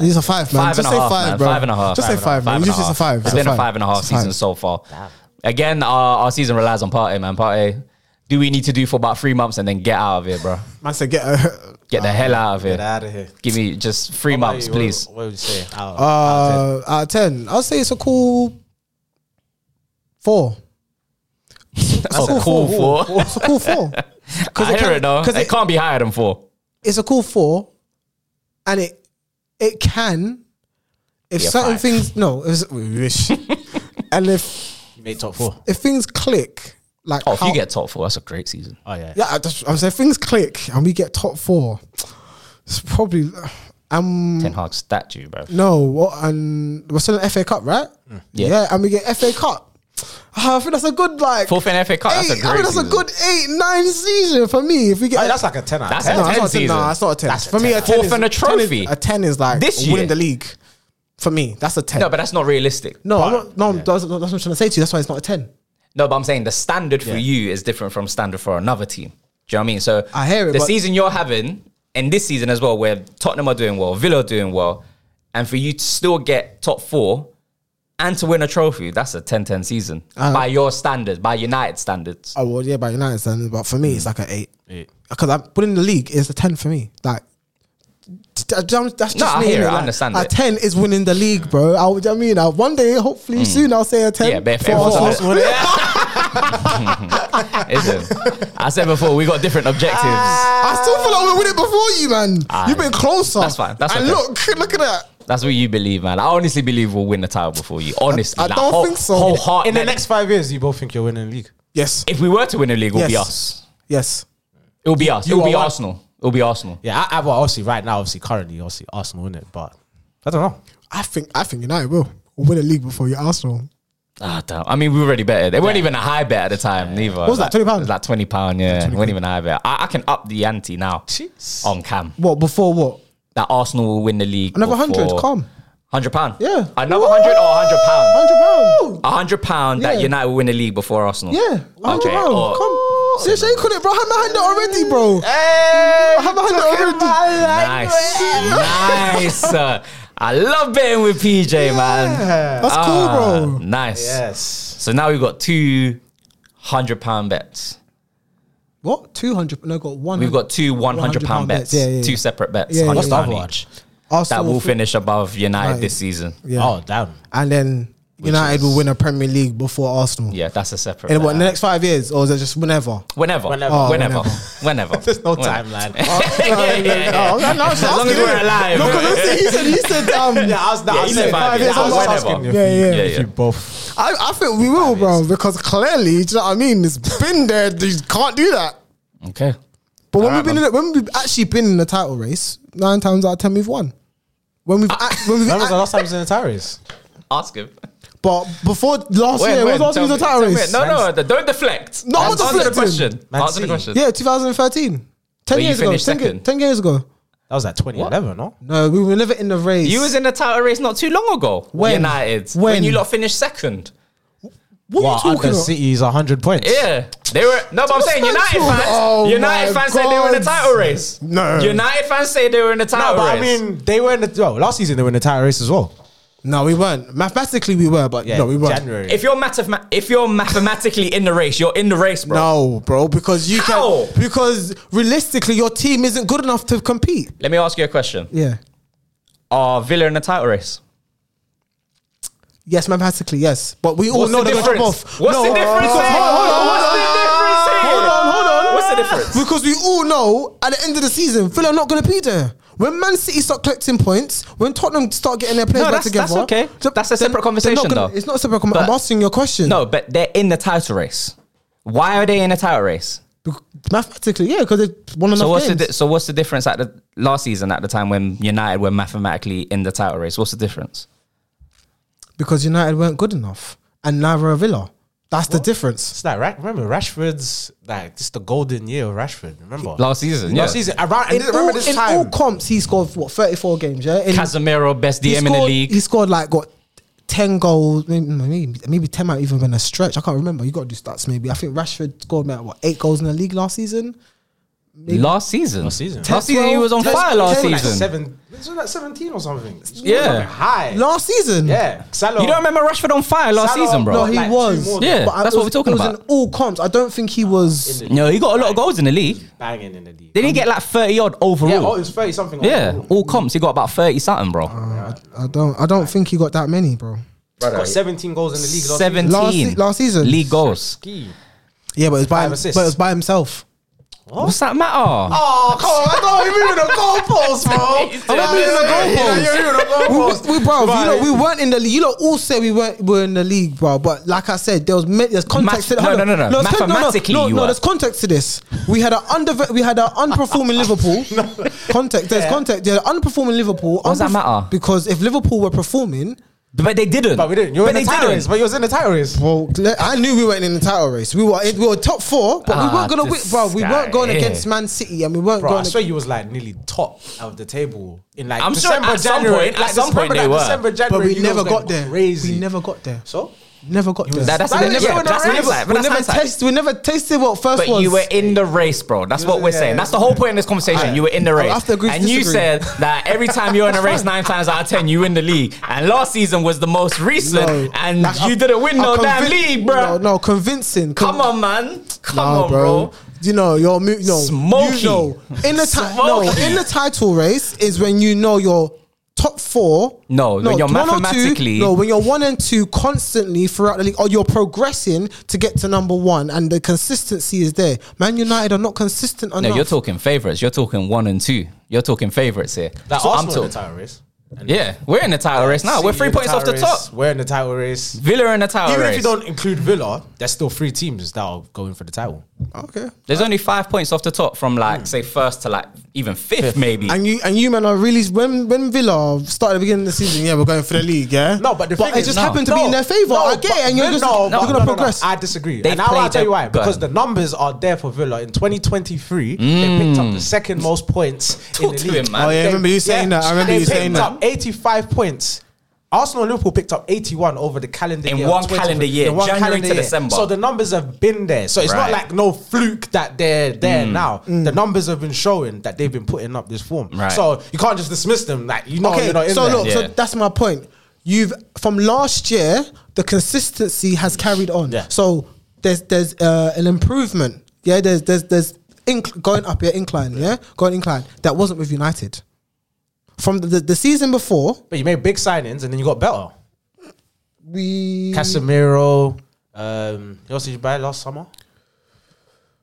B: These are five, man.
A: Five and
B: Just
A: a
B: say
A: half,
B: five,
A: man.
B: bro.
A: Five and a half.
B: Just say
A: and a half,
B: five, man.
A: and
B: You
A: a
B: just say
A: half.
B: five.
A: It's
B: a
A: been a five and a half
B: It's a
A: season so far. Again, our, our season relies on Partey, man. Partey, do we need to do for about three months and then get out of here, bro?
B: Man said, get a.
A: Get the
B: Ah,
A: hell out of
C: get
A: here.
C: out of here.
A: Give me just three months,
C: What-
A: please.
C: What would you say? Out- out
B: Uh, out of 10, I'll say it's a cool four. It's a
A: That's
B: cool,
A: a cool
B: four.
A: four.
B: It's a cool four. Because
A: I don't know.
B: Because
A: It,
B: it,
A: can't be higher than four.
B: it's a cool four, and it it can if
A: Be a
B: certain
A: five.
B: things no, if, we wish, and if
C: Make top four.
B: if things click like
A: Oh, if
B: how-
A: you get top four, that's a great season.
C: Oh yeah.
B: yeah, I just, I'm saying things click and we get top four. It's probably um
A: Ten Hag statue, bro.
B: No, what and we're still in FA Cup, right?
A: Yeah.
B: and we get FA Cup. Ah, I think that's a good like
A: Fourth in FA Cup.
B: eight,
A: That's a great.
B: I mean, that's
A: season.
B: a good eight, nine season for me. If we get
C: Oh, that's like a ten out.
A: That's
C: That's
A: a
B: no,
A: ten
B: that's not a ten,
A: season.
B: no, that's not a ten.
C: That's a
B: for me, a
C: 10.
B: ten
A: Fourth
B: is,
A: and a
B: 10 is-
A: trophy.
B: a ten is like
A: This year.
B: winning the league. For me, that's a ten.
A: No, but that's not realistic.
B: no, I'm not, no, that's, that's what I'm trying to say to you. That's why it's not a ten.
A: No, but I'm saying the standard for you is different from standard for another team. Do you know what I mean? So
B: I hear it,
A: The
B: but-
A: season you're having, and this season as well, where Tottenham are doing well, Villa are doing well, and for you to still get top four and to win a trophy, that's a 10-10 season
B: Uh-huh.
A: by your standards, by United standards.
B: Oh well, yeah, by United standards, but for me,
A: Mm.
B: it's like an eight. Because I'm winning the league is a ten for me. Like. t- t- That's just
A: No, I
B: me,
A: hear
B: innit?
A: it, I
B: Like,
A: understand
B: A
A: it.
B: ten is winning the league, bro. I, I mean, uh, one day, hopefully soon, I'll say a ten.
A: Mm. Yeah, but if
B: for-
A: everyone's on
B: for-
A: Listen, I said before we got different objectives.
B: I still feel like we win it before you, man.
A: Aye.
B: You've been closer.
A: That's fine, that's
B: and
A: okay.
B: look, look at that.
A: That's what you believe, man. I honestly believe we'll win the title before you. Honestly,
B: I
A: like,
B: don't
A: whole-
B: think so.
A: wholeheartedly.
C: in the next five years, you both think you're winning the league.
B: Yes,
A: if we were to win a league, it'll be
B: Yes.
A: us.
B: yes.
A: It'll be us.
C: you
A: It'll
C: are
A: be
C: one.
A: Arsenal. It'll be Arsenal.
C: Yeah, I, I well, obviously right now, obviously currently, obviously Arsenal in it, but I don't know.
B: I think I think United will win the league before you Arsenal.
A: Ah, damn. I mean, we were already betted. They weren't even a high bet at the time, neither. What
B: was that, £20?
A: It was like twenty pound. Yeah, it weren't even a high bet. I, I can up the ante now
C: Jeez.
A: on cam
B: What before what?
A: that Arsenal will win the league.
B: Another 100, calm.
A: Hundred pound.
B: Yeah.
A: Another hundred or hundred pound.
B: Hundred pound.
A: A hundred pound that
B: Yeah.
A: United will win the league before Arsenal.
B: Yeah, hundred
A: Okay,
B: pound.
A: or-
B: Come. See, Shane called it, bro. I had my hand up already, bro. I had my hand up already.
A: Nice, nice. Uh, I love betting with PJ, man.
B: That's
A: Ah,
B: cool, bro.
A: Nice.
C: Yes.
A: So now we've got two hundred pound bets.
B: What? Two hundred? No, got one.
A: We've got two one hundred pound
B: £100
A: bets,
B: bets. Yeah, yeah, yeah.
A: two separate bets.
B: Yeah, yeah,
C: What's
A: £100
C: the other
A: each.
C: one?
A: That
B: Arsenal
A: will
B: fi-
A: finish above United
B: Right.
A: this season. Yeah,
B: Yeah.
C: Oh, damn.
B: and then United will win a Premier League before Arsenal.
A: that's a separate.
B: In what?
A: bet.
B: In the next five years, or is it just whenever?
A: whenever, whenever,
C: Whenever. Oh,
A: whenever,
B: whenever.
A: whenever.
C: There's no Oh,
A: Whenever.
C: timeline.
A: yeah, yeah, yeah.
B: Oh, no, I
A: As long as
B: was asking,
A: we're
B: innit?
A: alive.
B: No, because he said, he said, um,
C: yeah, I was,
A: Yeah,
C: I was
A: he said
C: saying
A: five years.
B: I
C: I was
B: was
C: asking
A: whenever.
C: if,
B: Yeah,
C: you,
B: yeah.
A: Yeah,
C: if
A: yeah.
C: you both.
B: I, I think we will, bro, because clearly, do you know what I mean? It's been there. You can't do that.
A: Okay.
B: But when we've been in, it- when we've actually been in the title race, nine times out of ten we've won. When we've, act- when we've
C: When was the
B: act-
C: last time you was in the Tyrese?
A: Ask him.
B: but before last
A: When,
B: year,
A: when?
B: when was the
A: Tell
B: last time we was in the
A: me-
B: title
A: tell me.
B: race?
A: No, no, th- don't deflect.
B: No, I'm
A: Answer
B: not
A: the
B: deflecting.
A: question.
C: Man
A: Answer the
C: City.
A: question.
B: Yeah, 2013. Ten
A: But you
B: years ago.
A: finished
B: Ten, ge-
A: second.
B: ten years ago.
C: That was like 2011, no?
B: No, we were never in the race.
A: You was in the title race not too long ago.
B: When?
A: United.
B: When?
A: you lot finished second.
B: what
C: Well,
B: are you
C: under
B: talking about?
C: City's 100 points.
A: Yeah, they were. No, but I'm saying
B: That's
A: United
B: mental.
A: fans.
B: Oh
A: United
B: my
A: fans said they were in the
B: God.
A: title race.
B: No.
A: United fans say they were in the
C: No,
A: title
C: but I
A: race.
C: mean, they were in the well, last season. They were in the title race as well.
B: No, we weren't. Mathematically, we were, but
C: Yeah,
B: no, we weren't.
C: January.
A: if you're math- if you're mathematically in the race, you're in the race, bro.
B: No, bro, because you
A: How?
B: can because realistically your team isn't good enough to compete.
A: Let me ask you a question.
B: Yeah.
A: Are Villa in the title race?
B: Yes, mathematically, yes. But we all
A: What's
B: know
A: the
B: they're gonna
A: difference?
B: come off.
A: What's the difference?
B: Because,
A: here?
B: hold
A: What's the difference? here?
B: on, hold on, hold on, hold on.
A: What's the difference?
B: Because we all know at the end of the season, Villa are not gonna be there. When Man City start collecting points, when Tottenham start getting their players
A: No,
B: back
A: that's-
B: together,
A: that's okay.
B: they're-
A: That's a
B: they're-
A: separate
B: they're not
A: conversation,
B: gonna-
A: though.
B: It's not a separate conversation. I'm
A: But-
B: asking you a question.
A: No, but they're in the title race. Why are they in the title race?
B: Bec- mathematically, yeah, because they won enough
A: So what's
B: games.
A: the di- so what's the difference at the last season at the time when United were mathematically in the title race? What's the difference?
B: because United weren't good enough, and neither are Villa. That's the difference.
C: It's like right. Remember Rashford's like just the golden year of Rashford. Remember
A: Last season, yeah.
C: Last season around. And
B: In,
C: this- remember
B: all,
C: this
B: in
C: time.
B: all comps, he scored what thirty-four games. Yeah, in,
A: Casemiro best
B: he
A: DM
B: scored,
A: in the league.
B: He scored like got ten goals, maybe maybe, maybe ten might even been a stretch. I can't remember. You got to do stats. Maybe I think Rashford scored about what eight goals in the league last season.
A: Last season,
C: Last season.
A: last season he was on
B: 12,
A: fire. Last
B: 10,
C: like
A: season,
C: seven. Wasn't that seventeen or something?
A: Yeah.
C: Something high.
B: Last season,
C: Yeah, Salah.
A: you don't remember Rashford on fire last
C: Salah,
A: season, bro?
B: No, he
C: Like two
B: was.
C: more than-
A: Yeah,
B: I-
A: that's
B: it
A: what
B: was-
A: we're talking
B: it was
A: about.
B: In all comps, I don't think he was.
C: In the-
A: No, he got a lot of goals in the league.
C: banging in the league.
A: Didn't he get like thirty odd
C: Yeah, Uh, oh, it
A: overall?
C: was thirty something.
A: Yeah,
C: overall.
A: all comps he got about thirty something, bro.
B: I don't. I don't think he got that many, bro.
C: got seventeen goals in the league. Last
A: Seventeen
B: Last se- last season.
A: league goals.
C: season.
B: Yeah, but it's by
C: Five
B: him, but
C: assists.
B: it's by himself.
A: What's that matter?
C: Oh, come on. I thought we were moving the goalposts, bro.
A: I'm moving the goalposts.
C: You're moving the goalposts.
B: We, bro, you
C: Right.
B: know, we weren't in the league. You lot all said we weren't were in the league, bro. But like I said, there was ma- there's context
A: Math-
B: to the
A: no,
B: hold
A: no,
B: on.
A: no, no.
B: there's con-
A: Mathematically,
B: no, no,
A: you
B: no,
A: were.
B: there's context to this. We had an under we had an unperforming Liverpool. Context. There's context. Yeah, unperforming Liverpool.
A: does that
B: unperf-
A: matter?
B: Because if Liverpool were performing,
A: But they didn't.
C: But we didn't. You were in
A: they
C: the title race. But you was in the title race.
B: Well, le- I knew we weren't in the title race. We were we were top four, but we
A: Ah,
B: weren't gonna win,
A: this
B: bro. We
A: guy
B: weren't going
A: here.
B: against Man City, and we weren't
C: Bro, I
B: going.
C: swear you was like nearly top of the table in like
A: I'm sure
C: December,
A: at some
C: January.
A: point- at
C: like
A: some point
C: remember
A: they
C: that
A: were.
C: December, January,
B: but we
C: you
B: never
C: was going
B: got there.
C: Crazy.
B: We never got there.
C: so
B: Never got there.
A: That- that's
C: Like,
A: the-
C: they
A: yeah,
C: were in the
A: that's
C: race.
A: hindsight,
B: we
A: but that's
B: never
A: hindsight.
B: taste, we never tasted what first
A: But
B: was.
A: you were in the race, bro. That's what we're
C: Yeah,
A: saying.
C: yeah,
A: That's the whole point in this conversation. You were in the
B: I'll
A: race,
B: have to agree to
A: and you
B: disagree.
A: said that every time you're in a race, nine times out of ten, you win the league. And last season was the most recent,
B: No.
A: and
B: Like,
A: you
B: I-
A: didn't win
B: I
A: no damn
B: convin-
A: league, bro.
B: No, no, convincing. Con-
A: Come on, man. Come
B: Nah,
A: on, bro.
B: You know your move. No,
A: Smoky.
B: You know, in the ti- no,
A: Smoky.
B: in the title race is when you know your top four.
A: No, when you're
B: one or two-
A: mathematically-
B: no, when you're one and two constantly throughout the league, or you're progressing to get to number one, and the consistency is there. Man United are not consistent enough.
A: No, you're talking favorites. You're talking one and two. You're talking favorites here.
C: Like
A: So
C: Arsenal in
A: talking-
C: the title race. And
A: Yeah, we're in the title race now.
C: City
A: We're
C: in
A: three points off
C: title
A: the top.
C: race. We're in the title race.
A: Villa in the title
C: Even
A: race.
C: if you don't include Villa, there's still three teams that are going for the title.
B: okay.
A: There's only five points off the top from like say first to like even fifth, maybe.
C: Mm.
B: And you and you man are really when when Villa started the beginning of the season, yeah, we're going for the league, yeah.
C: No, but the
B: but
C: thing
B: it
C: is-
B: just
A: No.
B: happened to be in their favour. I get it, and you're
C: Villa-
B: just
C: no,
B: you're
C: no,
B: gonna
C: no, no, no.
B: progress.
C: I disagree.
A: They've
C: and now I'll
A: played
C: tell you
A: their
C: why. Because
A: gun. Mm.
C: the numbers are there for Villa. In 2023, they picked up the second most points
A: Talk
C: in the
A: to
C: league.
A: him, man.
B: Oh, yeah, I remember you saying that. I remember
C: they
B: you saying
C: picked
B: that.
C: up 85 points. Arsenal and Liverpool picked up 81 over the calendar
A: In
C: year.
A: one
C: 23.
A: calendar year,
C: In one
A: January
C: calendar
A: to
C: year.
A: December.
C: So the numbers have been there. So it's not
A: Right. Mm.
C: like no fluke that they're there now.
B: Mm.
C: The numbers have been showing that they've been putting up this form.
A: Right.
C: So you can't just dismiss them. Like you know,
B: okay,
C: you're not in
B: so
C: there.
B: look, so
A: Yeah.
B: that's my point. You've from last year, the consistency has carried on.
C: Yeah.
B: So there's there's uh, an improvement. Yeah, there's there's there's inc- going up. Yeah, incline. Yeah. going incline. That wasn't with United. From the, the, the season before,
C: But you made big signings and then you got better.
B: we
C: Mm. Casemiro. Um, who else did you buy last summer?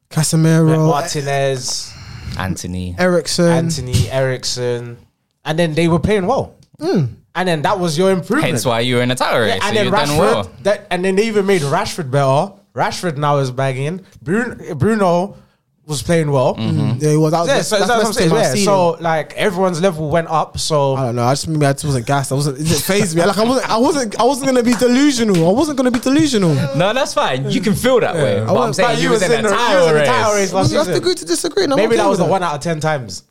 B: Casemiro,
C: Martinez,
A: Anthony.
B: Ericsson,
C: Anthony Ericsson, and then they were playing well. And then that was your improvement.
A: Hence why you were in the title race.
C: Yeah, and
A: so
C: then
A: you've
C: Rashford,
A: done well.
C: that, and then they even made Rashford better. Rashford now is bagging. Bruno, Bruno was playing well.
A: Mm-hmm.
B: Yeah, he was out.
C: Yeah, so that's, what I'm saying. Yeah, so like everyone's level went up. So
B: I don't know. I just maybe I just wasn't gassed. I wasn't. It phased me. Like I wasn't. I wasn't. I wasn't gonna be delusional. I wasn't gonna be delusional.
A: No, that's fine. You can feel that way. But I'm
B: wasn't-
A: saying
C: Oh, but
A: you was in the
C: you
A: title
C: was in the
A: race.
C: title race last
B: You have to
C: season.
B: agree to disagree. and I'm
C: Maybe
B: okay
C: that was
B: with
C: the one out of ten times.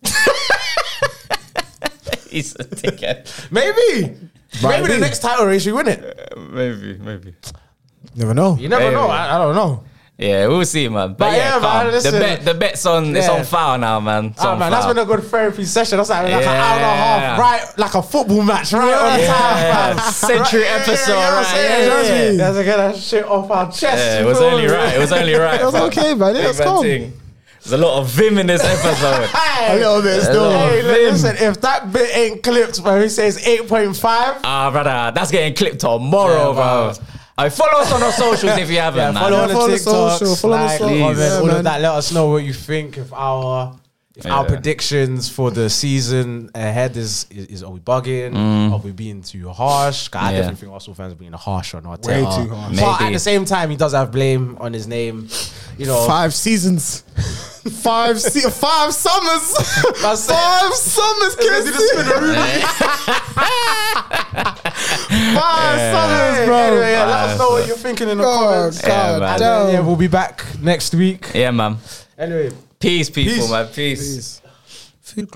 A: He's a dickhead.
C: Maybe. Maybe the next title race you win it.
A: maybe, maybe.
B: Never know.
C: You never know. I, I don't know.
A: Yeah, we'll see, man. But,
C: But
A: yeah,
C: yeah, man,
A: calm. the
C: listen.
A: bet, the bet's on. It's
C: Yeah.
A: on foul now, man. It's
C: Ah,
A: on
C: man, that's
A: foul.
C: been a good therapy session. That's like, like an hour and a half,
A: Yeah.
C: right? Like a football match, right? On
A: Yeah.
C: time,
A: Yeah.
C: man.
A: Century episode, right? Yeah, yeah,
C: Yeah,
A: yeah.
C: That's to get that shit off our chest.
A: yeah, it
C: you
A: was
C: feel
A: only
C: me?
A: right. It was only right.
B: It was
A: fam.
B: okay, man. Yeah,
A: Big
B: it's
A: man
B: calm.
A: thing. There's a lot of vim in this episode.
B: A
C: Hey,
B: little bit still.
C: hey, look,
A: Vim.
C: listen, if that bit ain't clipped, man, he says 8.5.
A: Ah, brother, that's getting clipped tomorrow,
C: Yeah,
A: bro.
C: man.
A: I follow us on our socials if you haven't,
C: Yeah,
A: man.
C: follow on
B: Yeah,
C: the
B: follow the
C: TikToks,
B: social, follow the
C: like,
B: social.
C: comment,
B: Yeah,
C: all
B: man.
C: of that. Let us know what you think of our if our
A: Yeah.
C: predictions for the season ahead is is, is are we bugging?
B: Mm.
C: Are we being too harsh? 'Cause I
A: Yeah.
C: definitely think Arsenal fans are being harsh on Arteta.
B: Way too harsh.
C: But at
A: Maybe.
C: the same time, he does have blame on his name. You know,
B: Five seasons. Five se- five summers.
C: That's it.
B: five summers,
C: They did a spin
B: kids. Five summers, bro.
C: Anyway, yeah, let us
A: Five
C: know what you're thinking in the
B: Oh,
C: comments.
A: Yeah,
B: God,
A: man.
C: And
B: damn.
C: then, yeah, we'll be back next week.
A: Yeah, man.
C: Anyway.
A: Peace, people,
C: Peace.
A: man. Peace.
B: Food